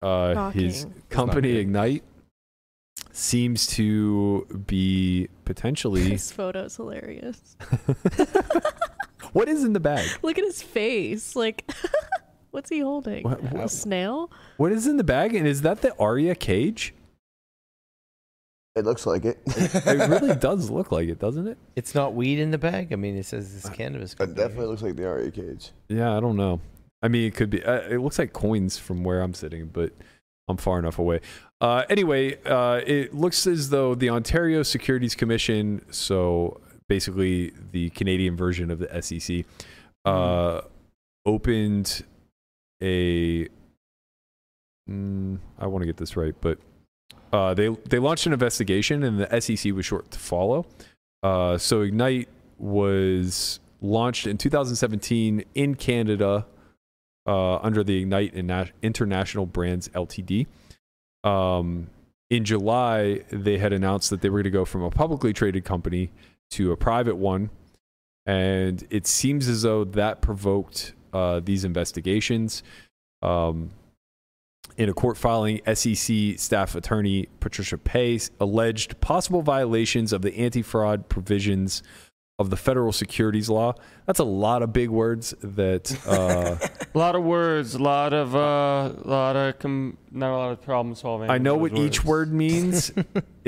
[SPEAKER 2] uh his
[SPEAKER 6] Shocking.
[SPEAKER 2] company
[SPEAKER 3] good.
[SPEAKER 2] ignite seems to be potentially
[SPEAKER 6] This photo's hilarious.
[SPEAKER 2] what is in the bag
[SPEAKER 6] Look at his face. Like, what's he holding?
[SPEAKER 2] What-
[SPEAKER 6] A
[SPEAKER 2] what-
[SPEAKER 6] snail?
[SPEAKER 2] what is in the bag and is that the aria cage
[SPEAKER 5] It looks like it.
[SPEAKER 2] it really does look like it doesn't it
[SPEAKER 3] It's
[SPEAKER 2] Uh,
[SPEAKER 3] not weed in the bag. I mean, it says it's cannabis.
[SPEAKER 5] It
[SPEAKER 3] company.
[SPEAKER 5] definitely looks like the RA E cage.
[SPEAKER 2] Yeah, I don't know. I I mean, it could be. Uh, it looks like coins from where I'm sitting, but I'm far enough away. Uh, anyway, uh, it looks as though the Ontario Securities Commission, so basically the Canadian version of the SEC, uh, opened a. Mm, I want to get this right, but uh, they they launched an investigation, and the SEC was short to follow. Uh, so Ignite was launched in 2017 in Canada uh, under the Ignite Inna- International Brands Ltd. Um, in July, they had announced that they were going to go from a publicly traded company to a private one, and it seems as though that provoked uh, these investigations. Um, in a court filing, SEC staff attorney Patricia Pace alleged possible violations of the anti fraud provisions of the federal securities law. That's a lot of big words that uh,
[SPEAKER 4] A lot of words, a lot of uh, lot of com- not a lot of problem solving.
[SPEAKER 2] I know
[SPEAKER 4] with
[SPEAKER 2] what
[SPEAKER 4] those
[SPEAKER 2] each
[SPEAKER 4] words.
[SPEAKER 2] word means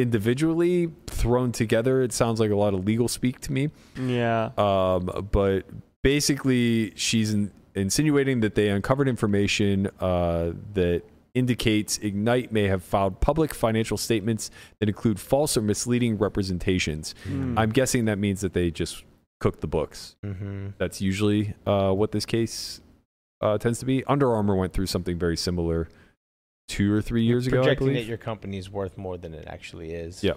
[SPEAKER 2] individually. Thrown together, it sounds like a lot of legal speak to me.
[SPEAKER 4] Yeah.
[SPEAKER 2] Um, but basically, she's in, insinuating that they uncovered information uh, that indicates Ignite may have filed public financial statements that include false or misleading representations.
[SPEAKER 4] Hmm.
[SPEAKER 2] I'm guessing that means that they just cooked the books.
[SPEAKER 3] Mm-hmm.
[SPEAKER 2] That's usually uh, what this case uh, tends to be. Under Armour went through something very similar two or three years ago, I
[SPEAKER 3] Projecting
[SPEAKER 2] believe.
[SPEAKER 3] that your company's worth more than it actually is.
[SPEAKER 2] Yeah.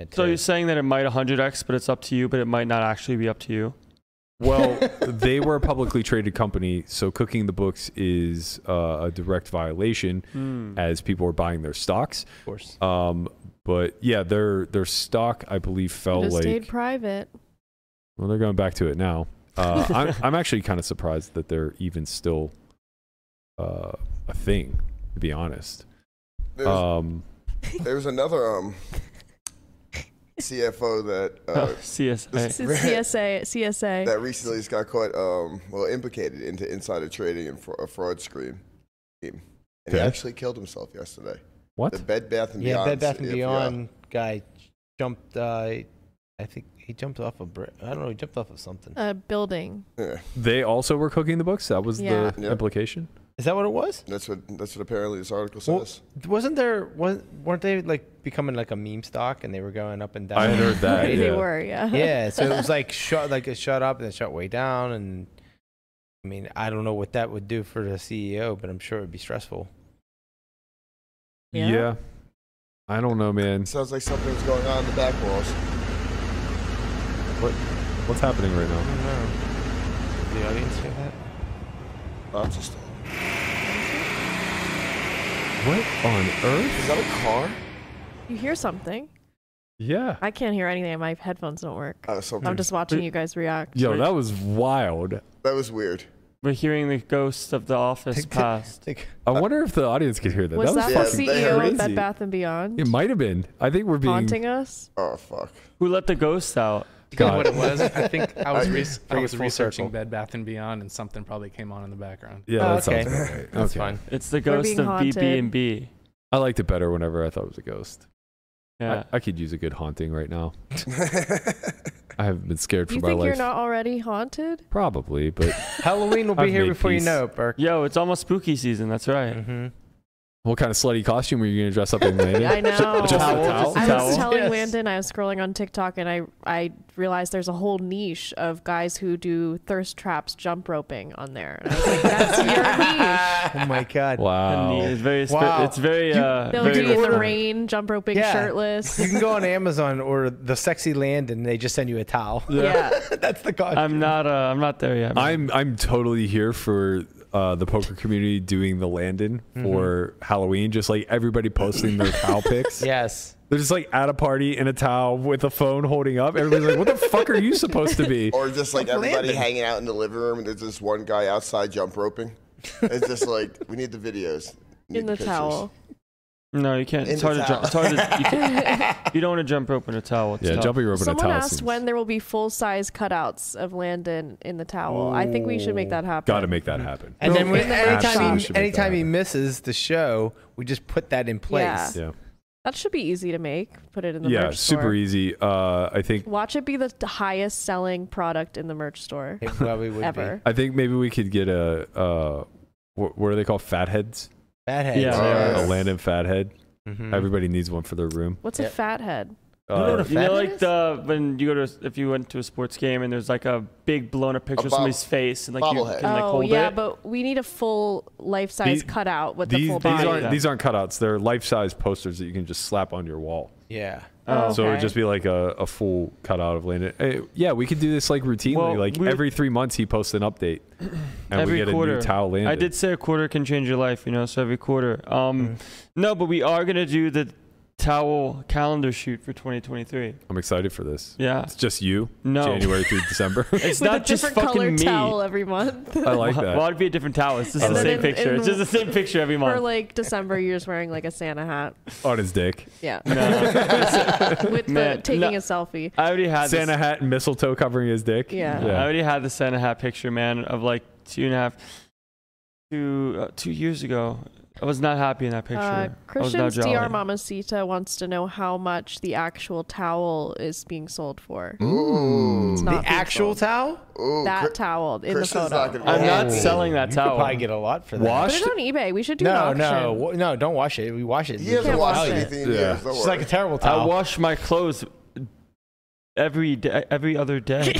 [SPEAKER 3] And
[SPEAKER 4] So
[SPEAKER 3] to-
[SPEAKER 4] you're saying that it might 100x, but it's up to you, but it might not actually be up to you.
[SPEAKER 2] Well, they were a publicly traded company, so cooking the books is uh, a direct violation
[SPEAKER 4] Hmm.
[SPEAKER 2] as people are buying their stocks.
[SPEAKER 3] of course.
[SPEAKER 2] Um, but yeah, their their stock, I believe, fell
[SPEAKER 6] Just stayed
[SPEAKER 2] Oh, like.
[SPEAKER 6] private.
[SPEAKER 2] well, they're going back to it now. Uh, I'm, I'm actually kind of surprised that they're even still uh, a thing, to be honest.
[SPEAKER 5] There's,
[SPEAKER 2] Um,
[SPEAKER 5] there's another um, CFO that
[SPEAKER 4] Oh,
[SPEAKER 5] uh,
[SPEAKER 4] CSA.
[SPEAKER 6] C- CSA, CSA.
[SPEAKER 5] that recently just got caught, um, well, implicated into insider trading and fra- a fraud screen. scheme. And
[SPEAKER 2] Okay.
[SPEAKER 5] he actually killed himself yesterday.
[SPEAKER 2] what?
[SPEAKER 5] The Bed Bath and
[SPEAKER 3] Yeah,
[SPEAKER 5] Beyond.
[SPEAKER 3] Bed Bath and
[SPEAKER 5] yeah,
[SPEAKER 3] Beyond guy jumped. Uh, I think he jumped off a brick. I don't know. He jumped off of something.
[SPEAKER 6] A building.
[SPEAKER 5] Yeah,
[SPEAKER 2] They also were cooking the books. That was
[SPEAKER 6] Yeah.
[SPEAKER 2] the
[SPEAKER 5] Yeah.
[SPEAKER 2] implication.
[SPEAKER 3] Is that what it was?
[SPEAKER 5] that's what that's what apparently this article
[SPEAKER 3] Well-
[SPEAKER 5] says.
[SPEAKER 3] Wasn't there? Was, weren't they like becoming like a meme stock, and they were going up and down?
[SPEAKER 2] I heard that.
[SPEAKER 6] They
[SPEAKER 2] yeah.
[SPEAKER 6] were, yeah.
[SPEAKER 3] yeah, so it was like shut, like it shot up and it shut way down, and I mean, I don't know what that would do for the CEO, but I'm sure it would be stressful.
[SPEAKER 2] yeah.
[SPEAKER 6] Yeah.
[SPEAKER 2] I don't know, man.
[SPEAKER 5] Sounds like something's going on in the back walls.
[SPEAKER 2] What's happening right
[SPEAKER 3] I
[SPEAKER 2] now?
[SPEAKER 3] don't know. Did The audience hear that?
[SPEAKER 5] Lots of stuff.
[SPEAKER 2] What on earth?
[SPEAKER 5] Is that a car?
[SPEAKER 6] You hear something.
[SPEAKER 2] Yeah.
[SPEAKER 6] I can't hear anything. My headphones don't work.
[SPEAKER 5] Oh, so
[SPEAKER 6] I'm just watching you guys react.
[SPEAKER 2] Yo, that was wild.
[SPEAKER 5] that was weird.
[SPEAKER 4] We're hearing the ghosts of the office
[SPEAKER 3] Tick, tick.
[SPEAKER 4] past.
[SPEAKER 3] Like,
[SPEAKER 2] I wonder if the audience could hear that.
[SPEAKER 6] uh, Was that,
[SPEAKER 2] that
[SPEAKER 5] Yeah,
[SPEAKER 2] was
[SPEAKER 5] fucking
[SPEAKER 6] the
[SPEAKER 5] they
[SPEAKER 6] CEO
[SPEAKER 5] heard
[SPEAKER 6] of Bed
[SPEAKER 2] crazy.
[SPEAKER 6] Bath and Beyond
[SPEAKER 2] It might have been. I think we're being
[SPEAKER 6] haunting us?
[SPEAKER 5] Oh fuck.
[SPEAKER 4] Who let the ghosts out?
[SPEAKER 7] You know
[SPEAKER 2] God.
[SPEAKER 7] what it was? I think I was, re- I
[SPEAKER 3] Bring it
[SPEAKER 7] was
[SPEAKER 3] full
[SPEAKER 7] researching
[SPEAKER 3] circle.
[SPEAKER 7] Bed Bath and Beyond, and something probably came on in the background.
[SPEAKER 2] Yeah,
[SPEAKER 3] Oh,
[SPEAKER 2] that sounds
[SPEAKER 3] okay.
[SPEAKER 2] about right.
[SPEAKER 3] That's
[SPEAKER 2] Okay.
[SPEAKER 3] fine.
[SPEAKER 4] It's the
[SPEAKER 6] We're
[SPEAKER 4] ghost
[SPEAKER 6] being
[SPEAKER 4] of BB
[SPEAKER 6] haunted.
[SPEAKER 4] and B.
[SPEAKER 2] I liked it better whenever I thought it was a ghost.
[SPEAKER 4] Yeah.
[SPEAKER 2] I, I could use a good haunting right now. I haven't been scared for
[SPEAKER 6] You
[SPEAKER 2] my
[SPEAKER 6] think
[SPEAKER 2] life.
[SPEAKER 6] you're not already haunted?
[SPEAKER 2] Probably, but
[SPEAKER 3] Halloween will be
[SPEAKER 2] I've
[SPEAKER 3] here
[SPEAKER 2] made
[SPEAKER 3] before
[SPEAKER 2] peace.
[SPEAKER 3] you know it, Burke.
[SPEAKER 4] Yo, it's almost spooky season. That's right.
[SPEAKER 3] Mm-hmm.
[SPEAKER 2] what kind of slutty costume were you going to dress up in, Landon?
[SPEAKER 6] I know.
[SPEAKER 2] Just a
[SPEAKER 4] Towel,
[SPEAKER 2] towel?
[SPEAKER 4] just a
[SPEAKER 6] I
[SPEAKER 4] towel?
[SPEAKER 6] was telling
[SPEAKER 3] Yes.
[SPEAKER 6] Landon I was scrolling on TikTok and I I realized there's a whole niche of guys who do thirst traps jump roping on there. And I was like, that's your niche.
[SPEAKER 3] Oh my God!
[SPEAKER 4] And the-
[SPEAKER 2] Wow.
[SPEAKER 4] It's very. Sp-
[SPEAKER 3] Wow.
[SPEAKER 4] It's very.
[SPEAKER 3] You-
[SPEAKER 4] Uh,
[SPEAKER 6] They'll
[SPEAKER 4] very
[SPEAKER 6] do in the
[SPEAKER 3] order-
[SPEAKER 6] rain, jump roping
[SPEAKER 3] Yeah.
[SPEAKER 6] shirtless.
[SPEAKER 3] You can go on Amazon or the sexy land, and they just send you a towel.
[SPEAKER 6] yeah.
[SPEAKER 3] That's the costume.
[SPEAKER 4] I'm not. Uh, I'm not there yet. man.
[SPEAKER 2] I'm I'm totally here for uh, the poker community doing the Landon
[SPEAKER 4] Mm-hmm.
[SPEAKER 2] for Halloween. Just like everybody posting their towel pics.
[SPEAKER 3] Yes.
[SPEAKER 2] They're just like at a party in a towel with a phone holding up. Everybody's like, "What the fuck are you supposed to be?"
[SPEAKER 5] Or just like everybody
[SPEAKER 3] Landon.
[SPEAKER 5] hanging out in the living room and there's this one guy outside jump roping. It's just like we need the videos. Need
[SPEAKER 6] In the
[SPEAKER 5] pictures.
[SPEAKER 6] towel.
[SPEAKER 4] No, you can't.
[SPEAKER 5] In
[SPEAKER 4] It's
[SPEAKER 5] the
[SPEAKER 4] hard to jump.
[SPEAKER 5] towel.
[SPEAKER 4] It's hard to. You, can't, you don't want to jump rope in a towel. It's
[SPEAKER 2] Yeah,
[SPEAKER 4] tough.
[SPEAKER 2] jumping rope in a
[SPEAKER 6] Someone
[SPEAKER 2] towel.
[SPEAKER 6] asked
[SPEAKER 2] seems-
[SPEAKER 6] when there will be full size cutouts of Landon in the towel. I think we should make that happen.
[SPEAKER 2] Gotta make that happen.
[SPEAKER 3] And then when,
[SPEAKER 6] in the
[SPEAKER 3] anytime,
[SPEAKER 2] absolutely
[SPEAKER 3] he,
[SPEAKER 2] should make that
[SPEAKER 3] anytime he
[SPEAKER 2] happen.
[SPEAKER 3] misses the show, we just put that in place.
[SPEAKER 6] Yeah.
[SPEAKER 2] yeah,
[SPEAKER 6] That should be easy to make. Put it in the
[SPEAKER 2] yeah,
[SPEAKER 6] merch store.
[SPEAKER 2] super easy. Uh, I think
[SPEAKER 6] Watch it be the t- highest selling product in the merch store
[SPEAKER 3] It probably would
[SPEAKER 6] ever.
[SPEAKER 2] I think maybe we could get a uh, what, what are they called? Fatheads.
[SPEAKER 3] Fathead.
[SPEAKER 4] Yeah,
[SPEAKER 5] they are.
[SPEAKER 2] A land and fathead.
[SPEAKER 3] Mhm.
[SPEAKER 2] Everybody needs one for their room.
[SPEAKER 6] What's
[SPEAKER 3] Yeah.
[SPEAKER 6] a fat head?
[SPEAKER 3] You know what
[SPEAKER 2] Uh,
[SPEAKER 3] a
[SPEAKER 4] You know,
[SPEAKER 3] fat-
[SPEAKER 4] like the when you go to if you went to a sports game and there's like a big blown up picture
[SPEAKER 5] A
[SPEAKER 4] of
[SPEAKER 5] bob-
[SPEAKER 4] somebody's face and like you
[SPEAKER 5] bobblehead.
[SPEAKER 4] can like
[SPEAKER 6] oh
[SPEAKER 4] hold
[SPEAKER 6] yeah,
[SPEAKER 4] it.
[SPEAKER 6] but we need a full life size
[SPEAKER 2] These-
[SPEAKER 6] cutout with the
[SPEAKER 2] these,
[SPEAKER 6] full
[SPEAKER 2] these
[SPEAKER 6] body.
[SPEAKER 2] aren't
[SPEAKER 4] Yeah.
[SPEAKER 2] these aren't cutouts. They're life size posters that you can just slap on your wall.
[SPEAKER 3] Yeah.
[SPEAKER 4] Oh.
[SPEAKER 2] So it would
[SPEAKER 6] Okay.
[SPEAKER 2] just be like a, a full cutout of Landon. Eh, yeah, we could do this like routinely.
[SPEAKER 4] Well,
[SPEAKER 2] like
[SPEAKER 4] we-
[SPEAKER 2] every three months, he posts an update, and
[SPEAKER 4] Every
[SPEAKER 2] we get a
[SPEAKER 4] quarter.
[SPEAKER 2] new towel Landon.
[SPEAKER 4] I did say a quarter can change your life, you know. So every quarter. Um, no, but we are gonna do the towel calendar shoot for 2023.
[SPEAKER 2] I'm excited for this.
[SPEAKER 4] Yeah.
[SPEAKER 2] It's just you,
[SPEAKER 4] No.
[SPEAKER 2] January through December.
[SPEAKER 4] It's
[SPEAKER 6] with
[SPEAKER 4] not
[SPEAKER 6] a
[SPEAKER 4] just
[SPEAKER 6] different colored
[SPEAKER 4] fucking me.
[SPEAKER 6] towel every month.
[SPEAKER 2] I like
[SPEAKER 4] Well,
[SPEAKER 2] that.
[SPEAKER 4] it'd be a different towel. It's just
[SPEAKER 2] And
[SPEAKER 4] the
[SPEAKER 2] then
[SPEAKER 4] same
[SPEAKER 6] in-
[SPEAKER 4] picture.
[SPEAKER 6] in-
[SPEAKER 4] it's just the same picture every
[SPEAKER 6] For
[SPEAKER 4] month.
[SPEAKER 6] like December, you're just wearing like a Santa hat.
[SPEAKER 2] On his dick,
[SPEAKER 6] Yeah,
[SPEAKER 4] No.
[SPEAKER 6] with the,
[SPEAKER 4] Man,
[SPEAKER 6] taking
[SPEAKER 4] no.
[SPEAKER 6] a selfie.
[SPEAKER 4] I already had
[SPEAKER 2] Santa
[SPEAKER 4] this-
[SPEAKER 2] hat and mistletoe covering his dick.
[SPEAKER 6] Yeah.
[SPEAKER 4] I already had the Santa hat picture, man, of like two and a half, two uh, two years ago. I was not happy in that picture.
[SPEAKER 6] Uh,
[SPEAKER 4] I
[SPEAKER 6] Christian's
[SPEAKER 4] was not
[SPEAKER 6] DR
[SPEAKER 4] jolly.
[SPEAKER 6] Mamacita wants to know how much the actual towel is being sold for.
[SPEAKER 5] Ooh,
[SPEAKER 6] It's
[SPEAKER 3] The
[SPEAKER 6] not being
[SPEAKER 3] actual
[SPEAKER 6] sold.
[SPEAKER 3] towel?
[SPEAKER 5] ooh,
[SPEAKER 6] that
[SPEAKER 5] Oh, Chris-
[SPEAKER 6] towel in the
[SPEAKER 5] Christian's
[SPEAKER 6] photo.
[SPEAKER 5] not gonna be
[SPEAKER 4] I'm not
[SPEAKER 5] happy.
[SPEAKER 4] selling that
[SPEAKER 3] you
[SPEAKER 4] towel.
[SPEAKER 2] Oh.
[SPEAKER 3] Could probably get a lot for that.
[SPEAKER 6] Put
[SPEAKER 2] Washed.
[SPEAKER 6] it on eBay. We should do
[SPEAKER 3] no,
[SPEAKER 6] an
[SPEAKER 3] no,
[SPEAKER 6] auction.
[SPEAKER 3] wa- no! Don't wash it. We wash it.
[SPEAKER 5] He
[SPEAKER 3] We
[SPEAKER 5] hasn't
[SPEAKER 6] can't
[SPEAKER 5] washed
[SPEAKER 6] wash it.
[SPEAKER 5] anything in
[SPEAKER 2] Yeah.
[SPEAKER 5] years. Don't
[SPEAKER 3] It's like a
[SPEAKER 5] worry.
[SPEAKER 3] terrible
[SPEAKER 4] I
[SPEAKER 3] towel.
[SPEAKER 4] wash my clothes every day, every other day.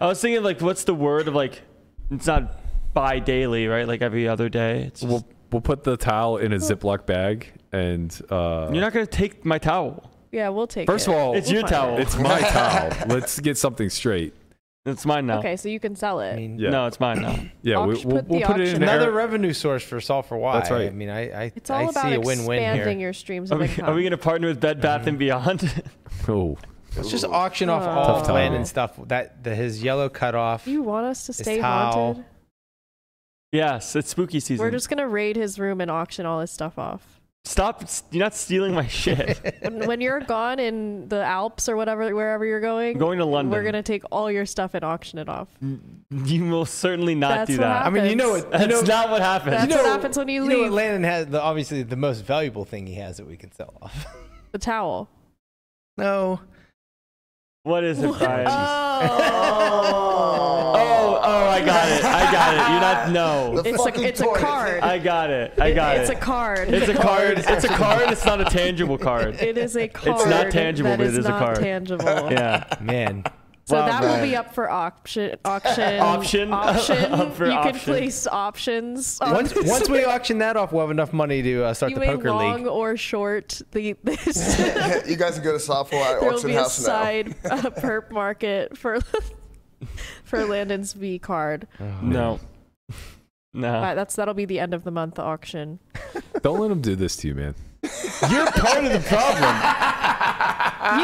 [SPEAKER 4] I was thinking like, what's the word of like? It's not bi-daily, right? Like every other day. It's just,
[SPEAKER 2] We'll we'll put the towel in a Ziploc bag, and uh,
[SPEAKER 4] you're not gonna take my towel.
[SPEAKER 6] Yeah, we'll take
[SPEAKER 2] First
[SPEAKER 6] it.
[SPEAKER 2] of
[SPEAKER 3] Oh.
[SPEAKER 2] all,
[SPEAKER 4] It's
[SPEAKER 2] it's,
[SPEAKER 4] your
[SPEAKER 6] find it.
[SPEAKER 4] towel.
[SPEAKER 2] my towel. Let's get something straight.
[SPEAKER 4] It's mine now.
[SPEAKER 6] Okay, so you can sell it.
[SPEAKER 3] I mean,
[SPEAKER 2] Yeah.
[SPEAKER 4] No, it's mine now.
[SPEAKER 2] Yeah, we,
[SPEAKER 6] Auct-
[SPEAKER 2] we'll,
[SPEAKER 6] put
[SPEAKER 2] we'll
[SPEAKER 6] the
[SPEAKER 2] put it in
[SPEAKER 6] auction-
[SPEAKER 2] there.
[SPEAKER 3] another revenue source for Solve for Why.
[SPEAKER 2] That's right.
[SPEAKER 3] I mean, I, I,
[SPEAKER 6] it's all
[SPEAKER 3] I
[SPEAKER 6] about
[SPEAKER 3] see a win-win
[SPEAKER 6] expanding
[SPEAKER 3] here.
[SPEAKER 6] your streams
[SPEAKER 4] Are
[SPEAKER 6] of
[SPEAKER 4] we,
[SPEAKER 6] income.
[SPEAKER 4] are we gonna partner with Bed Bath and Beyond?
[SPEAKER 2] Oh,
[SPEAKER 3] Let's just auction off
[SPEAKER 6] Aw.
[SPEAKER 3] all
[SPEAKER 2] Tough time.
[SPEAKER 3] Landon stuff. That the, his yellow cutoff.
[SPEAKER 6] Do you want us to
[SPEAKER 3] His
[SPEAKER 6] stay
[SPEAKER 3] towel.
[SPEAKER 6] haunted?
[SPEAKER 4] yes, it's spooky season.
[SPEAKER 6] We're just gonna raid his room and auction all his stuff off.
[SPEAKER 4] Stop! You're not stealing my shit.
[SPEAKER 6] When, when you're gone in the Alps or whatever, wherever you're
[SPEAKER 4] I'm
[SPEAKER 6] going,
[SPEAKER 4] going to London.
[SPEAKER 6] we're gonna take all your stuff and auction it off.
[SPEAKER 4] You will certainly not
[SPEAKER 6] That's
[SPEAKER 4] do
[SPEAKER 6] what
[SPEAKER 4] that.
[SPEAKER 3] I mean, you know what?
[SPEAKER 4] That's
[SPEAKER 3] You know,
[SPEAKER 4] not what happened.
[SPEAKER 6] That's
[SPEAKER 3] you know-
[SPEAKER 6] what happens when you,
[SPEAKER 3] you know
[SPEAKER 6] leave.
[SPEAKER 3] what Landon has the obviously the most valuable thing he has that we can sell off.
[SPEAKER 6] the towel.
[SPEAKER 3] no.
[SPEAKER 4] what is it, Brian?
[SPEAKER 6] Oh,
[SPEAKER 4] oh, oh! I got it. I got it. You're not. No.
[SPEAKER 5] The
[SPEAKER 6] it's
[SPEAKER 5] fucking
[SPEAKER 6] a it's
[SPEAKER 5] toilet.
[SPEAKER 6] a card.
[SPEAKER 4] I got it. I got
[SPEAKER 6] it's
[SPEAKER 4] it.
[SPEAKER 6] a card.
[SPEAKER 4] It's a card. It's a card. It's not a tangible card.
[SPEAKER 6] It is a card.
[SPEAKER 4] not tangible,
[SPEAKER 6] that
[SPEAKER 4] but it is a
[SPEAKER 6] not
[SPEAKER 4] card.
[SPEAKER 6] Tangible.
[SPEAKER 4] Yeah.
[SPEAKER 3] Man.
[SPEAKER 6] So
[SPEAKER 4] Wow,
[SPEAKER 6] that
[SPEAKER 4] man.
[SPEAKER 6] will be up for auction. Auction.
[SPEAKER 4] Option?
[SPEAKER 6] Option.
[SPEAKER 4] Up for
[SPEAKER 6] you can
[SPEAKER 4] option.
[SPEAKER 6] place options. on
[SPEAKER 3] Once
[SPEAKER 6] this.
[SPEAKER 3] once we auction that off, we'll have enough money to uh, start
[SPEAKER 6] you
[SPEAKER 3] the
[SPEAKER 6] may
[SPEAKER 3] poker
[SPEAKER 6] long
[SPEAKER 3] league.
[SPEAKER 6] or short the this. there
[SPEAKER 5] you guys can go to Software at
[SPEAKER 6] will
[SPEAKER 5] Auction
[SPEAKER 6] be a
[SPEAKER 5] House now.
[SPEAKER 6] side uh, perp market for for Landon's V card.
[SPEAKER 4] No. No.
[SPEAKER 6] But that's that'll be the end of the month auction.
[SPEAKER 2] don't let him do this to you, man.
[SPEAKER 4] You're part of the problem.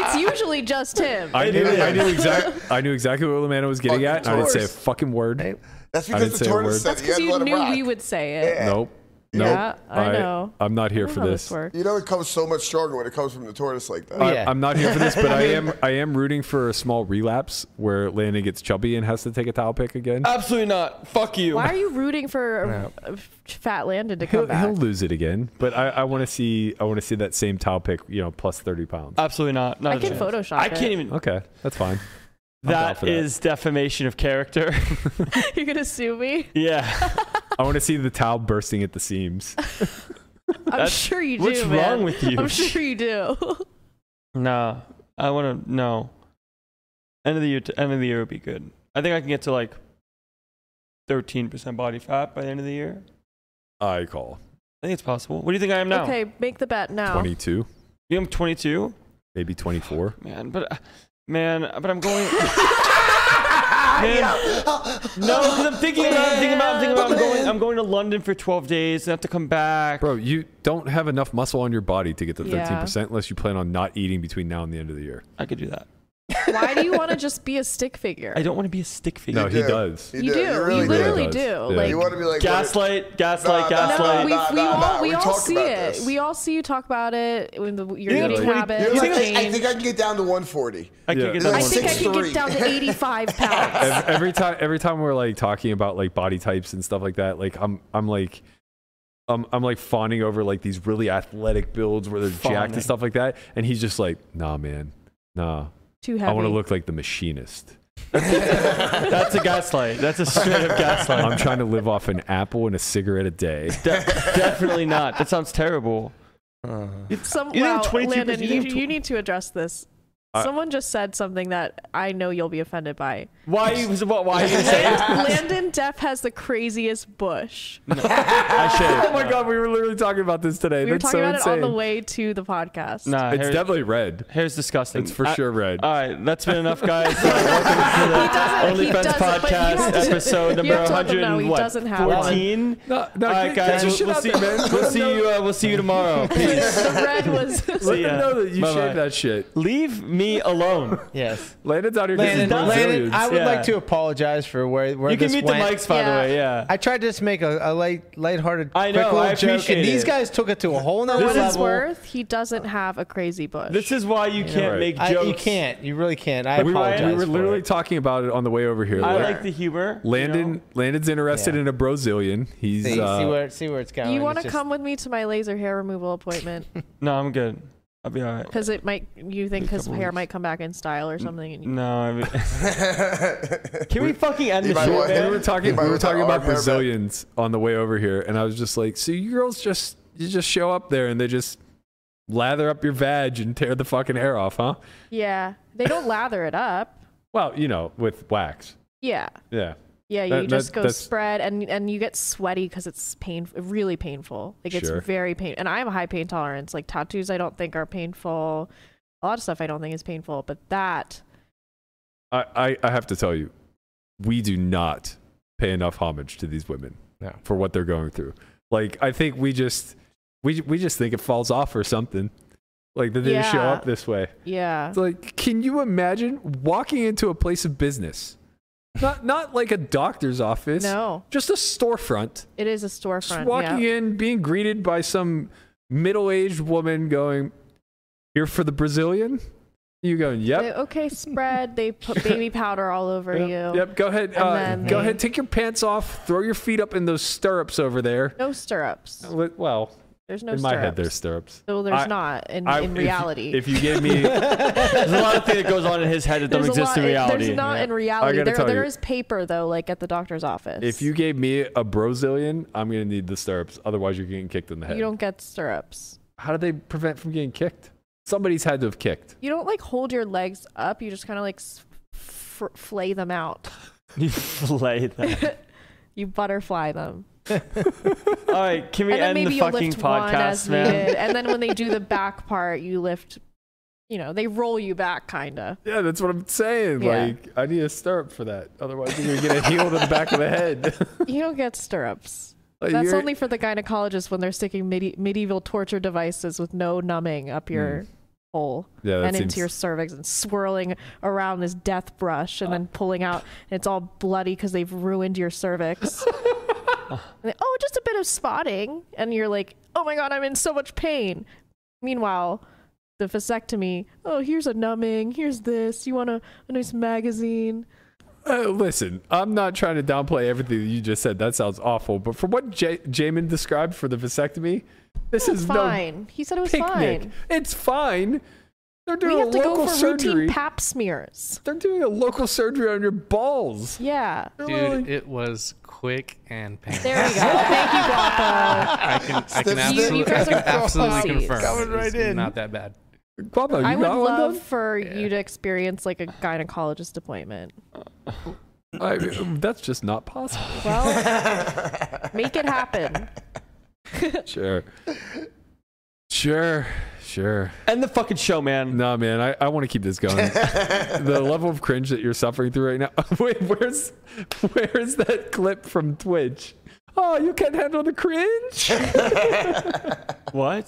[SPEAKER 6] it's usually just him.
[SPEAKER 2] I knew,
[SPEAKER 5] is.
[SPEAKER 2] I knew exactly, I knew exactly what Lamanna was getting at.
[SPEAKER 5] Fucking
[SPEAKER 2] and I didn't say a
[SPEAKER 5] tourist.
[SPEAKER 2] fucking word.
[SPEAKER 3] Hey.
[SPEAKER 5] That's
[SPEAKER 2] I didn't
[SPEAKER 5] because the
[SPEAKER 2] say a
[SPEAKER 5] tortoise
[SPEAKER 2] word.
[SPEAKER 5] said
[SPEAKER 6] that's
[SPEAKER 5] you had to
[SPEAKER 6] because you
[SPEAKER 5] let him
[SPEAKER 6] knew
[SPEAKER 5] rock.
[SPEAKER 6] we would say it.
[SPEAKER 2] Nope.
[SPEAKER 5] Yeah,
[SPEAKER 2] nope.
[SPEAKER 6] I know.
[SPEAKER 2] I'm not here
[SPEAKER 6] I don't
[SPEAKER 2] for
[SPEAKER 6] know how
[SPEAKER 2] this.
[SPEAKER 6] works.
[SPEAKER 5] You know it comes so much stronger when it comes from the tortoise like that.
[SPEAKER 3] Yeah.
[SPEAKER 2] I, am not here for this, but I am. I am rooting for a small relapse where Landon gets chubby and has to take a towel pick again.
[SPEAKER 4] Absolutely not. Fuck you.
[SPEAKER 6] Why are you rooting for uh Fat Landon to come
[SPEAKER 2] He'll,
[SPEAKER 6] back?
[SPEAKER 2] he'll lose it again, but I, I want to see. I want to see that same towel pick. You know, plus thirty pounds.
[SPEAKER 4] Absolutely not. Not
[SPEAKER 6] I
[SPEAKER 4] a
[SPEAKER 6] can
[SPEAKER 4] chance.
[SPEAKER 6] Photoshop
[SPEAKER 4] I
[SPEAKER 6] it.
[SPEAKER 4] can't even.
[SPEAKER 2] Okay, that's fine. I'm down
[SPEAKER 4] That
[SPEAKER 2] for that.
[SPEAKER 4] is defamation of character.
[SPEAKER 6] You're gonna sue me?
[SPEAKER 4] yeah.
[SPEAKER 2] I want to see the towel bursting at the seams.
[SPEAKER 6] I'm
[SPEAKER 4] That's-
[SPEAKER 6] sure you do.
[SPEAKER 4] What's
[SPEAKER 6] man.
[SPEAKER 4] wrong with you?
[SPEAKER 6] I'm sure you do.
[SPEAKER 4] Nah, I want to no. End of the year, t- end of the year would be good. I think I can get to like thirteen percent body fat by the end of the year.
[SPEAKER 2] I call
[SPEAKER 4] I think it's possible. What do you think I am now?
[SPEAKER 6] Okay, make the bet now.
[SPEAKER 2] twenty-two,
[SPEAKER 4] You think I'm twenty two,
[SPEAKER 2] maybe twenty-four.
[SPEAKER 4] man. But uh, man, but I'm going. Man. No, 'cause I'm thinking about, I'm thinking about, I'm thinking about. I'm going, I'm going to London for twelve days and have to come back.
[SPEAKER 2] Bro, you don't have enough muscle on your body to get to 13%
[SPEAKER 6] Yeah.
[SPEAKER 2] unless you plan on not eating between now and the end of the year.
[SPEAKER 4] I could do that.
[SPEAKER 6] Why do you want to just be a stick figure?
[SPEAKER 4] I don't want to be a stick figure.
[SPEAKER 2] No, he
[SPEAKER 5] do.
[SPEAKER 2] does.
[SPEAKER 5] You, do.
[SPEAKER 6] You do.
[SPEAKER 5] You really
[SPEAKER 6] You
[SPEAKER 5] do.
[SPEAKER 6] literally
[SPEAKER 2] Yeah.
[SPEAKER 6] do.
[SPEAKER 2] Yeah.
[SPEAKER 6] Like,
[SPEAKER 5] You want to be like
[SPEAKER 4] gaslight,
[SPEAKER 5] Nah,
[SPEAKER 4] gaslight,
[SPEAKER 5] nah,
[SPEAKER 6] no,
[SPEAKER 5] Gaslight.
[SPEAKER 6] we,
[SPEAKER 5] Nah,
[SPEAKER 6] we
[SPEAKER 5] nah,
[SPEAKER 6] all,
[SPEAKER 5] nah,
[SPEAKER 6] we
[SPEAKER 5] we
[SPEAKER 6] all
[SPEAKER 5] talked
[SPEAKER 6] see
[SPEAKER 5] about
[SPEAKER 6] it.
[SPEAKER 5] this.
[SPEAKER 6] We all see you talk about it when the, your
[SPEAKER 4] Yeah,
[SPEAKER 6] eating
[SPEAKER 4] like-
[SPEAKER 6] habits.
[SPEAKER 5] You're like,
[SPEAKER 6] change.
[SPEAKER 5] I, I think I can get down to 140.
[SPEAKER 4] I
[SPEAKER 2] Yeah.
[SPEAKER 4] could get
[SPEAKER 5] Like
[SPEAKER 4] that
[SPEAKER 6] I
[SPEAKER 4] one.
[SPEAKER 6] think I can
[SPEAKER 5] Six-three.
[SPEAKER 6] get down to 85 pounds.
[SPEAKER 2] Ev- Every time every time we're like talking about like body types and stuff like that, like I'm I'm like I'm I'm like fawning over like these really athletic builds where they're jacked
[SPEAKER 4] Fawning.
[SPEAKER 2] and stuff like that. And he's just like, nah man, nah.
[SPEAKER 6] Too heavy.
[SPEAKER 2] I want to look like the machinist.
[SPEAKER 4] That's a gaslight. That's a straight up gaslight.
[SPEAKER 2] I'm trying to live off an apple and a cigarette a day.
[SPEAKER 4] De- definitely not. That sounds terrible.
[SPEAKER 3] Uh-huh.
[SPEAKER 6] Some,
[SPEAKER 4] You
[SPEAKER 6] wow,
[SPEAKER 4] think 22%
[SPEAKER 6] Landon, you,
[SPEAKER 4] of tw-
[SPEAKER 6] you need to address this.
[SPEAKER 2] I-
[SPEAKER 6] Someone just said something that I know you'll be offended by.
[SPEAKER 4] Why? you- What? Why are you saying?
[SPEAKER 6] Landon Def has the craziest bush.
[SPEAKER 4] I should.
[SPEAKER 2] Oh my god, we were literally talking about this today.
[SPEAKER 6] We were
[SPEAKER 2] That's
[SPEAKER 6] talking
[SPEAKER 2] so
[SPEAKER 6] about
[SPEAKER 2] insane.
[SPEAKER 6] it on the way to the podcast.
[SPEAKER 4] Nah,
[SPEAKER 2] it's
[SPEAKER 4] hair,
[SPEAKER 2] definitely red.
[SPEAKER 4] hair's disgusting.
[SPEAKER 2] It's for
[SPEAKER 4] I-
[SPEAKER 2] sure red.
[SPEAKER 4] All right, that's been enough, guys. Uh, welcome to the
[SPEAKER 6] He doesn't-
[SPEAKER 4] OnlyFans
[SPEAKER 6] he doesn't, but you
[SPEAKER 4] podcast
[SPEAKER 6] have to-
[SPEAKER 4] episode
[SPEAKER 6] you
[SPEAKER 4] number
[SPEAKER 6] have to let them
[SPEAKER 4] 100
[SPEAKER 6] know he
[SPEAKER 4] what?
[SPEAKER 6] doesn't have one.
[SPEAKER 4] 14.
[SPEAKER 2] No, no,
[SPEAKER 4] All right,
[SPEAKER 2] get- get
[SPEAKER 4] guys.
[SPEAKER 2] your
[SPEAKER 4] We'll,
[SPEAKER 2] shit
[SPEAKER 4] we'll
[SPEAKER 2] out
[SPEAKER 4] see,
[SPEAKER 2] there, man. Let
[SPEAKER 4] we'll
[SPEAKER 2] them
[SPEAKER 4] see
[SPEAKER 2] know-
[SPEAKER 4] you. Uh, we'll see you tomorrow. Peace.
[SPEAKER 6] the red was.
[SPEAKER 2] Let
[SPEAKER 4] See
[SPEAKER 2] them
[SPEAKER 4] ya.
[SPEAKER 2] know that you
[SPEAKER 4] Bye-bye.
[SPEAKER 2] shaved that shit.
[SPEAKER 4] Leave me alone.
[SPEAKER 3] Yes.
[SPEAKER 2] Landon's out here
[SPEAKER 3] Landon,
[SPEAKER 2] getting
[SPEAKER 3] Landon,
[SPEAKER 2] Brazilians.
[SPEAKER 3] I would
[SPEAKER 4] Yeah.
[SPEAKER 3] like to apologize for where, where
[SPEAKER 4] You can
[SPEAKER 3] this
[SPEAKER 4] meet the
[SPEAKER 3] went.
[SPEAKER 4] mics, by the
[SPEAKER 6] Yeah.
[SPEAKER 4] way. Yeah.
[SPEAKER 3] I tried to just make a, a light, lighthearted,
[SPEAKER 4] I know,
[SPEAKER 3] quick little
[SPEAKER 4] I
[SPEAKER 3] joke,
[SPEAKER 4] appreciate
[SPEAKER 3] and these
[SPEAKER 4] it.
[SPEAKER 3] guys took it to a whole nother
[SPEAKER 6] For what
[SPEAKER 4] This is-
[SPEAKER 6] it's
[SPEAKER 3] level.
[SPEAKER 6] worth, he doesn't have a crazy bush.
[SPEAKER 4] This is why you can't
[SPEAKER 2] right.
[SPEAKER 4] make
[SPEAKER 3] I,
[SPEAKER 4] jokes.
[SPEAKER 3] you can't. You really can't. I
[SPEAKER 2] we were,
[SPEAKER 3] apologize.
[SPEAKER 2] we were
[SPEAKER 3] for
[SPEAKER 2] literally
[SPEAKER 3] it.
[SPEAKER 2] talking about it on the way over here.
[SPEAKER 4] I
[SPEAKER 2] Like,
[SPEAKER 4] like the humor. you
[SPEAKER 2] Landon,
[SPEAKER 4] know?
[SPEAKER 2] Landon's interested
[SPEAKER 3] Yeah.
[SPEAKER 2] in a Brazilian. He's
[SPEAKER 3] See,
[SPEAKER 2] uh,
[SPEAKER 3] see where see where it's going.
[SPEAKER 6] you
[SPEAKER 3] It's
[SPEAKER 6] want to
[SPEAKER 3] just-
[SPEAKER 6] come with me to my laser hair removal appointment
[SPEAKER 4] No, I'm good. I'll be all right.
[SPEAKER 6] because it might. You think
[SPEAKER 4] In a
[SPEAKER 6] his
[SPEAKER 4] couple
[SPEAKER 6] hair
[SPEAKER 4] weeks.
[SPEAKER 6] might come back in style
[SPEAKER 2] Mm.
[SPEAKER 6] or something? And you,
[SPEAKER 4] No, I mean,
[SPEAKER 5] Can
[SPEAKER 4] can we fucking end
[SPEAKER 5] You
[SPEAKER 4] this
[SPEAKER 5] might
[SPEAKER 4] shit,
[SPEAKER 5] want-
[SPEAKER 2] we
[SPEAKER 4] man?
[SPEAKER 2] were talking.
[SPEAKER 5] If I
[SPEAKER 2] We were
[SPEAKER 5] was that
[SPEAKER 2] talking about
[SPEAKER 5] arm hair back-
[SPEAKER 2] Brazilians on the way over here, and I was just like, "So you girls just you just show up there and they just lather up your vag and tear the fucking hair off, huh?"
[SPEAKER 6] yeah, they don't lather it up.
[SPEAKER 2] Well, you know, with wax.
[SPEAKER 6] Yeah,
[SPEAKER 2] Yeah,
[SPEAKER 6] yeah. You
[SPEAKER 2] That- that-
[SPEAKER 6] just go
[SPEAKER 2] that's-
[SPEAKER 6] spread and and you get sweaty because it's pain, really painful. Like it's
[SPEAKER 2] Sure.
[SPEAKER 6] very pain. And I have a high pain tolerance. Like tattoos, I don't think are painful. A lot of stuff I don't think is painful, but that
[SPEAKER 2] I, I, I have to tell you, we do not pay enough homage to these women
[SPEAKER 3] No.
[SPEAKER 2] for what they're going through. Like, I think we just we we just think it falls off or something. Like that they just show
[SPEAKER 6] Yeah.
[SPEAKER 2] up this way.
[SPEAKER 6] yeah.
[SPEAKER 2] It's like, can you imagine walking into a place of business? Not not like a doctor's office.
[SPEAKER 6] No,
[SPEAKER 2] Just a storefront.
[SPEAKER 6] it is a
[SPEAKER 2] Just
[SPEAKER 6] storefront.
[SPEAKER 2] walking
[SPEAKER 6] yeah.
[SPEAKER 2] in, being greeted by some middle aged woman going, Here for the Brazilian? You going, Yep.
[SPEAKER 6] They- okay, spread. They put baby powder all over
[SPEAKER 2] yep,
[SPEAKER 6] you.
[SPEAKER 2] Yep, go ahead.
[SPEAKER 6] And
[SPEAKER 2] Uh,
[SPEAKER 6] then
[SPEAKER 2] go
[SPEAKER 6] they-
[SPEAKER 2] ahead, take your pants off, throw your feet up in those stirrups over there.
[SPEAKER 6] No stirrups.
[SPEAKER 2] Well,
[SPEAKER 6] There's no
[SPEAKER 2] in my
[SPEAKER 6] stirrups.
[SPEAKER 2] head, there's stirrups.
[SPEAKER 6] No, there's
[SPEAKER 2] I-
[SPEAKER 6] not in,
[SPEAKER 2] I- if-
[SPEAKER 6] in reality.
[SPEAKER 2] If you gave me
[SPEAKER 4] There's a lot of things that goes on in his head that don't
[SPEAKER 6] there's a
[SPEAKER 4] exist
[SPEAKER 6] lot,
[SPEAKER 4] in
[SPEAKER 6] it-
[SPEAKER 4] reality.
[SPEAKER 6] There's not
[SPEAKER 4] Yeah.
[SPEAKER 6] in reality.
[SPEAKER 2] gotta
[SPEAKER 6] There,
[SPEAKER 2] tell
[SPEAKER 6] there
[SPEAKER 2] you-
[SPEAKER 6] is paper though, like at the doctor's office.
[SPEAKER 2] If you gave me a Brazilian, I'm gonna need the stirrups. Otherwise, you're getting kicked in the head.
[SPEAKER 6] you don't get stirrups.
[SPEAKER 2] How do they prevent from getting kicked? Somebody's had to have kicked.
[SPEAKER 6] You don't like hold your legs up. You just kind of like s- fr- flay them out.
[SPEAKER 4] You flay that.
[SPEAKER 6] You butterfly them,
[SPEAKER 4] All right, can we
[SPEAKER 6] and then
[SPEAKER 4] end
[SPEAKER 6] maybe
[SPEAKER 4] the
[SPEAKER 6] you'll
[SPEAKER 4] fucking
[SPEAKER 6] lift one as
[SPEAKER 4] podcast, man?
[SPEAKER 6] needed. And then when they do the back part, you lift. You know, they roll you back, kinda.
[SPEAKER 2] Yeah, that's what I'm saying.
[SPEAKER 6] Yeah.
[SPEAKER 2] Like, I need a stirrup for that. Otherwise, you're gonna get a heel to the back of the head.
[SPEAKER 6] You don't get stirrups.
[SPEAKER 2] Like,
[SPEAKER 6] That's
[SPEAKER 2] you're-
[SPEAKER 6] only for the gynecologist when they're sticking medi- medieval torture devices with no numbing up your hole
[SPEAKER 2] Yeah, Hmm. that
[SPEAKER 6] and
[SPEAKER 2] seems.
[SPEAKER 6] into your cervix and swirling around this death brush and then pulling out and it's all bloody because they've ruined your cervix. And they, oh, just a bit of spotting, and you're like, oh my god, I'm in so much pain. Meanwhile, the vasectomy. Oh, here's a numbing. Here's this. You want a, a nice magazine?
[SPEAKER 2] Uh, listen, I'm not trying to downplay everything that you just said. That sounds awful. But from what J- Jamin described for the vasectomy, this is
[SPEAKER 6] Fine. he said it
[SPEAKER 2] no
[SPEAKER 6] was
[SPEAKER 2] picnic.
[SPEAKER 6] fine.
[SPEAKER 2] It's fine. They're doing
[SPEAKER 6] We have
[SPEAKER 2] a
[SPEAKER 6] to
[SPEAKER 2] local
[SPEAKER 6] go for
[SPEAKER 2] surgery.
[SPEAKER 6] routine pap smears.
[SPEAKER 2] They're doing a local surgery on your balls.
[SPEAKER 6] Yeah.
[SPEAKER 7] Dude, it was quick and painful.
[SPEAKER 6] There we go. Thank you, Guapo.
[SPEAKER 7] I can, I can
[SPEAKER 5] You-
[SPEAKER 7] absolutely,
[SPEAKER 6] you guys
[SPEAKER 7] I can
[SPEAKER 6] are
[SPEAKER 7] absolutely
[SPEAKER 6] pussies.
[SPEAKER 7] confirm.
[SPEAKER 5] Coming
[SPEAKER 7] it
[SPEAKER 5] right
[SPEAKER 7] was
[SPEAKER 5] in.
[SPEAKER 7] Not that bad.
[SPEAKER 2] Guapo, you
[SPEAKER 6] I would
[SPEAKER 2] got one
[SPEAKER 6] love
[SPEAKER 2] done?
[SPEAKER 6] for
[SPEAKER 7] Yeah.
[SPEAKER 6] you to experience like a gynecologist appointment.
[SPEAKER 2] I, that's just not possible.
[SPEAKER 6] Well, make it happen.
[SPEAKER 2] Sure. Sure. Sure.
[SPEAKER 4] End the fucking show, man.
[SPEAKER 2] No, man, I, I want to keep this going. the level of cringe that you're suffering through right now. Wait, where's where's that clip from Twitch? Oh, you can't handle the cringe.
[SPEAKER 4] What?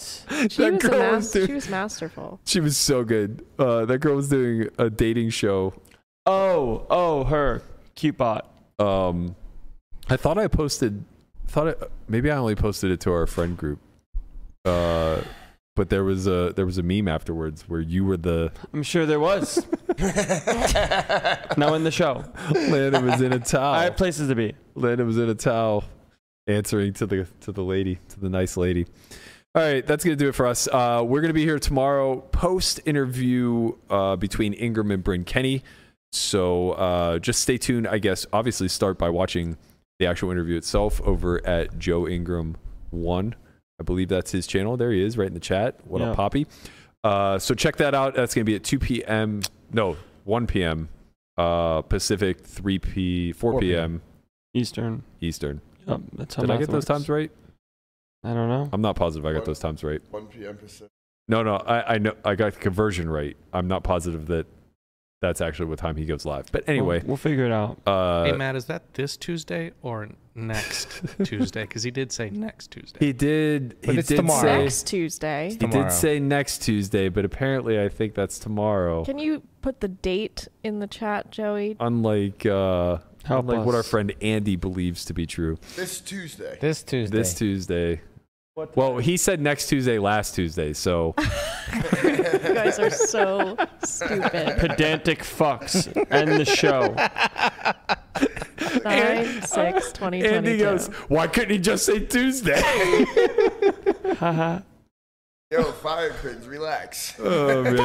[SPEAKER 6] She
[SPEAKER 2] That
[SPEAKER 6] was, a
[SPEAKER 2] girl
[SPEAKER 6] mas-
[SPEAKER 2] was doing-
[SPEAKER 6] she was masterful.
[SPEAKER 2] She was so good. Uh, that girl was doing a dating show.
[SPEAKER 4] Oh, oh, her cute bot.
[SPEAKER 2] Um, I thought I posted. Thought it, maybe I only posted it to our friend group. Uh, but there was a there was a meme afterwards where you were the
[SPEAKER 4] I'm sure there was. now in the show.
[SPEAKER 2] Oh. Lana was in a towel.
[SPEAKER 4] I have places to be.
[SPEAKER 2] Landon was in a towel answering to the to the lady, to the nice lady. All right, that's gonna do it for us. Uh, we're gonna be here tomorrow post interview uh, between Ingram and Bryn Kenny. So uh, just stay tuned, I guess. Obviously, start by watching the actual interview itself over at Joe Ingram One. I believe that's his channel. There he is, right in the chat. What
[SPEAKER 4] Yeah.
[SPEAKER 2] up, Poppy? Uh, so check that out. That's going to be at 2 p.m. No, 1 p.m. Uh, Pacific, 3 p. 4,
[SPEAKER 3] 4
[SPEAKER 2] p.m.
[SPEAKER 3] p.m.
[SPEAKER 4] Eastern.
[SPEAKER 2] Eastern.
[SPEAKER 4] Yep, that's how
[SPEAKER 2] Did I
[SPEAKER 4] math
[SPEAKER 2] get those
[SPEAKER 4] works.
[SPEAKER 2] times right?
[SPEAKER 4] I don't know.
[SPEAKER 2] I'm not positive I got those times right.
[SPEAKER 5] 1 p.m. Pacific.
[SPEAKER 2] No, no, I, I know I got the conversion right. I'm not positive that that's actually what time he goes live. But anyway,
[SPEAKER 4] we'll, we'll figure it out.
[SPEAKER 2] uh,
[SPEAKER 7] hey Matt, is that this Tuesday or next Tuesday? Because he did say next Tuesday.
[SPEAKER 2] He did.
[SPEAKER 3] But
[SPEAKER 2] he
[SPEAKER 3] it's
[SPEAKER 2] did
[SPEAKER 3] tomorrow.
[SPEAKER 2] say
[SPEAKER 6] Next Tuesday.
[SPEAKER 2] he
[SPEAKER 3] Tomorrow.
[SPEAKER 2] did say next Tuesday, but apparently I think that's tomorrow.
[SPEAKER 6] Can you put the date in the chat, Joey?
[SPEAKER 2] unlike uh,
[SPEAKER 4] Help
[SPEAKER 2] unlike what
[SPEAKER 4] us.
[SPEAKER 2] our friend Andy believes to be true,
[SPEAKER 5] This Tuesday.
[SPEAKER 3] This Tuesday.
[SPEAKER 2] this Tuesday. Well, he said next Tuesday, last Tuesday. So
[SPEAKER 6] you guys are so stupid.
[SPEAKER 4] Pedantic fucks. End the show.
[SPEAKER 6] Nine six twenty
[SPEAKER 2] Andy
[SPEAKER 6] twenty two.
[SPEAKER 2] goes, "Why couldn't he just say Tuesday?"
[SPEAKER 4] Haha.
[SPEAKER 5] Yo, fire cringe, relax.
[SPEAKER 2] oh man.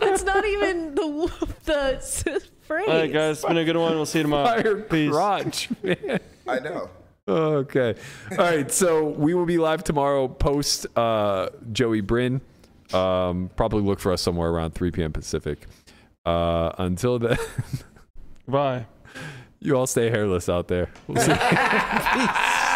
[SPEAKER 6] That's not even the the s- phrase.
[SPEAKER 4] All right, guys. It's been a good one. We'll see you tomorrow.
[SPEAKER 2] Fire
[SPEAKER 4] Peace.
[SPEAKER 2] crotch, man.
[SPEAKER 5] I know.
[SPEAKER 2] Okay. All right. So we will be live tomorrow post uh, Joey Brin. Um, probably look for us somewhere around 3 p.m. Pacific. Uh, until then,
[SPEAKER 4] Bye.
[SPEAKER 2] you all stay hairless out there. We'll see.
[SPEAKER 3] Peace.